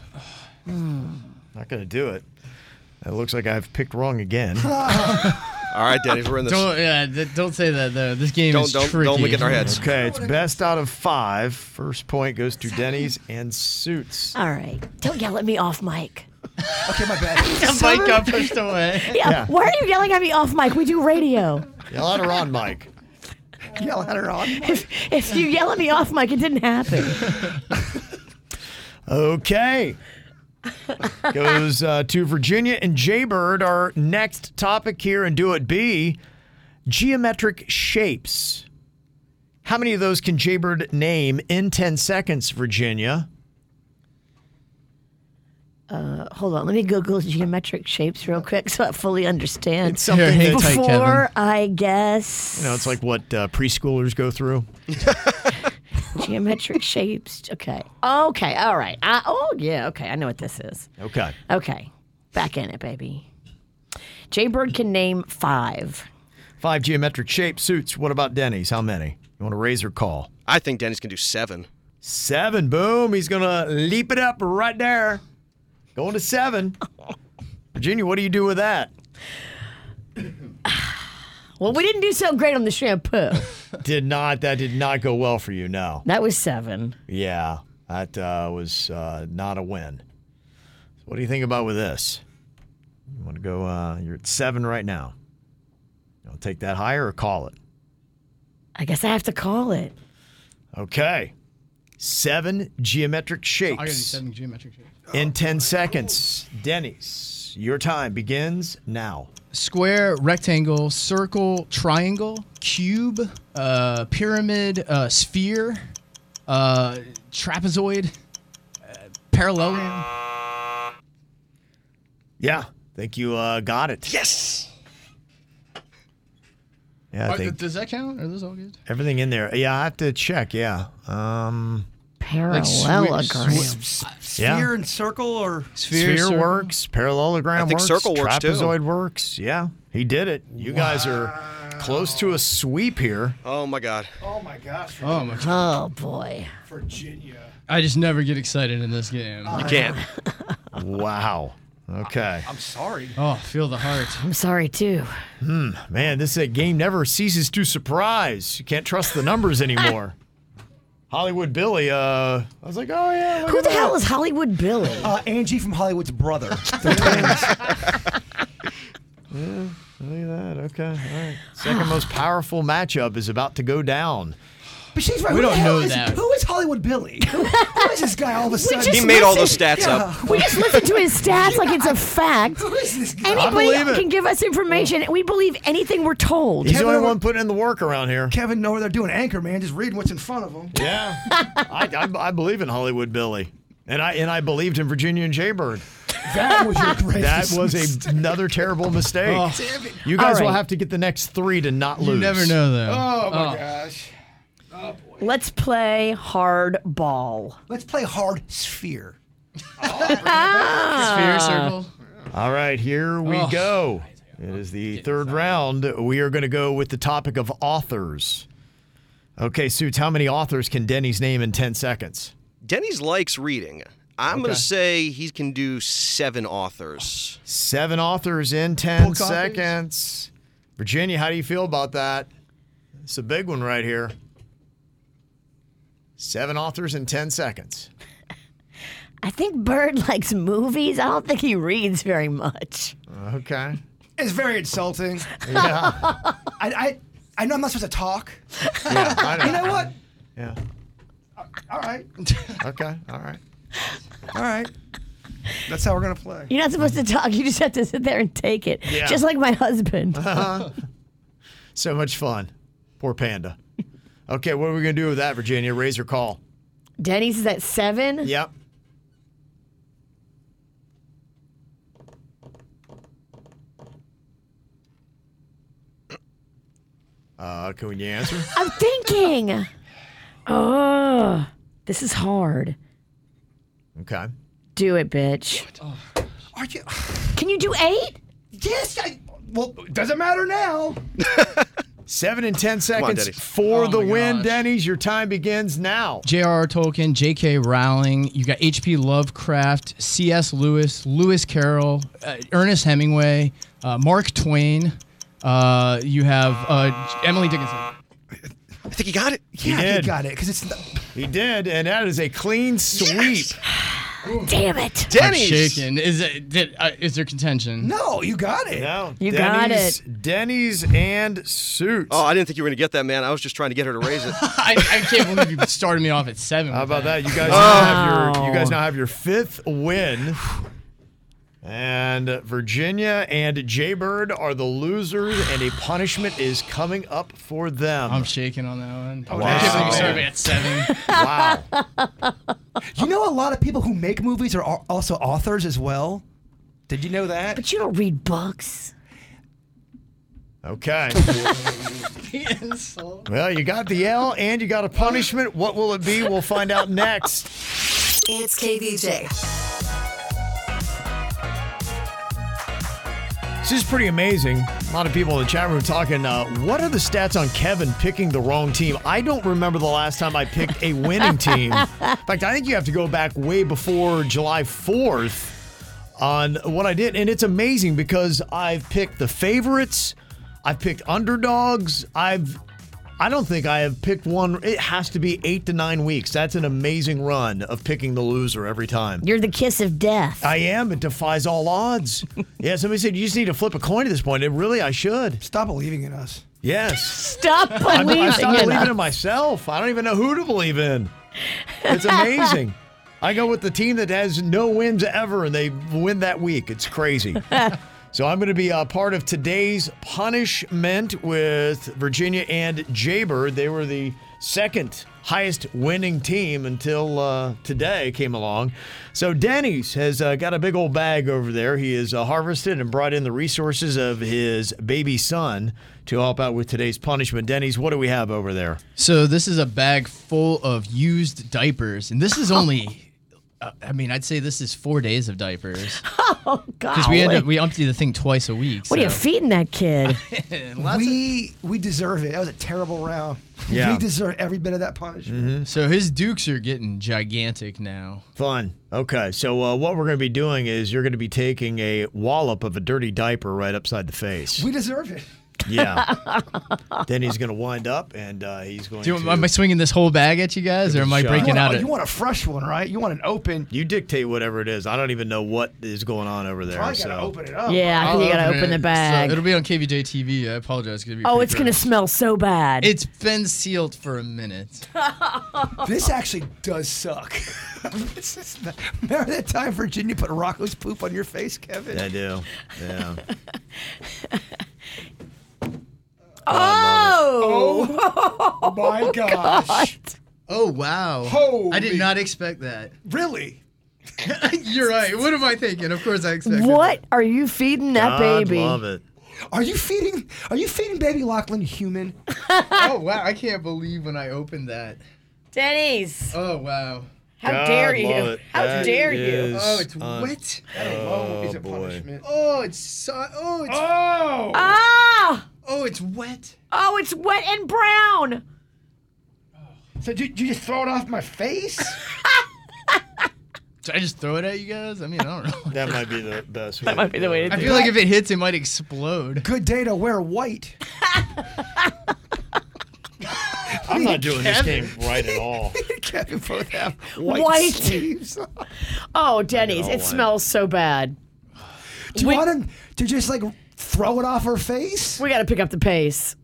Speaker 3: not going to do it. It looks like I've picked wrong again.
Speaker 20: All right, Denny's, we're in this.
Speaker 8: Don't, yeah, th- don't say that though. This game
Speaker 20: Don't-
Speaker 8: is
Speaker 20: don't-
Speaker 8: tricky.
Speaker 20: don't look in our heads.
Speaker 3: Okay, it's best out of five. First point goes to Denny's and
Speaker 8: (laughs)
Speaker 3: Suits.
Speaker 1: All right. Don't yell at me off mic.
Speaker 4: okay, my bad.
Speaker 8: The mic got pushed away.
Speaker 1: Yeah. Why are you yelling at me off mic? We do radio. (laughs)
Speaker 3: Yell at her on mic.
Speaker 4: Yell at her on
Speaker 1: If, if you yell at me off mic, it didn't happen.
Speaker 3: Okay. Goes uh, to Virginia and Jaybird. Our next topic here and Do It B geometric shapes. How many of those can Jaybird name in 10 seconds, Virginia?
Speaker 1: Uh, hold on. Let me Google geometric shapes real quick so I fully understand.
Speaker 3: It's something Here, hang that- tight, Kevin.
Speaker 1: before I guess
Speaker 3: You know, it's like what uh, preschoolers go through.
Speaker 1: geometric shapes. Okay. Okay. All right. I, oh yeah. Okay. I know what this is.
Speaker 3: Okay.
Speaker 1: Okay. Back in it, baby. Jay Bird can name five.
Speaker 3: Five geometric shape suits. What about Denny's? How many? You want to raise or call?
Speaker 20: I think Denny's can do seven.
Speaker 3: Seven. Boom. He's going to leap it up right there. Going
Speaker 20: (laughs)
Speaker 3: to seven. Virginia, what do you do with that?
Speaker 1: Well, we didn't do so great on the shampoo.
Speaker 3: Did not. That did not go well for you. No.
Speaker 1: that was seven.
Speaker 3: Yeah, that uh, was uh, not a win. What do you think about with this? You want to go? Uh, you're at seven right now. You want to take that higher or call it?
Speaker 1: I guess I have to call it.
Speaker 3: Okay. Seven geometric
Speaker 8: I gotta do
Speaker 3: shapes
Speaker 8: seven geometric shapes.
Speaker 3: in ten seconds. Denny's, your time begins now.
Speaker 8: Square, rectangle, circle, triangle, cube, uh, pyramid, uh, sphere. Uh, trapezoid. Uh, parallelogram.
Speaker 3: Yeah. Think you uh, got it. Yes. Yeah, I
Speaker 8: Uh,
Speaker 3: think
Speaker 8: does that count? Are those all good?
Speaker 3: everything in there. Yeah, I have to check. Yeah. Um,
Speaker 8: Like swi- Parallelogram. swi-
Speaker 3: Yeah.
Speaker 4: Sphere and circle or
Speaker 3: Sphere, works. Parallelogram
Speaker 4: I think
Speaker 3: works.
Speaker 4: circle works, too.
Speaker 3: trapezoid works. Yeah, he did it. You guys are close to a sweep here.
Speaker 20: Oh my god.
Speaker 21: Oh my gosh.
Speaker 8: Oh my.
Speaker 1: Oh boy.
Speaker 21: Virginia.
Speaker 8: I just never get excited in this game.
Speaker 3: You can't. wow. Okay.
Speaker 4: I'm sorry.
Speaker 8: Oh, feel the heart.
Speaker 1: I'm sorry too.
Speaker 3: Hmm. Man, this uh, game never ceases to surprise. You can't trust
Speaker 4: (laughs)
Speaker 3: the numbers anymore. Hollywood Billy. Uh, I was like, oh yeah.
Speaker 1: Who the hell is Hollywood Billy?
Speaker 4: Uh, Angie from Hollywood's brother.
Speaker 3: Yeah, look at that. Okay. All right. Second
Speaker 4: (gasps)
Speaker 3: most powerful matchup is about to go down.
Speaker 4: But she's right.
Speaker 3: We
Speaker 4: who the
Speaker 3: don't
Speaker 4: hell
Speaker 3: know
Speaker 4: is-
Speaker 3: that.
Speaker 4: Who is Hollywood Billy? who who is this guy all of a sudden?
Speaker 20: just He made all those listened- stats up.
Speaker 1: We just listen to his stats like it's
Speaker 4: (laughs)
Speaker 1: a fact.
Speaker 3: believe
Speaker 1: Anybody
Speaker 3: it.
Speaker 1: can give us information. We believe anything we're told.
Speaker 3: He's the only one putting in the work
Speaker 4: (laughs)
Speaker 3: around here.
Speaker 4: Kevin know where they're doing anchor, man. Just reading what's in front of them.
Speaker 3: Yeah, I, I, I believe in Hollywood Billy, and I and I believed in Virginia and Jaybird.
Speaker 4: That was your
Speaker 3: That
Speaker 4: (laughs) greatest
Speaker 3: was a,
Speaker 4: mistake.
Speaker 3: another terrible mistake.
Speaker 4: Oh. Damn it.
Speaker 3: You
Speaker 4: All
Speaker 3: guys
Speaker 4: right.
Speaker 3: will have to get the next three to not
Speaker 8: You
Speaker 3: lose.
Speaker 8: never know, though.
Speaker 4: Oh, my gosh.
Speaker 1: Let's play hard ball.
Speaker 4: Let's play hard sphere.
Speaker 1: Ah.
Speaker 3: All right, here we
Speaker 4: Oh.
Speaker 3: go. It is the third round. We are going to go with the topic of authors. Okay, Suits, how many authors can Denny's name in 10 seconds?
Speaker 20: Denny's likes reading. I'm
Speaker 3: Okay.
Speaker 20: gonna say he can do seven authors.
Speaker 3: Seven authors in 10
Speaker 20: Book authors?
Speaker 3: seconds. Virginia, how do you feel about that? It's a big one right here. Seven authors in 10 seconds.
Speaker 1: I think Bird (laughs) likes movies. I don't think he reads very much.
Speaker 3: Okay. (laughs)
Speaker 4: It's very insulting.
Speaker 3: Yeah.
Speaker 4: I, I I know I'm not supposed to talk.
Speaker 3: Yeah, I know.
Speaker 4: you know what?
Speaker 3: Yeah.
Speaker 4: All right. (laughs)
Speaker 3: Okay. All right.
Speaker 4: All right. That's how we're gonna play.
Speaker 1: You're not supposed to talk. You just have to sit there and take it.
Speaker 3: Yeah.
Speaker 1: Just like my husband.
Speaker 3: So much fun. Poor Panda. Okay, what are we going to do with that, Virginia? Raise your call.
Speaker 1: Denny's is at seven.
Speaker 3: Yep. Uh, can we answer?
Speaker 1: I'm thinking. Oh, this is hard.
Speaker 3: Okay.
Speaker 1: Do it, bitch.
Speaker 4: Are you? (sighs)
Speaker 1: Can you do eight?
Speaker 4: Yes. I, well, doesn't matter now.
Speaker 3: Seven and ten seconds
Speaker 8: Denny's.
Speaker 3: for
Speaker 8: Oh
Speaker 3: the
Speaker 8: my
Speaker 3: win,
Speaker 8: gosh.
Speaker 3: Denny's. Your time begins now.
Speaker 8: J.R.R. Tolkien, J.K. Rowling, you got H.P. Lovecraft, C.S. Lewis, Lewis Carroll, uh, Ernest Hemingway, uh, Mark Twain. Uh, you have uh, Emily Dickinson.
Speaker 20: I think he got it.
Speaker 4: Yeah, he got it because it's. The,
Speaker 3: He did, and that is a clean sweep.
Speaker 1: Damn it,
Speaker 8: I'm shaking. Is it? Did, uh, is there contention?
Speaker 4: No, you got it.
Speaker 3: No,
Speaker 8: You
Speaker 1: got
Speaker 3: Denny's- Denny's and Suits.
Speaker 20: Oh, I didn't think you were gonna get that, man. I was just trying to get her to raise it.
Speaker 8: (laughs) I, I can't believe you started me off at seven. How
Speaker 3: about that? You guys now have your you guys now have your fifth win. And uh, Virginia and Jaybird are the losers, and a punishment is coming up for them. I'm
Speaker 8: shaking on that one.
Speaker 3: Wow.
Speaker 8: I can't believe you started me at seven.
Speaker 3: wow.
Speaker 4: You know, a lot of people who make movies are al- also authors as well. Did you know that?
Speaker 1: But you don't read books.
Speaker 3: Okay.
Speaker 8: (laughs) The insult.
Speaker 3: well, you got the L and you got a punishment. What will it be? We'll find out next.
Speaker 13: It's KVJ.
Speaker 3: This is pretty amazing. A lot of people in the chat room talking. Uh, what are the stats on Kevin picking the wrong team? I don't remember the last time I picked a winning team.
Speaker 8: (laughs)
Speaker 3: In fact, I think you have to go back way before July 4th on what I did. And it's amazing because I've picked the favorites, I've picked underdogs, I've. I don't think I have picked one. It has to be eight to nine weeks. That's an amazing run of picking the loser every time.
Speaker 1: You're the kiss of death.
Speaker 3: I am. It defies all odds. yeah, somebody said you just need to flip a coin at this point. It really, I should.
Speaker 4: Stop believing in us.
Speaker 3: Yes.
Speaker 1: Stop
Speaker 3: I, I
Speaker 1: believing
Speaker 3: stopped
Speaker 1: in
Speaker 3: believing
Speaker 1: us.
Speaker 3: in myself. I don't even know who to believe in. It's amazing. I go with the team that has no wins ever, and they win that week. It's crazy. so I'm going to be a part of today's punishment with Virginia and Jaybird. They were the second highest winning team until uh, today came along. So Denny's has uh, got a big old bag over there. He has uh, harvested and brought in the resources of his baby son to help out with today's punishment. Denny's, what do we have over there?
Speaker 8: So this is a bag full of used diapers, and this is only. uh, I mean, I'd say this is four days of diapers
Speaker 1: Oh, God.
Speaker 8: because we end up we empty the thing twice a week.
Speaker 1: What are you
Speaker 8: so-
Speaker 1: feeding that kid?
Speaker 4: we we deserve it. That was a terrible round.
Speaker 8: Yeah.
Speaker 4: We deserve every bit of that punishment.
Speaker 8: Mhm. So his dukes are getting gigantic now.
Speaker 3: Fun. Okay, so uh, what we're going to be doing is you're going to be taking a wallop of a dirty diaper right upside the face.
Speaker 4: We deserve it.
Speaker 3: Yeah. then he's going to wind up and uh, he's going
Speaker 8: Do you,
Speaker 3: to.
Speaker 8: am I swinging this whole bag at you guys, or am I
Speaker 3: shot.
Speaker 8: breaking
Speaker 3: You
Speaker 8: out?
Speaker 3: wanna-
Speaker 8: a-
Speaker 3: you
Speaker 4: want a fresh one, right? You want an open.
Speaker 3: You dictate whatever it is. I don't even know what is going on over there.
Speaker 4: Probably
Speaker 3: so.
Speaker 4: gotta open it
Speaker 1: Yeah, I think
Speaker 8: I'll
Speaker 1: you gotta open
Speaker 8: it.
Speaker 1: the bag.
Speaker 8: So it'll be on KVJ TV. I apologize. It's gonna be
Speaker 1: Oh,
Speaker 8: pretty
Speaker 1: it's
Speaker 8: gross.
Speaker 1: going to smell so bad.
Speaker 8: It's been sealed for a minute.
Speaker 4: This actually does suck. (laughs) this is not, remember that time Virginia put Rocco's poop on your face, Kevin?
Speaker 3: I do. Yeah.
Speaker 1: Oh!
Speaker 4: Oh my
Speaker 1: (laughs)
Speaker 4: gosh.
Speaker 8: Oh wow! I did not expect that. (laughs)
Speaker 4: Really?
Speaker 8: You're right. What am I thinking? Of course I expected.
Speaker 1: What are you feeding that baby?
Speaker 3: it.
Speaker 4: Are you feeding are you feeding baby Lachlan human?
Speaker 8: oh wow! I can't believe when I opened that.
Speaker 1: Denny's.
Speaker 8: Oh wow!
Speaker 1: How dare you? How dare you?
Speaker 8: Oh, it's wet.
Speaker 4: Oh, is it punishment?
Speaker 8: Oh, it's so. Oh, it's.
Speaker 4: Oh.
Speaker 1: Ah!
Speaker 8: Oh, it's wet.
Speaker 1: Oh, it's wet and brown.
Speaker 4: So did you just throw it off my
Speaker 1: (laughs)
Speaker 4: face?
Speaker 8: Should I just throw it at you guys? I mean, I don't know. (laughs)
Speaker 3: That might be the best.
Speaker 8: That might
Speaker 3: be the way
Speaker 8: I feel like if it hits, it might explode.
Speaker 4: Good day to wear white.
Speaker 3: I'm not doing
Speaker 4: Kevin.
Speaker 3: this game right at all.
Speaker 4: Kevin both have
Speaker 1: White.
Speaker 4: white,
Speaker 3: (laughs)
Speaker 4: sleeves.
Speaker 1: Oh, Denny's.
Speaker 4: all
Speaker 1: It
Speaker 4: wet.
Speaker 1: smells so bad.
Speaker 4: Do you want him to just like throw it off her face?
Speaker 1: We got to pick up the pace.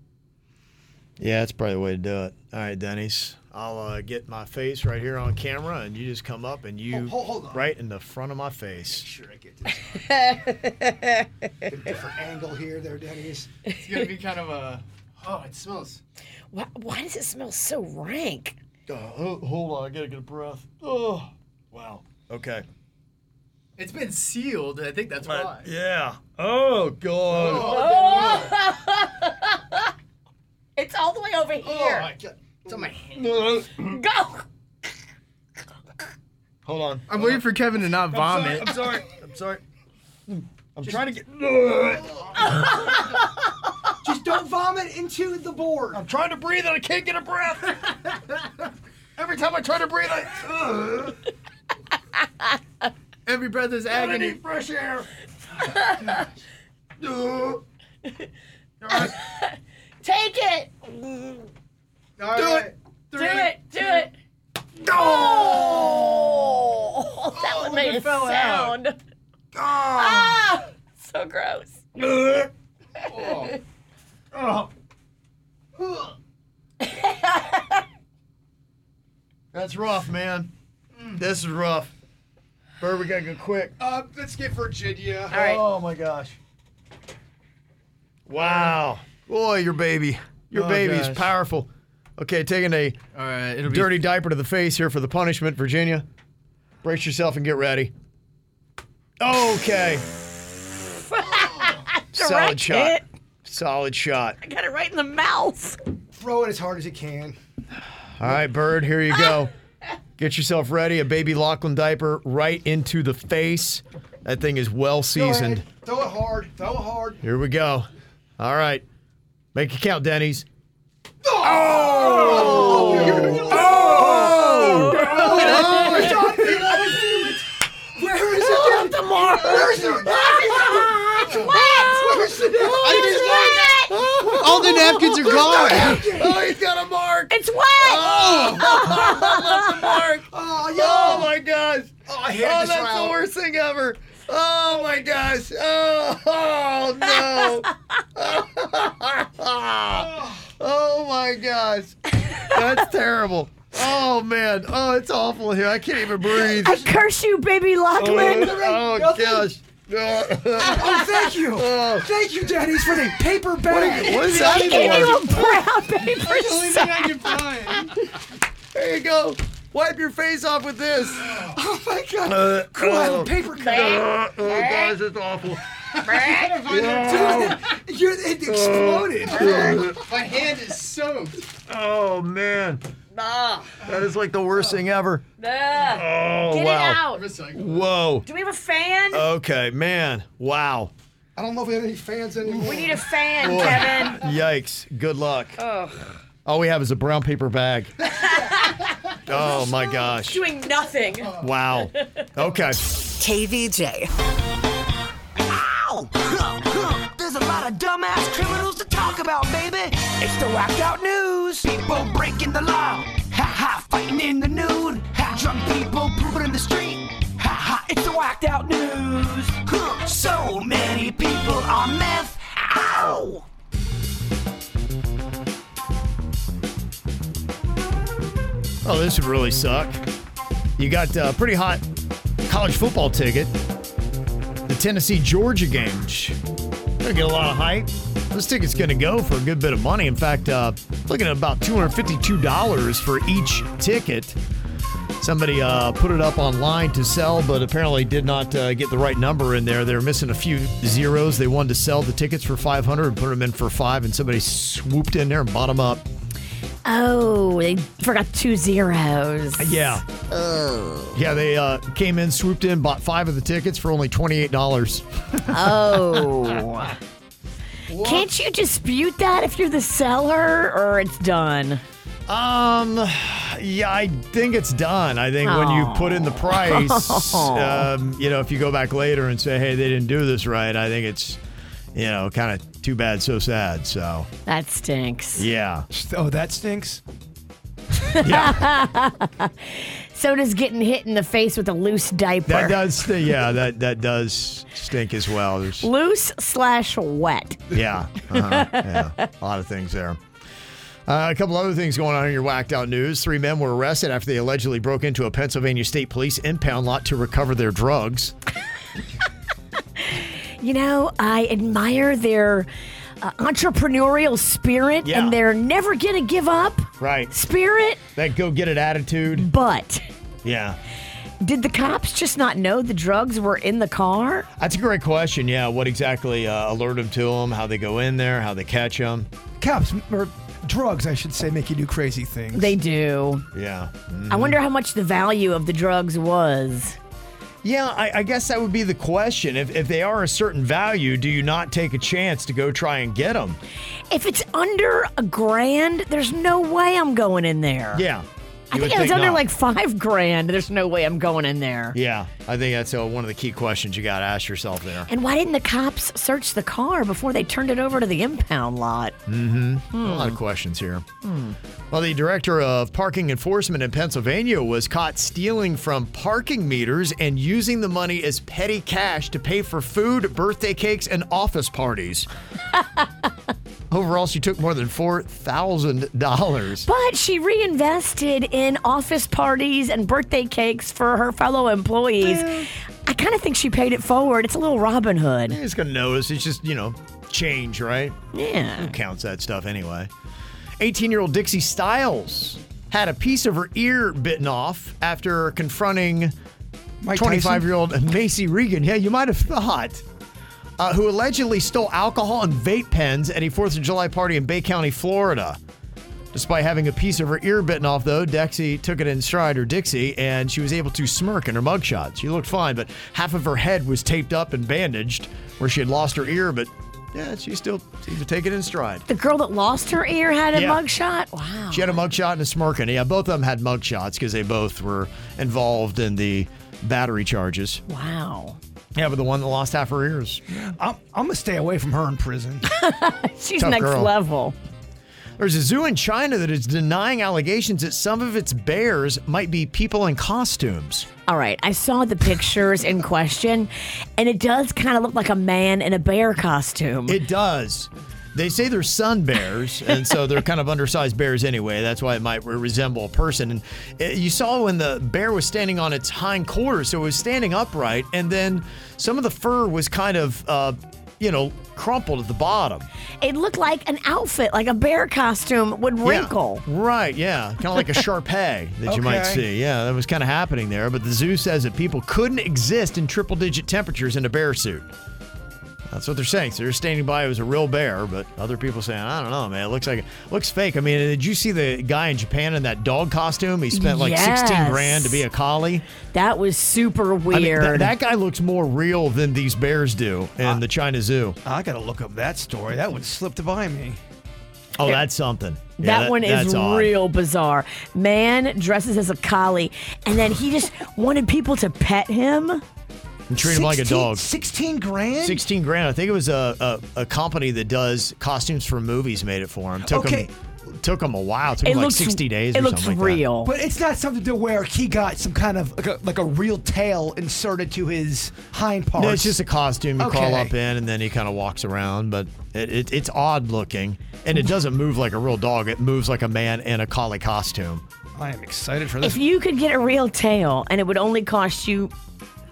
Speaker 3: Yeah, that's probably the way to do it. All right, Denny's. I'll uh, get my face right here on camera, and you just come up and you
Speaker 4: Hold- hold- hold on.
Speaker 3: right in the front of my face. sure,
Speaker 4: I get this. A different angle here, there, Denny's.
Speaker 8: It's gonna be kind of a. Oh, it smells.
Speaker 1: Why, why does it smell so rank?
Speaker 3: hold on, I gotta get a breath. Oh, wow. Okay.
Speaker 8: It's been sealed. I think that's why.
Speaker 3: Yeah. Oh God.
Speaker 1: It's all the way over here.
Speaker 8: Oh, It's on my hand.
Speaker 1: (clears throat) Go.
Speaker 3: Hold on.
Speaker 8: I'm waiting for Kevin to not vomit.
Speaker 3: I'm sorry. I'm sorry. I'm trying (laughs) to get.
Speaker 4: Just don't vomit into the board.
Speaker 3: I'm trying to breathe and I can't get a breath. Every time I try to breathe, I.
Speaker 8: Every breath is
Speaker 3: I
Speaker 8: agony.
Speaker 3: need fresh air.
Speaker 1: Take it.
Speaker 8: Do it.
Speaker 1: Do it. Do it. Oh, that one made a
Speaker 8: fell
Speaker 1: sound. Ah, so gross.
Speaker 3: That's rough, man. This is rough. Bird, we gotta go quick.
Speaker 8: Uh, let's get Virginia. All
Speaker 3: Oh my gosh. Wow. Boy, your baby. Your
Speaker 8: Oh,
Speaker 3: baby's
Speaker 8: gosh.
Speaker 3: powerful. Okay, taking a
Speaker 8: All right. It'll be
Speaker 3: dirty diaper to the face here for the punishment, Virginia. Brace yourself and get ready. Okay. Solid
Speaker 1: (laughs) Direct
Speaker 3: shot.
Speaker 1: hit.
Speaker 3: Solid shot.
Speaker 1: I got it right in the mouth.
Speaker 4: Throw it as hard as it can.
Speaker 3: All right, Bird, here you go. Get yourself ready. A baby Lachlan diaper right into the face. That thing is well
Speaker 4: Go
Speaker 3: seasoned.
Speaker 4: ahead, Throw it hard. Throw it hard.
Speaker 3: Here we go. All right. Make it count, Denny's.
Speaker 4: Where is it?
Speaker 1: The more.
Speaker 4: Where is it? Where is it?
Speaker 8: All the napkins are gone.
Speaker 3: (laughs) Oh, he's got a mark.
Speaker 1: It's wet.
Speaker 3: (laughs)
Speaker 4: Oh,
Speaker 3: Oh
Speaker 4: yo.
Speaker 3: my gosh.
Speaker 4: Oh, I
Speaker 3: Oh,
Speaker 4: hate this
Speaker 3: that's the
Speaker 4: round.
Speaker 3: worst thing ever. Oh my gosh. Oh, oh, no. (laughs) oh my gosh. That's terrible. Oh man. Oh, it's awful here. I can't even breathe.
Speaker 1: I curse you, baby Lachlan.
Speaker 3: Oh,
Speaker 1: (laughs)
Speaker 3: gosh.
Speaker 4: Oh,
Speaker 3: Oh,
Speaker 4: thank you.
Speaker 3: oh.
Speaker 4: Thank you, Denny's, for the paper bag.
Speaker 3: What is that
Speaker 1: Give you
Speaker 8: (laughs)
Speaker 3: even?
Speaker 1: a brown paper sack.
Speaker 3: There you go. Wipe your face off with this. Oh
Speaker 4: my god.
Speaker 3: Uh,
Speaker 4: cool, I have
Speaker 3: uh,
Speaker 4: a paper cut.
Speaker 3: uh, oh, guys, it's awful. Uh,
Speaker 4: Dude, you're- Oh, it exploded.
Speaker 8: My hand is soaked.
Speaker 3: Oh man.
Speaker 1: Ah.
Speaker 3: That is like the worst thing ever. Oh,
Speaker 1: Get
Speaker 3: wow.
Speaker 1: it out.
Speaker 3: Whoa.
Speaker 1: Do we have a fan?
Speaker 8: Uh,
Speaker 3: Okay, man. Wow.
Speaker 4: I don't know if we have any fans anymore.
Speaker 1: We need a fan,
Speaker 8: oh.
Speaker 3: Whoa.
Speaker 1: Kevin.
Speaker 3: Yikes. Good luck.
Speaker 1: Ugh.
Speaker 3: All we have is a brown paper
Speaker 1: (laughs)
Speaker 3: bag. oh my gosh.
Speaker 1: Doing nothing.
Speaker 3: Wow. Okay.
Speaker 13: KVJ.
Speaker 15: There's a lot of dumbass criminals to talk about, baby. It's the whacked out
Speaker 4: Oh,
Speaker 15: news. People breaking the law. Ha ha, fighting in the nude. Ha, drunk people pooping in the street. Ha ha, it's the whacked out news. Huh, So many people on meth. Ow!
Speaker 3: Oh, this would really suck. You got a pretty hot college football ticket. The Tennessee Georgia game. Shh. Gonna get a lot of hype. This ticket's gonna go for a good bit of money. In fact, uh, looking at about $252 for each ticket. Somebody uh, put it up online to sell, but apparently did not uh, get the right number in there. They were missing a few zeros. They wanted to sell the tickets for 500 and put them in for five, and somebody swooped in there and bought them up.
Speaker 10: Oh, they forgot two zeros.
Speaker 8: Uh,
Speaker 3: Yeah. Yeah, they uh, came in, swooped in, bought five of the tickets for only twenty-eight dollars.
Speaker 10: Oh. (laughs)
Speaker 1: Can't you dispute that if you're the seller or it's done?
Speaker 3: Um, yeah, I think it's done. I think when you put in the price,
Speaker 1: Aw.
Speaker 3: um, you know, if you go back later and say, "Hey, they didn't do this right," I think it's, you know, kind of too bad, so sad. So
Speaker 1: That stinks.
Speaker 3: yeah,
Speaker 4: Oh, that stinks.
Speaker 1: so does getting hit in the face with a loose diaper.
Speaker 3: that does, st- yeah, that that does stink as well. There's,
Speaker 1: Loose slash wet.
Speaker 3: yeah, uh-huh, yeah, a lot of things there. Uh, a couple other things going on in your whacked out news. Three men were arrested after they allegedly broke into a Pennsylvania state police impound lot to recover their drugs.
Speaker 10: You know, I admire their uh, entrepreneurial spirit
Speaker 3: Yeah.
Speaker 10: and their never gonna give up
Speaker 3: Right.
Speaker 10: spirit.
Speaker 3: That go get it attitude.
Speaker 10: But
Speaker 3: Yeah.
Speaker 10: did the cops just not know the drugs were in the car?
Speaker 3: That's a great question. Yeah. What exactly uh, alert them to them, how they go in there, how they catch them.
Speaker 4: Cops or drugs, I should say, make you do crazy things.
Speaker 10: They do.
Speaker 3: Yeah. Mm-hmm.
Speaker 10: I wonder how much the value of the drugs was.
Speaker 3: Yeah, I, I guess that would be the question. If, if they are a certain value, do you not take a chance to go try and get them?
Speaker 10: If it's under a grand, there's no way I'm going in there.
Speaker 3: Yeah.
Speaker 10: I
Speaker 3: You would
Speaker 10: think it was under
Speaker 3: not.
Speaker 10: like five grand. There's no way I'm going in there.
Speaker 3: Yeah. I think that's uh, one of the key questions you got to ask yourself there.
Speaker 10: And why didn't the cops search the car before they turned it over to the impound lot?
Speaker 3: Mm-hmm. A lot of questions here.
Speaker 10: Hmm.
Speaker 3: Well, the director of parking enforcement in Pennsylvania was caught stealing from parking meters and using the money as petty cash to pay for food, birthday cakes, and office parties. Overall, she took more than $4,000.
Speaker 10: But she reinvested in office parties and birthday cakes for her fellow employees. I kind of think she paid it forward. It's a little Robin Hood.
Speaker 3: He's going to notice. It's just, you know, change, right?
Speaker 10: Yeah.
Speaker 3: Who counts that stuff anyway? 18 year old Dixie Styles had a piece of her ear bitten off after confronting
Speaker 4: Mike
Speaker 3: 25
Speaker 4: Tyson?
Speaker 3: year old Macy Regan. Yeah, you might have thought. Uh, who allegedly stole alcohol and vape pens at a 4th of July party in Bay County, Florida. Despite having a piece of her ear bitten off, though, Dexie took it in stride, or Dixie, and she was able to smirk in her mugshot. She looked fine, but half of her head was taped up and bandaged where she had lost her ear, but yeah, she still seemed to take it in stride.
Speaker 10: The girl that lost her ear had a
Speaker 3: Yeah.
Speaker 10: mugshot. Wow.
Speaker 3: She had a mugshot and a smirk, and yeah, both of them had mugshots because they both were involved in the battery charges.
Speaker 10: Wow.
Speaker 3: Yeah, but the one that lost half her ears.
Speaker 4: I'm, I'm gonna stay away from her in prison. (laughs)
Speaker 10: She's
Speaker 3: Tough
Speaker 10: next
Speaker 3: girl.
Speaker 10: level.
Speaker 3: There's a zoo in China that is denying allegations that some of its bears might be people in costumes.
Speaker 10: All right, I saw the pictures in question, and it does kind of look like a man in a bear costume.
Speaker 3: It does. They say they're sun bears, and so they're kind of undersized bears anyway. That's why it might re- resemble a person. And uh, you saw when the bear was standing on its hind quarters, so it was standing upright, and then some of the fur was kind of uh, you know, crumpled at the bottom.
Speaker 1: It looked like an outfit, like a bear costume would
Speaker 3: Yeah.
Speaker 1: wrinkle.
Speaker 3: Right, yeah. Kind of
Speaker 1: (laughs)
Speaker 3: like a Sharpay that you might
Speaker 1: Okay.
Speaker 3: see. Yeah, that was kind of happening there. But the zoo says that people couldn't exist in triple digit temperatures in a bear suit. That's what they're saying. So they're standing by it was a real bear, but other people saying, I don't know, man. It looks like it looks fake. I mean, did you see the guy in Japan in that dog costume? He spent like 16
Speaker 1: Yes.
Speaker 3: grand to be a collie.
Speaker 1: That was super
Speaker 3: I mean,
Speaker 1: weird.
Speaker 3: that- that guy looks more real than these bears do in
Speaker 1: Uh,
Speaker 3: the China Zoo.
Speaker 4: I gotta look up that story. That one slipped by me.
Speaker 3: Oh, that's something.
Speaker 1: That
Speaker 3: Yeah,
Speaker 1: one is
Speaker 3: that's odd.
Speaker 1: real bizarre. Man dresses as a collie, and then he just wanted people to pet him.
Speaker 3: And treat him like a dog.
Speaker 4: 16 grand?
Speaker 3: 16 grand. I think it was a, a, a company that does costumes for movies made it for him. Took
Speaker 4: Okay.
Speaker 3: him took him a while. Took him like 60 days or something like that.
Speaker 4: But it's not something to where he got some kind of like a, like a real tail inserted to his hind parts.
Speaker 3: No, it's just a costume you crawl
Speaker 4: Okay.
Speaker 3: up in and then he kind of walks around, but it, it, it's odd looking. And it doesn't move like a real dog. It moves like a man in a collie costume.
Speaker 4: I am excited for
Speaker 1: If you could get a real tail and it would only cost you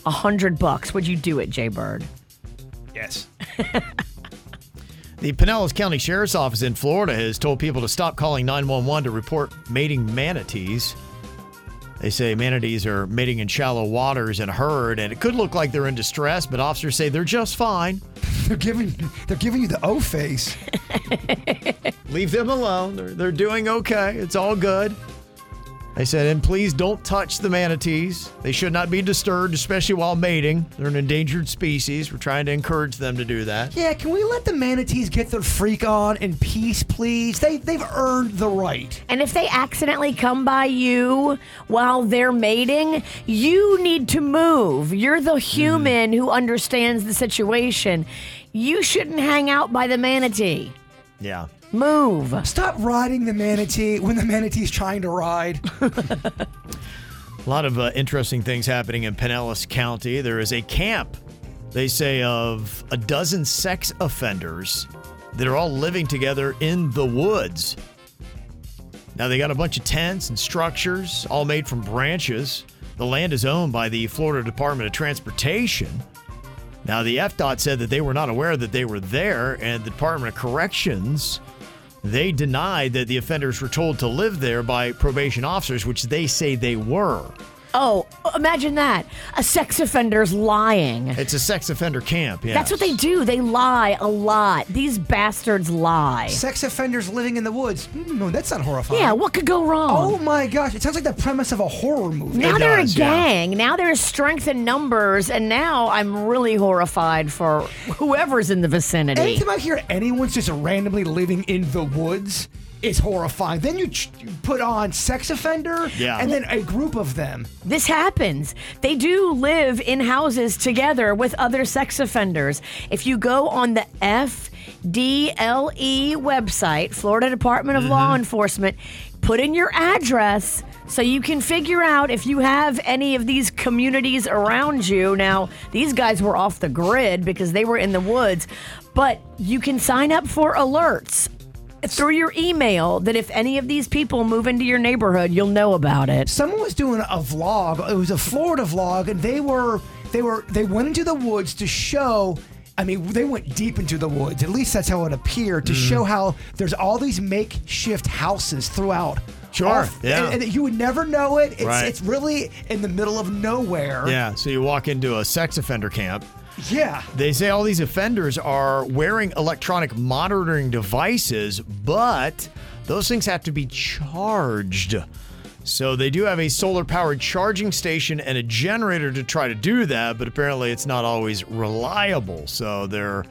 Speaker 1: a hundred bucks, would you do it, Jay Bird?
Speaker 4: Yes.
Speaker 3: The Pinellas County Sheriff's Office in Florida has told people to stop calling 911 to report mating manatees. They say manatees are mating in shallow waters in a herd, and it could look like they're in distress, but officers say they're just fine.
Speaker 4: (laughs) They're giving they're giving you the O face.
Speaker 3: Leave them alone. They're, they're doing okay. It's all good. They said, and please don't touch the manatees. They should not be disturbed, especially while mating. They're an endangered species. We're trying to encourage them to do that.
Speaker 4: Yeah, can we let the manatees get their freak on in peace, please? They they've earned the right.
Speaker 1: And if they accidentally come by you while they're mating, you need to move. You're the human who understands the situation. You shouldn't hang out by the manatee.
Speaker 3: Yeah.
Speaker 1: Move.
Speaker 4: Stop riding the manatee when the manatee's trying to ride.
Speaker 3: A lot of uh, interesting things happening in Pinellas County. There is a camp, they say, of a dozen sex offenders that are all living together in the woods. Now, they got a bunch of tents and structures, all made from branches. The land is owned by the Florida Department of Transportation. Now, the FDOT said that they were not aware that they were there, and the Department of Corrections. They denied that the offenders were told to live there by probation officers, which they say they were.
Speaker 1: Oh, imagine that. A sex offender's lying.
Speaker 3: It's a sex offender camp, yeah.
Speaker 1: That's what they do. They lie a lot. These bastards lie.
Speaker 4: Sex offenders living in the woods. Mm, no, that's not horrifying.
Speaker 1: Yeah, what could go wrong?
Speaker 4: Oh my gosh, it sounds like the premise of a horror movie.
Speaker 1: Now they're a gang. Now there's strength in numbers, and now I'm really horrified for whoever's in the vicinity.
Speaker 4: Anytime I hear anyone's just randomly living in the woods, it's horrifying. Then you, ch- you put on sex offender,
Speaker 1: Yeah.
Speaker 4: and then a group of them.
Speaker 1: This happens. They do live in houses together with other sex offenders. If you go on the FDLE E website, Florida Department of Law Enforcement, put in your address so you can figure out if you have any of these communities around you. Now, these guys were off the grid because they were in the woods, but you can sign up for alerts through your email that if any of these people move into your neighborhood, you'll know about it.
Speaker 4: Someone was doing a vlog. It was a Florida vlog, and they were they were they went into the woods to show. I mean, they went deep into the woods. At least that's how it appeared to show
Speaker 3: Mm.
Speaker 4: how there's all these makeshift houses throughout.
Speaker 3: Sure, yeah.
Speaker 4: and, and you would never know it. It's,
Speaker 3: Right.
Speaker 4: it's really in the middle of nowhere.
Speaker 3: Yeah, so you walk into a sex offender camp.
Speaker 4: Yeah.
Speaker 3: They say all these offenders are wearing electronic monitoring devices, but those things have to be charged. So they do have a solar powered charging station and a generator to try to do that, but apparently it's not always reliable. So their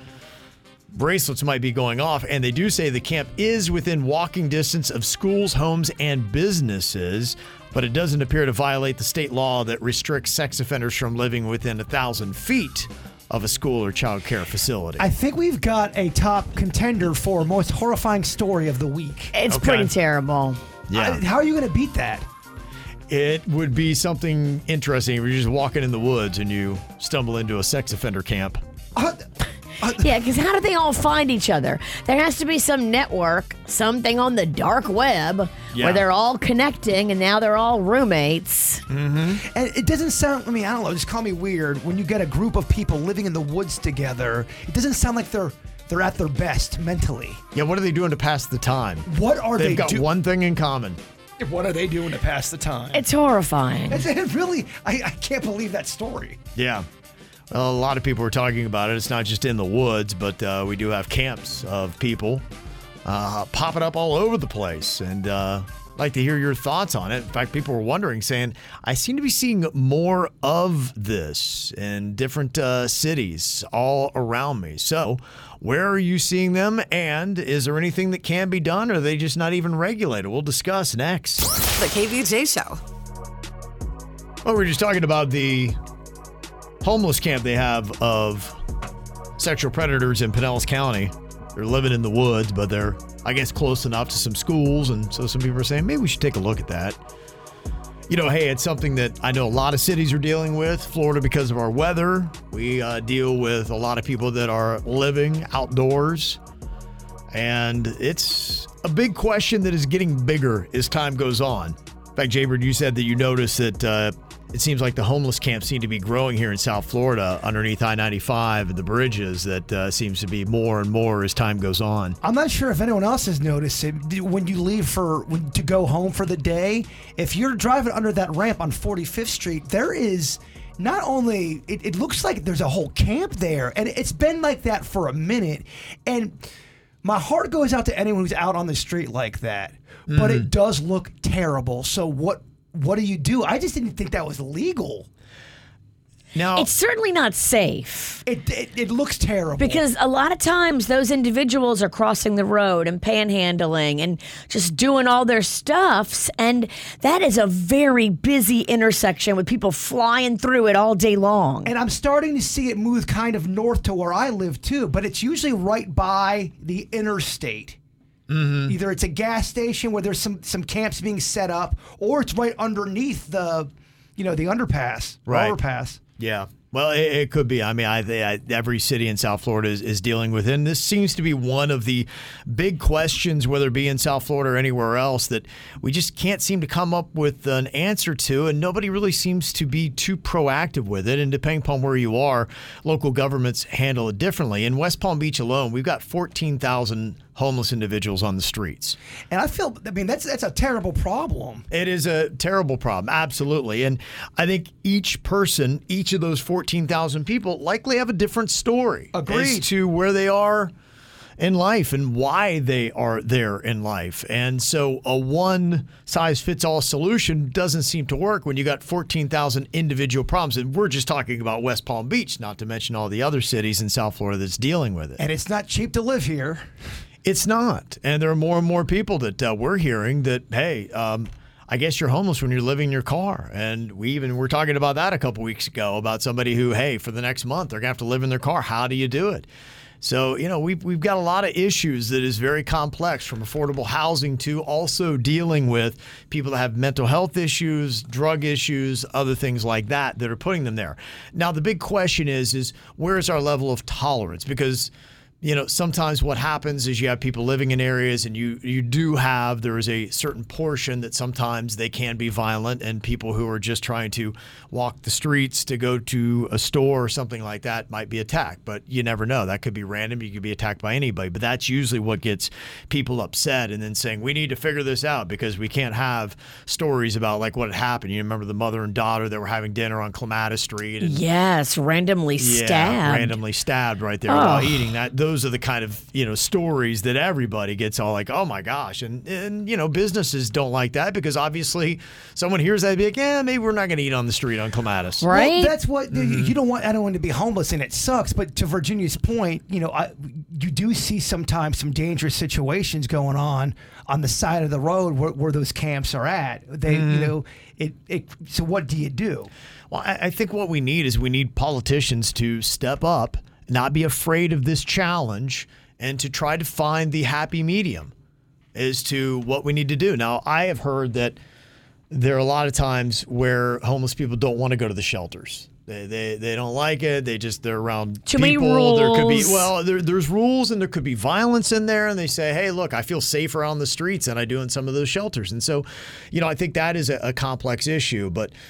Speaker 3: bracelets might be going off. And they do say the camp is within walking distance of schools, homes, and businesses, but it doesn't appear to violate the state law that restricts sex offenders from living within a thousand feet of a school or child care facility.
Speaker 4: I think we've got a top contender for most horrifying story of the week. Uh,
Speaker 3: It's Okay. pretty
Speaker 1: terrible.
Speaker 3: Yeah.
Speaker 4: how are you going to beat that?
Speaker 3: It would be something
Speaker 4: Uh,
Speaker 3: interesting if you're just walking in the woods and you stumble into a sex offender camp.
Speaker 1: yeah, because how do they all find each other? There has to be some network, something on the dark web
Speaker 4: Yeah.
Speaker 1: where they're all connecting and now they're all roommates.
Speaker 4: Mm-hmm. And it doesn't sound. I mean, I don't know. Just call me weird. When you get a group of people living in the woods together, it doesn't sound like they're they're at their best mentally.
Speaker 3: Yeah, what are they doing to pass the time?
Speaker 4: What are
Speaker 3: They've
Speaker 4: they
Speaker 3: got
Speaker 4: do-
Speaker 3: one thing in common.
Speaker 4: What are they doing to pass the time?
Speaker 1: It's horrifying.
Speaker 4: It's, it (laughs) really, I, I can't believe that story.
Speaker 3: Yeah. Well, a lot of people were talking about it. It's not just in the woods, but uh, we do have camps of people uh, popping up all over the place. And uh, I'd like to hear your thoughts on it. In fact, people were wondering, saying, I seem to be seeing more of this in different uh, cities all around me. So, where are you seeing them? And is there anything that can be done? Or are they just not even regulated? We'll discuss next.
Speaker 13: The KVJ Show.
Speaker 3: Well, we were just talking about the homeless camp they have of sexual predators in Pinellas County. They're living in the woods, but they're, I guess, close enough to some schools. And so some people are saying, maybe we should take a look at that. You know, hey, it's something that I know a lot of cities are dealing with. Florida, because of our weather, we uh, deal with a lot of people that are living outdoors. And it's a big question that is getting bigger as time goes on. In fact, Jaybird, you said that you noticed that uh, it seems like the homeless camps seem to be growing here in South Florida underneath I 95 and the bridges that uh, seems to be more and more as time goes on.
Speaker 4: I'm not sure if anyone else has noticed it. D- When you leave for when, to go home for the day, if you're driving under that ramp on 45th Street, there is not only it, it looks like there's a whole camp there, and it's been like that for a minute. And my heart goes out to anyone who's out on the street like that, but it does look terrible. So what what do you do? I just didn't think that was legal.
Speaker 3: Now
Speaker 1: it's certainly not safe.
Speaker 4: It, it it looks terrible
Speaker 1: because a lot of times those individuals are crossing the road and panhandling and just doing all their stuffs, and that is a very busy intersection with people flying through it all day long.
Speaker 4: And I'm starting to see it move kind of north to where I live too, but it's usually right by the interstate. Either it's a gas station where there's some some camps being set up, or it's right underneath the, you know, the underpass,
Speaker 3: Right.
Speaker 4: overpass.
Speaker 3: Yeah. Well, it, it could be. I mean, I, I every city in South Florida is, is dealing with it. And this seems to be one of the big questions, whether it be in South Florida or anywhere else, that we just can't seem to come up with an answer to. And nobody really seems to be too proactive with it. And depending upon where you are, local governments handle it differently. In West Palm Beach alone, we've got 14,000 homeless individuals on the streets.
Speaker 4: And I feel, I mean, that's that's a terrible problem.
Speaker 3: It is a terrible problem, absolutely. And I think each person, each of those 14,000 people, likely have a different story
Speaker 4: Agreed.
Speaker 3: as to where they are in life and why they are there in life. And so a one size fits all solution doesn't seem to work when you got 14,000 individual problems. And we're just talking about West Palm Beach, not to mention all the other cities in South Florida that's dealing with it.
Speaker 4: And it's not cheap to live here.
Speaker 3: It's not. And there are more and more people that uh, we're hearing that, hey, um, I guess you're homeless when you're living in your car. And we even were talking about that a couple weeks ago about somebody who, hey, for the next month, they're going to have to live in their car. How do you do it? So, you know, we've, we've got a lot of issues that is very complex from affordable housing to also dealing with people that have mental health issues, drug issues, other things like that that are putting them there. Now, the big question is, is where is our level of tolerance? Because you know sometimes what happens is you have people living in areas and you you do have there is a certain portion that sometimes they can be violent and people who are just trying to walk the streets to go to a store or something like that might be attacked but you never know that could be random you could be attacked by anybody but that's usually what gets people upset and then saying we need to figure this out because we can't have stories about like what had happened you remember the mother and daughter that were having dinner on Clematis Street and
Speaker 1: Yes, randomly
Speaker 3: yeah,
Speaker 1: stabbed.
Speaker 3: randomly stabbed right there
Speaker 1: Oh.
Speaker 3: while eating. That those are the kind of you know stories that everybody gets all like, oh my gosh, and and you know businesses don't like that because obviously someone hears that and be like, yeah, maybe we're not going to eat on the street on Clematis,
Speaker 4: Well, that's what
Speaker 3: Mm-hmm.
Speaker 4: you don't want anyone to be homeless, and it sucks. But to Virginia's point, you know, I, you do see sometimes some dangerous situations going on on the side of the road where, where those camps are at. They,
Speaker 3: Mhm.
Speaker 4: you know, it, it. So what do you do?
Speaker 3: Well, I, I think what we need is we need politicians to step up, not be afraid of this challenge, and to try to find the happy medium as to what we need to do. Now, I have heard that there are a lot of times where homeless people don't want to go to the shelters. They, they, they don't like it. They just they're around
Speaker 1: Too many
Speaker 3: people. There could be
Speaker 1: rules.
Speaker 3: well there, there's rules and there could be violence in there. And they say, hey, look, I feel safer on the streets than I do in some of those shelters. And so, you know, I think that is a, a complex issue. But I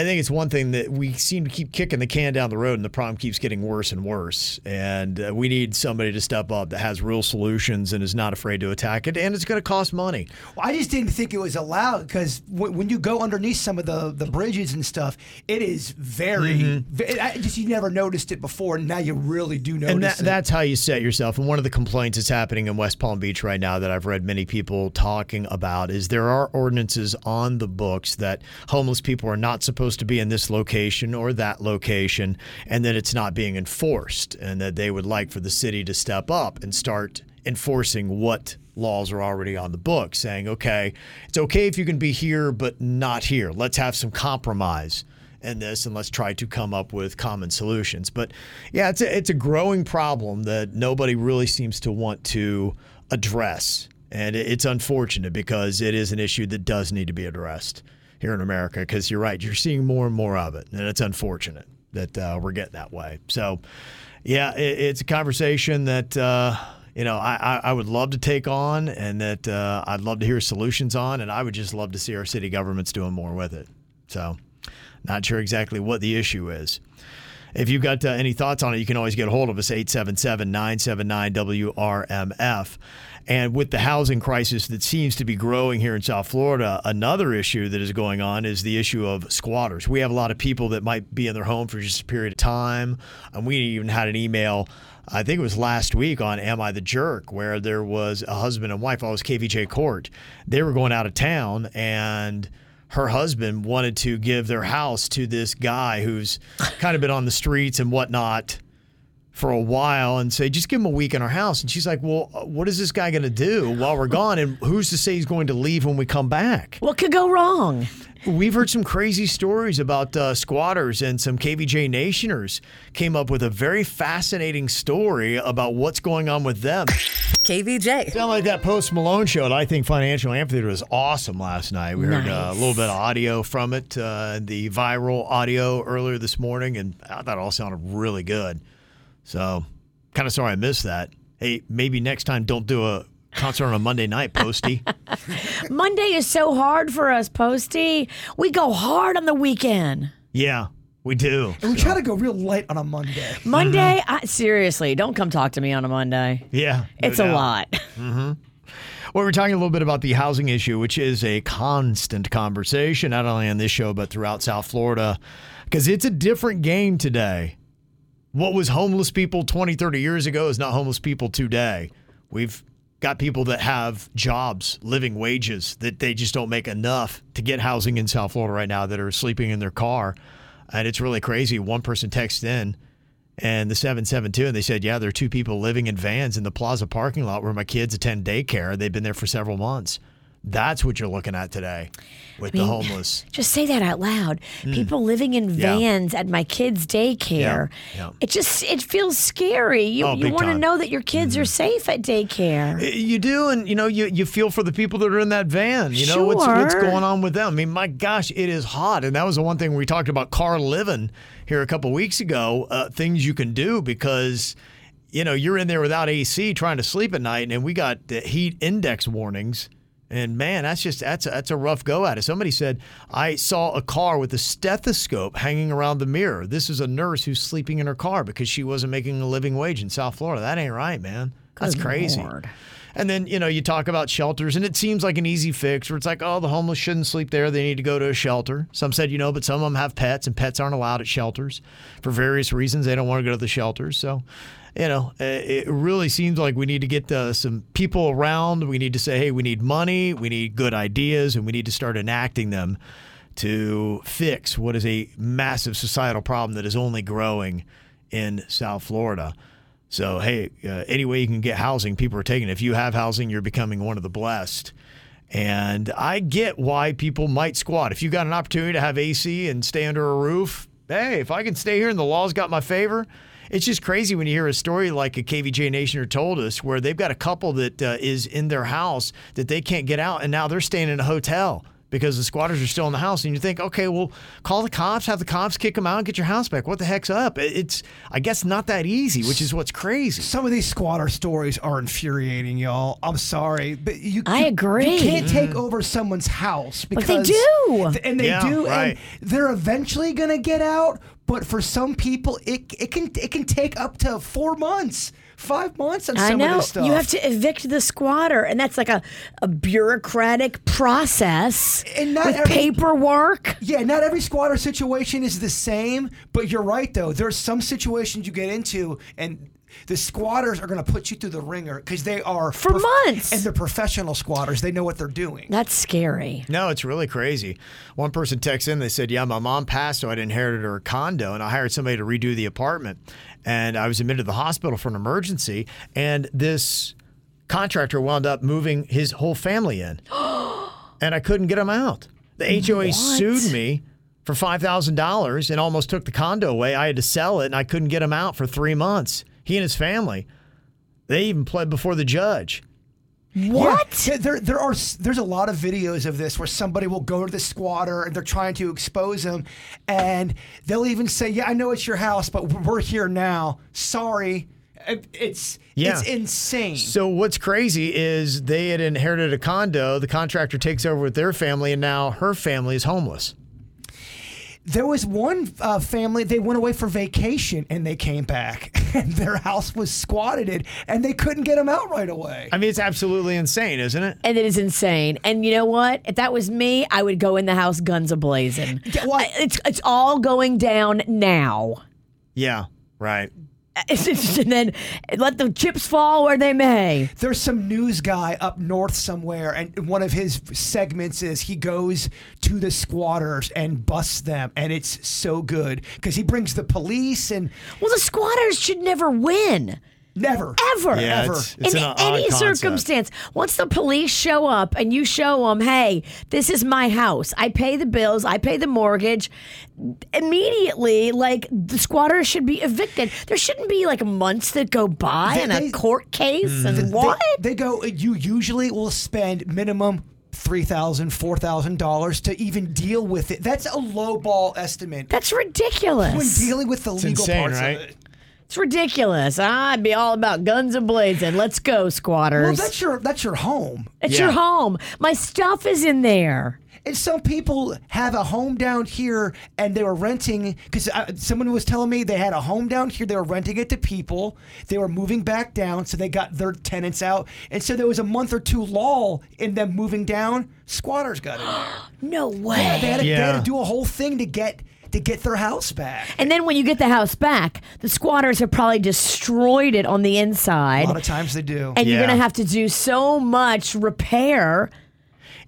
Speaker 3: I think it's one thing that we seem to keep kicking the can down the road, and the problem keeps getting worse and worse. And uh, we need somebody to step up that has real solutions and is not afraid to attack it. And it's going to cost money.
Speaker 4: Well, I just didn't think it was allowed because w- when you go underneath some of the, the bridges and stuff, it is very.
Speaker 3: Mhm.
Speaker 4: ve- I just you never noticed it before, and now you really do notice
Speaker 3: And that,
Speaker 4: it.
Speaker 3: that's how you set yourself. And one of the complaints that's happening in West Palm Beach right now that I've read many people talking about is there are ordinances on the books that homeless people are not supposed to be in this location or that location, and that it's not being enforced, and that they would like for the city to step up and start enforcing what laws are already on the book, saying, okay, it's okay if you can be here, but not here. Let's have some compromise in this and let's try to come up with common solutions. But yeah, it's a, it's a growing problem that nobody really seems to want to address. And it- it's unfortunate because it is an issue that does need to be addressed here in America because you're right, you're seeing more and more of it. And it's unfortunate that uh, we're getting that way. So yeah, it, it's a conversation that. Uh, you know, I, I, I would love to take on and that uh, I'd love to hear solutions on, and I would just love to see our city governments doing more with it. So, not sure exactly what the issue is. If you've got uh, any thoughts on it, you can always get a hold of us, 877 979 WRMF. And with the housing crisis that seems to be growing here in South Florida, another issue that is going on is the issue of squatters. We have a lot of people that might be in their home for just a period of time. And we even had an email, I think it was last week on Am I the Jerk, where there was a husband and wife. I was KVJ Court. They were going out of town and her husband wanted to give their house to this guy who's kind of been on the streets and whatnot for a while and say, just give him a week in our house. And she's like, well, uh, what is this guy going to do while we're gone? And who's to say he's going to leave when we come back?
Speaker 1: What could go wrong?
Speaker 3: We've heard some crazy stories about uh, squatters and some KVJ Nationers came up with a very fascinating story about what's going on with them.
Speaker 13: KVJ.
Speaker 3: Sound like that Post Malone show at I Think Financial Amphitheater was awesome last night. We heard uh, a
Speaker 13: Nice.
Speaker 3: little bit of audio from it, uh, the viral audio earlier this morning, and I thought it all sounded really good. So, kind of sorry I missed that. Hey, maybe next time don't do a concert on a Monday night, Posty.
Speaker 1: Monday is so hard for us, Posty. We go hard on the weekend.
Speaker 3: yeah, we do.
Speaker 4: and we try to go real light on a Monday.
Speaker 1: Monday, I, seriously, don't come talk to me on a Monday.
Speaker 3: Yeah, Mm-hmm. no
Speaker 1: it's a
Speaker 3: doubt.
Speaker 1: lot.
Speaker 3: hmm Well, we're talking a little bit about the housing issue, which is a constant conversation, not only on this show, but throughout South Florida, because it's a different game today. What was homeless people 20, 30 years ago is not homeless people today. We've got people that have jobs, living wages, that they just don't make enough to get housing in South Florida right now that are sleeping in their car. And it's really crazy. One person texted in and the 772 and they said yeah there are two people living in vans in the plaza parking lot where my kids attend daycare they've been there for several months that's what you're looking at today with
Speaker 1: I
Speaker 3: the
Speaker 1: mean,
Speaker 3: homeless
Speaker 1: Just say that out loud.
Speaker 3: Mm.
Speaker 1: People living in
Speaker 3: Yeah.
Speaker 1: vans at my kids' daycare.
Speaker 3: yeah.
Speaker 1: It just it feels scary. You
Speaker 3: Oh,
Speaker 1: you
Speaker 3: big
Speaker 1: want to
Speaker 3: time. Mm-hmm.
Speaker 1: know that your kids are safe at daycare.
Speaker 3: (laughs) you do and you know you, you feel for the people that are in that van you know what's, what's
Speaker 1: Sure.
Speaker 3: going on with them i mean my gosh it is hot and that was the one thing we talked about car living here a couple weeks ago uh, things you can do because you know you're in there without ac trying to sleep at night and we got the heat index warnings and man that's just that's a, that's a rough go at it somebody said i saw a car with a stethoscope hanging around the mirror this is a nurse who's sleeping in her car because she wasn't making a living wage in south florida that ain't right man that's
Speaker 1: Good
Speaker 3: crazy
Speaker 1: Lord.
Speaker 3: and then, you know, you talk about shelters, and it seems like an easy fix where it's like, oh, the homeless shouldn't sleep there. They need to go to a shelter. Some said, you know, but some of them have pets, and pets aren't allowed at shelters for various reasons. They don't want to go to the shelters. So, you know, eh, it really seems like we need to get uh, some people around. We need to say, hey, we need money, we need good ideas, and we need to start enacting them to fix what is a massive societal problem that is only growing in South Florida. So, hey, uh, any way you can get housing, people are taking it. If you have housing, you're becoming one of the blessed. And I get why people might squat. If you got an opportunity to have AC and stay under a roof, hey, if I can stay here and the law's got my favor, it's just crazy when you hear a story like a KVJ Nationer told us where they've got a couple that uh, is in their house that they can't get out and now they're staying in a hotel. because the squatters are still in the house. And you think, okay, well, call the cops, have the cops kick them out, and get your house back. What the heck's up? It- It's, I guess, not that easy, which is what's crazy.
Speaker 4: Some of these squatter stories are infuriating, y'all. I'm sorry, but you.
Speaker 10: I
Speaker 4: you-
Speaker 10: agree.
Speaker 4: You can't take over someone's house
Speaker 10: But
Speaker 4: because
Speaker 10: they do.
Speaker 4: th- and they
Speaker 10: Yeah,
Speaker 4: do,
Speaker 10: right.
Speaker 4: and they're eventually gonna get out. But for some people, it it can it can take up to four months, five months, on
Speaker 1: I
Speaker 4: some
Speaker 1: know.
Speaker 4: of this stuff.
Speaker 1: You have to evict the squatter, and that's like a, a bureaucratic process
Speaker 4: and not
Speaker 1: with
Speaker 4: every-
Speaker 1: paperwork.
Speaker 4: Yeah, not every squatter situation is the same, but you're right though. There's some situations you get into and the squatters are going to put you through the ringer because they are for months, and they're professional squatters. They know what they're doing.
Speaker 1: That's scary.
Speaker 3: No, it's really crazy. One person texts in, they said, Yeah, my mom passed, so I'd inherited her condo, and I hired somebody to redo the apartment. And I was admitted to the hospital for an emergency, and this contractor wound up moving his whole family in. and I couldn't get them out. The HOA
Speaker 22: What?
Speaker 3: sued me for $5,000 and almost took the condo away. I had to sell it, and I couldn't get him out for three months. He and his family, they even pled before the judge.
Speaker 4: What? there, there are s- there's a lot of videos of this where somebody will go to the squatter and they're trying to expose them, and they'll even say, "Yeah, I know it's your house, but we're here now. Sorry." It- It's
Speaker 3: Yeah.
Speaker 4: it's insane.
Speaker 3: So what's crazy is they had inherited a condo. The contractor takes over with their family, and now her family is homeless.
Speaker 4: There was one uh, family, they went away for vacation and they came back. (laughs) And their house was squatted in and they couldn't get them out right away.
Speaker 3: I mean, it's absolutely insane, isn't it?
Speaker 1: And it is insane. And you know what? If that was me, I would go in the house guns a blazing. It's it's all going down now. (laughs)
Speaker 3: Yeah, right.
Speaker 1: and then let the chips fall where they may.
Speaker 4: There's some news guy up north somewhere, and one of his segments is he goes to the squatters and busts them, and it's so good because he brings the police and.
Speaker 1: Well, the squatters should never win.
Speaker 4: Never.
Speaker 1: Ever.
Speaker 4: Yeah,
Speaker 1: ever.
Speaker 4: it's- it's
Speaker 1: in
Speaker 4: an odd
Speaker 1: any
Speaker 4: concept.
Speaker 1: circumstance. Once the police show up and you show them, hey, this is my house. I pay the bills. I pay the mortgage. Immediately, like, the squatters should be evicted. There shouldn't be, like, months that go by
Speaker 4: They-
Speaker 1: and a
Speaker 4: they- Hmm.
Speaker 1: court case and
Speaker 4: They-
Speaker 1: what?
Speaker 4: They, go, you usually will spend minimum. Three thousand, four thousand dollars to even deal with it. That's a low ball estimate.
Speaker 1: That's ridiculous.
Speaker 4: When dealing with the
Speaker 1: It's
Speaker 4: legal
Speaker 1: insane,
Speaker 4: parts of
Speaker 1: right?
Speaker 4: it.
Speaker 1: It's ridiculous. I'd be all about guns ablazing. Let's go,
Speaker 4: Well,
Speaker 1: squatters.
Speaker 4: that's your that's your home.
Speaker 1: It's your home. My stuff is in there.
Speaker 4: And some people have a home down here, and they were renting because someone was telling me they had a home down here. They were renting it to people. They were moving back down, so they got their tenants out, and so there was a month or two lull in them moving down. Squatters got in there.
Speaker 1: no way.
Speaker 4: Yeah, they, had to, they had
Speaker 1: Yeah.
Speaker 4: to do a whole thing to get to get their house back.
Speaker 1: And then when you get the house back, the squatters have probably destroyed it on the
Speaker 4: A
Speaker 1: inside.
Speaker 4: lot of times they do.
Speaker 1: And you're going to have to do so much repair.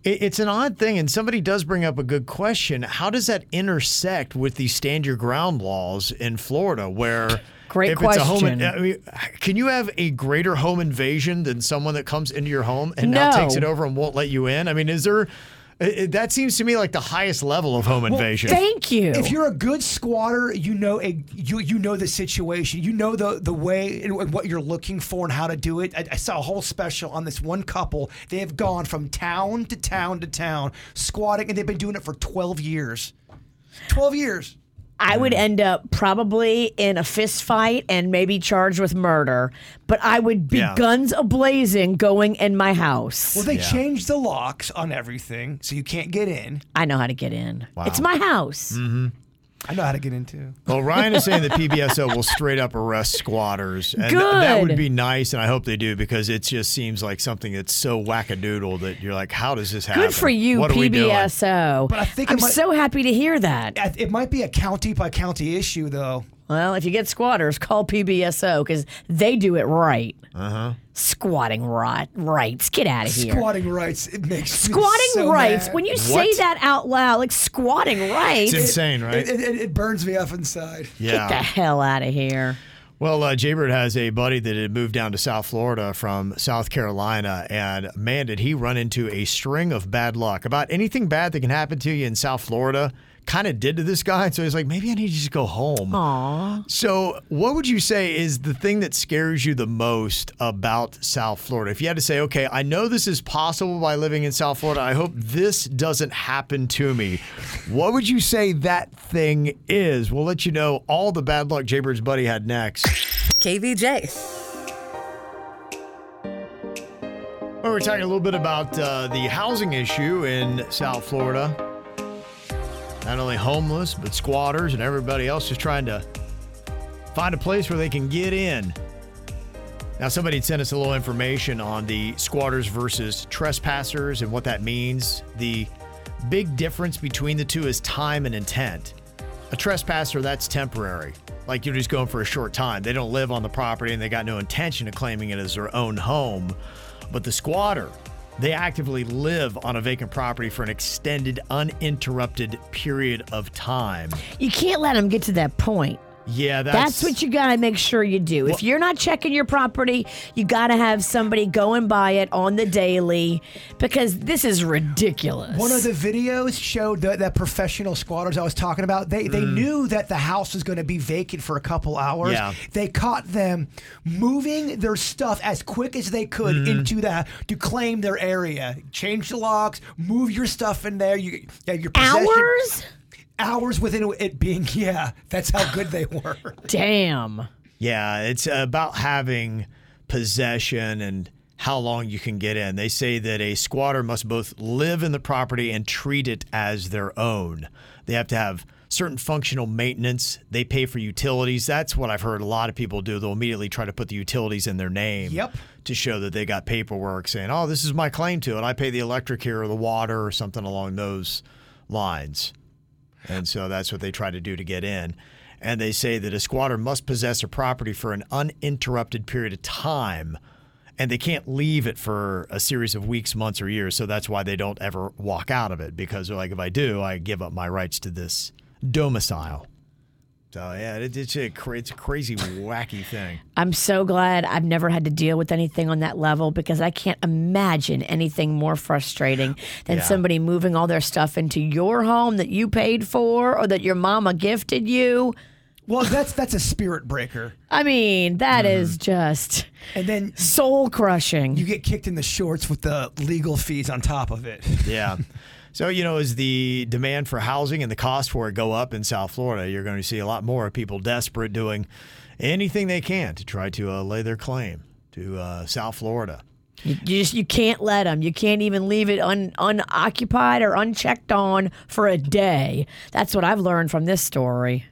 Speaker 3: It, it's an odd thing, and somebody does bring up a good question. How does that intersect with the stand your ground laws in Florida, where
Speaker 1: Great
Speaker 3: if It's a home,
Speaker 1: question.
Speaker 3: I mean, can you have a greater home invasion than someone that comes into your home and now
Speaker 1: No.
Speaker 3: takes it over and won't let you in? I mean, is there? it- it- that seems to me like the highest level of home invasion.
Speaker 4: If you're a good squatter, you know a you you know the situation. You know the the way and what you're looking for and how to do it. I, I saw a whole special on this one couple. They have gone from town to town to town squatting, and they've been doing it for 12 years. 12 years.
Speaker 1: I would end up probably in a fist fight and maybe charged with murder, but I would be
Speaker 4: Yeah.
Speaker 1: guns ablazing going in my house.
Speaker 4: Well, they changed the locks on everything, so you can't get in.
Speaker 1: I know how to get in.
Speaker 3: Wow.
Speaker 1: It's my house.
Speaker 3: Mm-hmm.
Speaker 4: I know how to get in too.
Speaker 3: Well, Ryan is saying the PBSO will straight up arrest squatters, and th- that
Speaker 1: Good.
Speaker 3: would be nice, and I hope they do because it just seems like something that's so wackadoodle that you're like, how does this happen?
Speaker 1: Good for you,
Speaker 3: What are we doing?
Speaker 1: PBSO.
Speaker 4: But I think it
Speaker 1: I'm
Speaker 4: might-
Speaker 1: so happy to hear that.
Speaker 4: I- It might be a county by county issue, though.
Speaker 1: Well, if you get squatters, (laughs) call PBSO because they do it right.
Speaker 3: Uh huh.
Speaker 1: Squatting rot rights. Get out of here.
Speaker 4: Squatting rights. It makes
Speaker 1: Squatting rights. When you say
Speaker 4: that.
Speaker 1: that out loud, like squatting rights.
Speaker 3: It's insane, right?
Speaker 4: It, it, it burns me up inside.
Speaker 3: Yeah.
Speaker 1: Get the hell out of here.
Speaker 3: Well, uh, Jaybird has a buddy that had moved down to South Florida from South Carolina, and man, did he run into a string of bad luck. About anything bad that can happen to you in South Florida kind of did to this guy. And so he's like, maybe I need to just go home.
Speaker 1: Aww.
Speaker 3: So, what would you say is the thing that scares you the most about South Florida? If you had to say, okay, I know this is possible by living in South Florida, I hope this doesn't happen to me. What would you say that thing is? We'll let you know all the bad luck Jaybird's buddy had next.
Speaker 13: KVJ.
Speaker 3: Well, we're talking a little bit about uh, the housing issue in South Florida. Not only homeless, but squatters and everybody else just trying to find a place where they can get in. Now, somebody had sent us a little information on the squatters versus trespassers and what that means. The big difference between the two is time and intent. A trespasser, that's temporary. Like you're just going for a short time. They don't live on the property and they got no intention of claiming it as their own home. But the squatter, they actively live on a vacant property for an extended, uninterrupted period of time.
Speaker 1: You can't let them get to that point.
Speaker 3: Yeah,
Speaker 1: That's,
Speaker 3: that's,
Speaker 1: what you got to make sure you do. if you're not checking your property, you got to have somebody going by it on the daily because this is ridiculous.
Speaker 4: One of the videos showed that, that professional squatters I was talking about. They they
Speaker 1: Mm.
Speaker 4: knew that the house was going to be vacant for a couple hours.
Speaker 3: Yeah.
Speaker 4: They caught them moving their stuff as quick as they could
Speaker 3: Mhm.
Speaker 4: into the to claim their area. Change the locks, move your stuff in there. You yeah, your
Speaker 1: hours.
Speaker 4: Hours within it being yeah, that's how good they were.
Speaker 1: Damn.
Speaker 3: yeah, it's about having possession and how long you can get in. They say that a squatter must both live in the property and treat it as their own. They have to have certain functional maintenance. They pay for utilities. That's what I've heard a lot of people do. They'll immediately try to put the utilities in their name
Speaker 4: Yep.
Speaker 3: to show that they got paperwork saying, "Oh, this is my claim to it. I pay the electric here or the water or something along those lines." And so that's what they try to do to get in. And they say that a squatter must possess a property for an uninterrupted period of time. And they can't leave it for a series of weeks, months, or years. So that's why they don't ever walk out of it because they're like, if I do, I give up my rights to this domicile. So, yeah, it, it's, a, cra- it's a crazy, wacky thing.
Speaker 1: I'm so glad I've never had to deal with anything on that level because I can't imagine anything more frustrating than
Speaker 3: Yeah.
Speaker 1: somebody moving all their stuff into your home that you paid for or that your mama gifted you.
Speaker 4: Well, that's that's a spirit breaker.
Speaker 1: I mean, that is just
Speaker 4: and then
Speaker 1: soul crushing.
Speaker 4: Mm-hmm. You get kicked in the shorts with the legal fees on top of it.
Speaker 3: Yeah. So, you know, as the demand for housing and the cost for it go up in South Florida, you're going to see a lot more people desperate doing anything they can to try to uh, lay their claim to uh, South Florida.
Speaker 1: You, you just you can't let them. You can't even leave it un, unoccupied or unchecked on for a day. That's what I've learned from this story.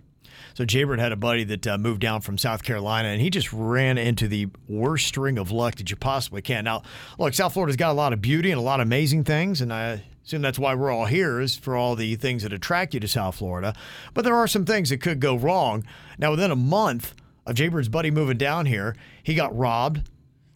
Speaker 3: So, Jaybird had a buddy that uh, moved down from South Carolina, and he just ran into the worst string of luck that you possibly can. Now, look, South Florida's got a lot of beauty and a lot of amazing things, and I assume that's why we're all here is for all the things that attract you to South Florida. But there are some things that could go wrong. Now, within a month of Jaybird's buddy moving down here, he got robbed,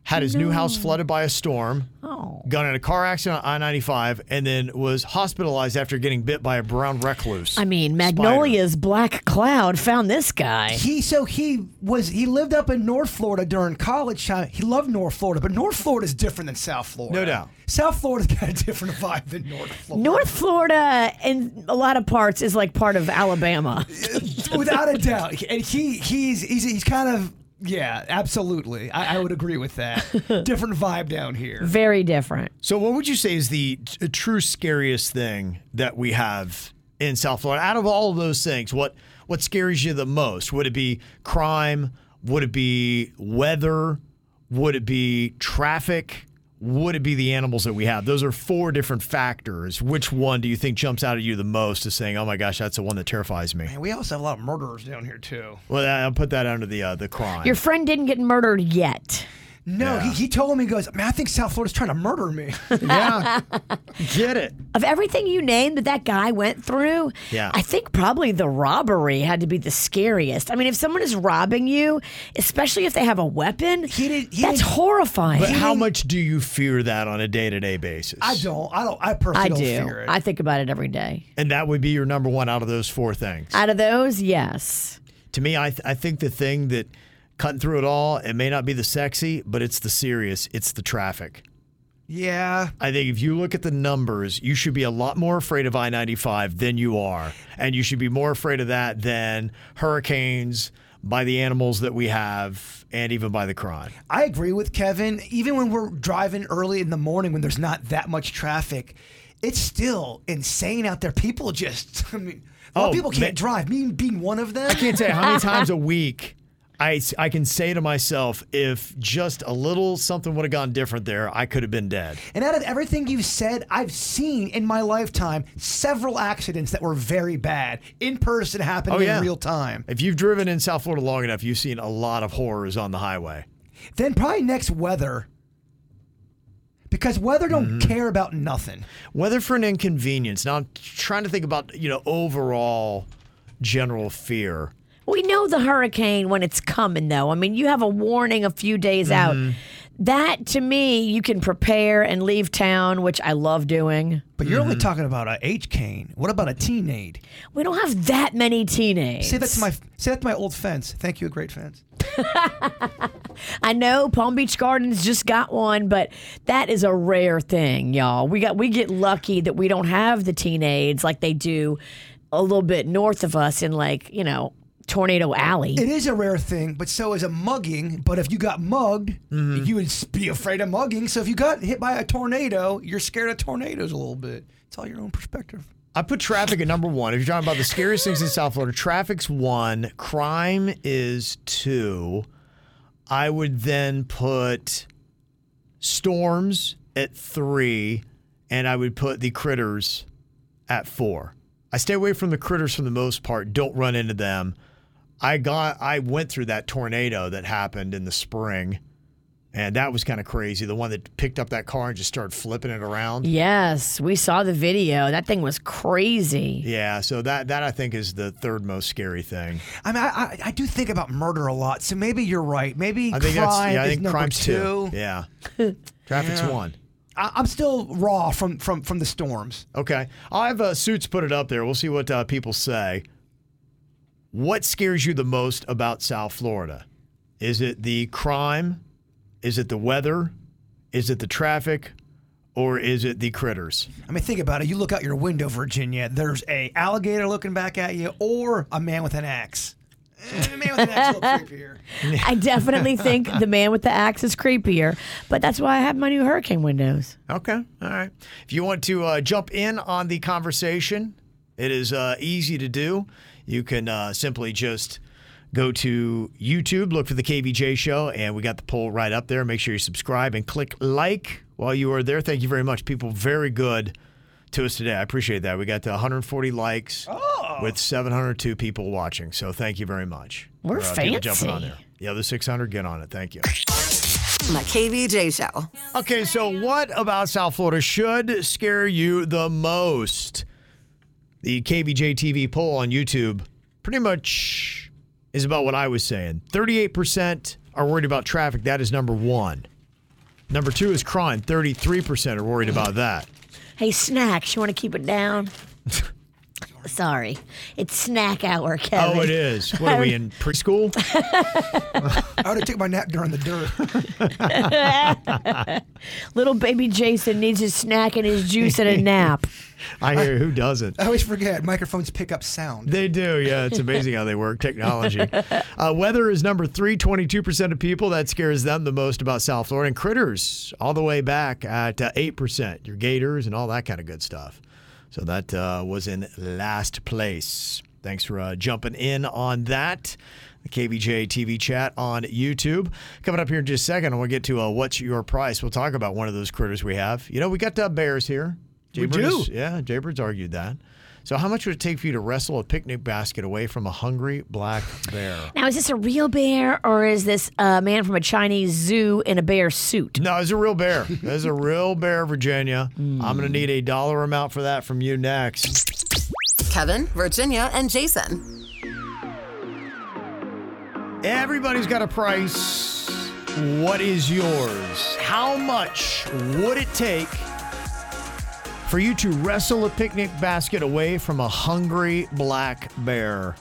Speaker 3: had his new house flooded by a storm,
Speaker 1: Oh.
Speaker 3: got in a car accident on I 95, and then was hospitalized after getting bit by a brown recluse.
Speaker 1: I mean, Magnolia's black cloud found this guy.
Speaker 4: He so he was he lived up in North Florida during college time. He loved North Florida, but North Florida is different than South Florida. No doubt. South Florida's got a different vibe than North Florida.
Speaker 1: North Florida, in a lot of parts, is like part of Alabama.
Speaker 4: (laughs) Without a doubt. And he he's he's he's kind of yeah, absolutely. I, I would agree with
Speaker 1: (laughs)
Speaker 4: that. different vibe down here.
Speaker 1: Very different.
Speaker 3: So, what would you say is the t- uh, true scariest thing that we have in South Florida? Out of all of those things, what what scares you the most? Would it be crime? Would it be weather? Would it be traffic? Would it be the animals that we have? Those are four different factors. Which one do you think jumps out at you the most as saying, "Oh my gosh, that's the one that terrifies me"?
Speaker 4: And we also have a lot of murderers down here too.
Speaker 3: Well, I- I'll put that under the uh, the crime.
Speaker 1: Your friend didn't get murdered yet.
Speaker 4: No, he, he told me he goes, Man, I think South Florida's trying to murder me.
Speaker 3: yeah. Get it.
Speaker 1: Of everything you named that that guy went through,
Speaker 4: Yeah.
Speaker 1: I think probably the robbery had to be the scariest. I mean, if someone is robbing you, especially if they have a weapon, that's horrifying.
Speaker 3: But how much do you fear that on a day to day basis?
Speaker 4: I don't. I don't. I
Speaker 1: I
Speaker 4: personally
Speaker 1: do.
Speaker 4: don't fear it.
Speaker 1: I think about it every day.
Speaker 3: And that would be your number one out of those four things.
Speaker 1: Out of those, yes.
Speaker 3: To me, I, th- I think the thing that cutting through it all, it may not be the sexy, but it's the serious. It's the traffic.
Speaker 4: Yeah.
Speaker 3: I think if you look at the numbers, you should be a lot more afraid of I 95 than you are. And you should be more afraid of that than hurricanes by the animals that we have and even by the crime.
Speaker 4: I agree with Kevin. Even when we're driving early in the morning when there's not that much traffic, it's still insane out there. People just, (laughs) I mean, a lot
Speaker 3: Oh,
Speaker 4: of people
Speaker 3: man.
Speaker 4: can't drive. Me being one of them.
Speaker 3: I can't tell you (laughs) how many times a week I, I can say to myself, if just a little something would have gone different there, I could have been dead.
Speaker 4: And out of everything you've said, I've seen in my lifetime several accidents that were very bad in person
Speaker 3: Oh,
Speaker 4: happening in real time.
Speaker 3: If you've driven in South Florida long enough, you've seen a lot of horrors on the highway.
Speaker 4: Then probably next weather. Because weather don't
Speaker 3: Mm-hmm.
Speaker 4: care about nothing.
Speaker 3: Weather for an inconvenience. Now I'm trying to think about, you know, overall general fear.
Speaker 1: We know the hurricane when it's coming, though. I mean, you have a warning a few days
Speaker 4: Mm-hmm.
Speaker 1: out. That to me, you can prepare and leave town, which I love doing.
Speaker 4: But you're
Speaker 3: Mm-hmm.
Speaker 4: only talking about a H cane. What about a teenade?
Speaker 1: We don't have that many teenage.
Speaker 4: Say that's my say that's my old fence. Thank you, a great fence.
Speaker 1: I know Palm Beach Gardens just got one, but that is a rare thing, y'all. We got we get lucky that we don't have the teenades like they do a little bit north of us in like you know Tornado Alley.
Speaker 4: It is a rare thing, but so is a mugging. But if you got mugged,
Speaker 3: Mm-hmm.
Speaker 4: you would s- be afraid of mugging. So if you got hit by a tornado, you're scared of tornadoes a little bit. It's all your own perspective.
Speaker 3: I put traffic at number one. If you're talking about the scariest things in South Florida, traffic's one, crime is two. I would then put storms at three, and I would put the critters at four. I stay away from the critters for the most part. Don't run into them. I got I went through that tornado that happened in the spring, and that was kind of crazy. The one that picked up that car and just started flipping it around.
Speaker 1: Yes, we saw the video. That thing was crazy.
Speaker 3: Yeah, so that that I think is the third most scary thing.
Speaker 4: I mean, I, I, I do think about murder a lot, so maybe you're right. Maybe
Speaker 3: I think
Speaker 4: crime
Speaker 3: that's yeah, I
Speaker 4: is
Speaker 3: think
Speaker 4: number
Speaker 3: crime's
Speaker 4: two.
Speaker 3: two.
Speaker 4: (laughs)
Speaker 3: Yeah. Traffic's
Speaker 4: Yeah.
Speaker 3: one.
Speaker 4: I, I'm still raw from from from the storms.
Speaker 3: Okay. I'll have uh, Suits put it up there. We'll see what uh, people say. What scares you the most about South Florida? Is it the crime? Is it the weather? Is it the traffic? Or is it the critters?
Speaker 4: I mean, think about it. You look out your window, Virginia. There's a alligator looking back at you, or a man with an axe. Eh,
Speaker 1: I definitely think the man with the axe is creepier, but that's why I have my new hurricane windows.
Speaker 3: Okay. All right. If you want to uh, jump in on the conversation, it is uh, easy to do. You can uh, simply just go to YouTube, look for the KVJ show, and we got the poll right up there. Make sure you subscribe and click like while you are there. Thank you very much. People very good to us today. I appreciate that. We got to 140 likes with 702 people watching. So thank you very much.
Speaker 13: We're
Speaker 3: for, people Jumping on
Speaker 13: fancy.
Speaker 3: there. The other 600, get on it. Thank you.
Speaker 13: My KVJ show.
Speaker 3: Okay, so what about South Florida should scare you the most? The KVJ TV poll on YouTube pretty much is about what I was saying. 38% are worried about traffic. That is number one. Number two is crime. 33% are worried about that.
Speaker 23: Hey, snacks, you want to keep it
Speaker 3: (laughs)
Speaker 23: down? Sorry. It's snack hour, Kevin.
Speaker 3: Oh, it is. What are we (laughs) in preschool?
Speaker 4: I already took my nap during the dirt.
Speaker 1: (laughs) Little baby Jason needs his snack and his juice and a nap.
Speaker 3: I hear who doesn't?
Speaker 4: I always forget microphones pick up sound.
Speaker 3: They do, yeah. It's amazing how they
Speaker 4: (laughs)
Speaker 3: work. Technology. Uh, weather is number three, 22% of people. That scares them the most about South Florida. And critters, all the way back at uh, 8%. Your gators and all that kind of good stuff. So that uh, was in last place. Thanks for uh, jumping in on that. The KVJ TV chat on YouTube. Coming up here in just a second, we'll get to uh, what's your price. We'll talk about one of those critters we have. You know, we got uh, bears here.
Speaker 4: We
Speaker 3: Jaybird
Speaker 4: do.
Speaker 3: is- yeah, Jaybird's argued that. So, how much would it take for you to wrestle a picnic basket away from a hungry black bear?
Speaker 1: (laughs) Now, is this a real bear or is this a man from a Chinese zoo in a bear suit?
Speaker 3: No, it's a real bear. That's a real bear, Virginia. I'm going to need a dollar amount for that from you next.
Speaker 13: Kevin, Virginia, and Jason.
Speaker 3: Everybody's got a price. What is yours? How much would it take for you to wrestle a picnic basket away from a hungry black bear?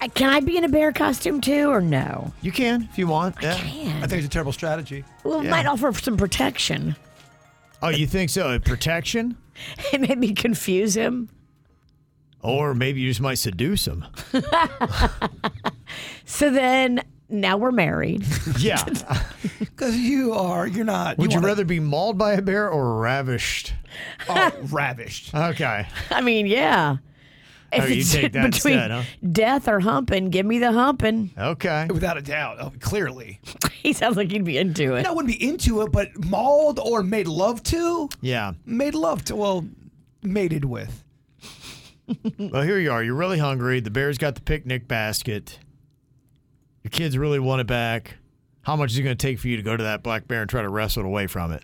Speaker 1: Uh, Can I be in a bear costume too, or no?
Speaker 3: You can if you want.
Speaker 1: I can.
Speaker 4: I think it's a terrible strategy.
Speaker 1: Well, it might offer some protection.
Speaker 3: Oh, you think so? Protection?
Speaker 1: (laughs) It made me confuse him.
Speaker 3: Or maybe you just might seduce
Speaker 1: (laughs)
Speaker 3: him.
Speaker 1: So then now we're married.
Speaker 3: Yeah.
Speaker 4: Because you are, you're not.
Speaker 3: Would
Speaker 4: (laughs)
Speaker 3: you rather be mauled by a bear or ravished?
Speaker 4: Oh, ravished.
Speaker 3: Okay.
Speaker 1: (laughs) I mean, yeah.
Speaker 3: Oh, you
Speaker 1: (laughs)
Speaker 3: take that
Speaker 1: between
Speaker 3: instead, huh?
Speaker 1: death or humping, give me the humping. (laughs)
Speaker 3: Okay.
Speaker 4: Without a doubt. Oh, clearly.
Speaker 1: he sounds like he'd be into it.
Speaker 4: No, I wouldn't be into it, but mauled or made love to?
Speaker 3: Yeah.
Speaker 4: Made love to, well, mated with.
Speaker 3: well, here you are. You're really hungry. The bear's got the picnic basket. Your kids really want it back. How much is it going to take for you to go to that black bear and try to wrestle it away from it?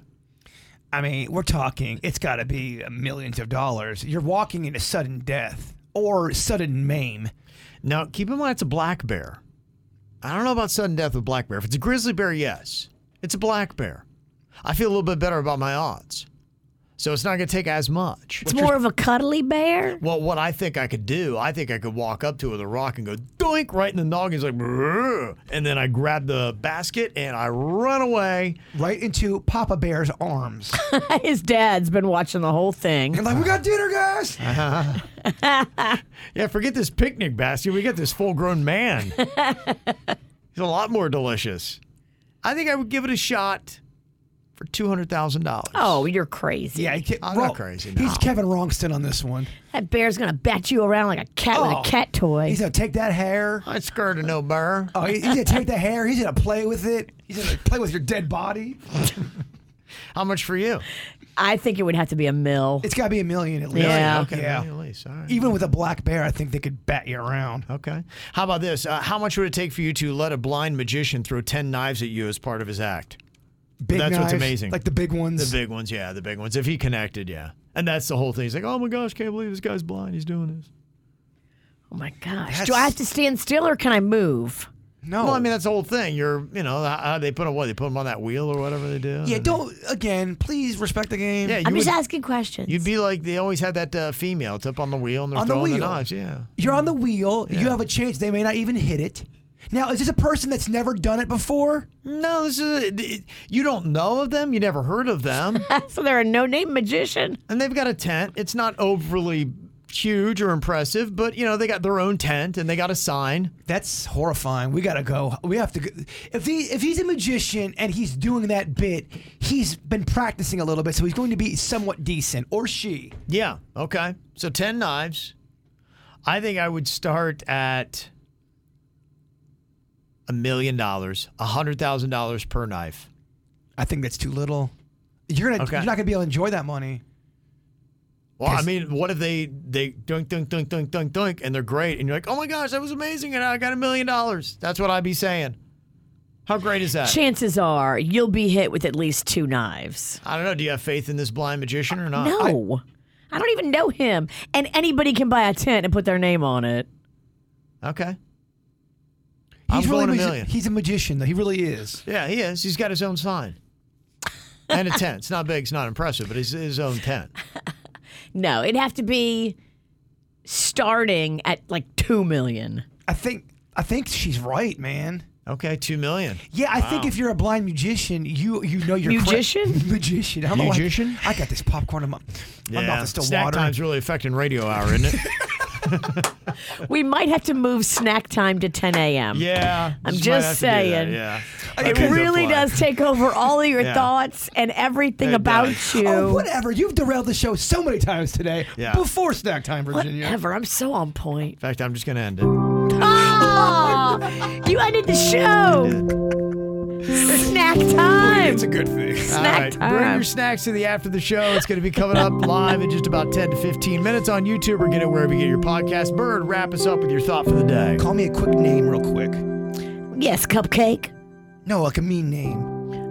Speaker 4: I mean, we're talking, it's got to be millions of dollars. You're walking into sudden death or sudden maim.
Speaker 3: Now, keep in mind it's a black bear. I don't know about sudden death with black bear. If it's a grizzly bear, yes. It's a black bear. I feel a little bit better about my odds. So it's not going to take as much.
Speaker 1: It's more of a cuddly bear. (laughs)
Speaker 3: Well, what I think I could do, I think I could walk up to it with a rock and go doink right in the noggin. It's like, "Brrr," and then I grab the basket and I run away
Speaker 4: right into Papa Bear's arms.
Speaker 1: His dad's been watching the whole thing.
Speaker 4: like, we got dinner, guys.
Speaker 3: yeah, forget this picnic basket. We got this full grown man.
Speaker 1: (laughs)
Speaker 3: He's a lot more delicious. I think I would give it a shot for $200,000.
Speaker 1: (laughs) Oh, you're crazy.
Speaker 4: Yeah,
Speaker 3: I'm not crazy. No.
Speaker 4: He's Kevin Wrongston on this one.
Speaker 1: That bear's gonna bat you around like a cat with
Speaker 4: Oh.
Speaker 1: a cat toy.
Speaker 4: He's gonna take that hair.
Speaker 3: I scared of no burr.
Speaker 4: Oh, he- he's gonna take the hair. He's gonna play with it. He's gonna play with your dead body.
Speaker 3: How much for you?
Speaker 1: I think it would have to be a mill.
Speaker 4: It's gotta be a million at least.
Speaker 1: Yeah.
Speaker 3: Oh, Okay,
Speaker 4: Yeah.
Speaker 3: at least. All right.
Speaker 4: Even with a black bear, I think they could bat you around.
Speaker 3: Okay. How about this? Uh, how much would it take for you to let a blind magician throw 10 knives at you as part of his act?
Speaker 4: Big
Speaker 3: that's what's
Speaker 4: knives,
Speaker 3: amazing.
Speaker 4: like the big ones.
Speaker 3: The big ones, yeah, the big ones. If he connected, yeah. And that's the whole thing. He's like, oh my gosh, can't believe this guy's blind. He's doing this.
Speaker 1: Oh my gosh. Do I have to stand still or can I move?
Speaker 4: No.
Speaker 3: Well, I mean, that's the whole thing. You're, you know, how- how they put them, what? They put them on that wheel or whatever they do?
Speaker 4: Yeah,
Speaker 3: And-
Speaker 4: don't again. Please respect the game.
Speaker 3: Yeah, you
Speaker 1: I'm just
Speaker 3: would-
Speaker 1: asking questions.
Speaker 3: You'd be like, they always had that uh, female. It's up on the wheel and they're
Speaker 4: On the
Speaker 3: throwing the
Speaker 4: wheel.
Speaker 3: knives. Yeah.
Speaker 4: You're on the wheel. You have a chance. They may not even hit it. Now, is this a person that's never done it before?
Speaker 3: No, this is it- you don't know of them. You never heard of them.
Speaker 1: (laughs)
Speaker 4: (laughs)
Speaker 1: so they're a no name magician.
Speaker 3: and they've got a tent. It's not overly huge or impressive, but you know they got their own tent and they got a sign.
Speaker 4: That's horrifying. We gotta go. We have to. Go. If he if he's a magician and he's doing that bit, he's been practicing a little bit, so he's going to be somewhat decent, or she.
Speaker 3: Yeah. Okay. So ten knives. I think I would start at a million dollars, a hundred thousand dollars per knife.
Speaker 4: I think that's too little. You're gonna.
Speaker 3: Okay.
Speaker 4: You're not gonna be able to enjoy that money.
Speaker 3: Well, I
Speaker 4: Yes.
Speaker 3: mean, what if they they dunk dunk dunk dunk dunk dunk and they're great and you're like, oh my gosh, that was amazing and I got a million dollars. That's what I'd be saying. How great is that?
Speaker 1: Chances are you'll be hit with at least two knives.
Speaker 3: I don't know. Do you have faith in this blind magician or not?
Speaker 1: no. I, don't even know him. And anybody can buy a tent and put their name on it.
Speaker 3: Okay. I'm
Speaker 4: He's really
Speaker 3: going a
Speaker 4: magi-
Speaker 3: million.
Speaker 4: He's a magician, though. He really is.
Speaker 3: Yeah, he is. He's got his own sign.
Speaker 1: (laughs)
Speaker 3: And a tent. It's not big, it's not impressive, but it's his own tent.
Speaker 1: No, it'd have to be starting at like two million.
Speaker 4: I think. I think she's right, man.
Speaker 3: Okay, two million.
Speaker 4: Yeah, I think if you're a blind magician, you you know your (laughs)
Speaker 1: Magician?
Speaker 4: magician. I don't know why-
Speaker 3: Magician?
Speaker 4: I got this popcorn. in my my mouth is still
Speaker 3: Snack
Speaker 4: watering.
Speaker 3: time's really affecting radio hour, isn't it?
Speaker 1: (laughs) We might have to move snack time to 10 a.m.
Speaker 3: yeah.
Speaker 1: I'm
Speaker 3: Just might
Speaker 1: just
Speaker 3: have to do that,
Speaker 1: saying.
Speaker 3: Yeah.
Speaker 1: It
Speaker 3: Okay.
Speaker 1: really
Speaker 3: Good play.
Speaker 1: does take over all of your
Speaker 3: Yeah.
Speaker 1: thoughts and everything
Speaker 3: It
Speaker 1: about
Speaker 3: does.
Speaker 1: you.
Speaker 4: Oh, whatever. You've derailed the show so many times today.
Speaker 3: Yeah.
Speaker 4: Before snack time, Virginia.
Speaker 1: Whatever. I'm so on point.
Speaker 3: In fact, I'm just gonna end it.
Speaker 1: Oh, you ended the show. Snack time.
Speaker 4: a good thing.
Speaker 1: Snack
Speaker 3: Bring
Speaker 1: time.
Speaker 3: your snacks to the after the show. It's gonna be coming up live in just about ten to fifteen minutes on YouTube or get it wherever you get your podcast. Bird, wrap us up with your thought for the day.
Speaker 4: Call me a quick name, real quick.
Speaker 1: Yes, cupcake.
Speaker 4: No, like a mean name.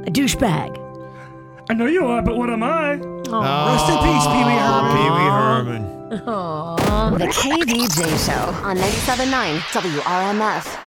Speaker 1: A douchebag.
Speaker 15: I know you are, but what am I?
Speaker 4: Rest in peace, Pee Wee Herman.
Speaker 3: Pee Wee Herman.
Speaker 13: The KVJ Show on 97.9 WRMF.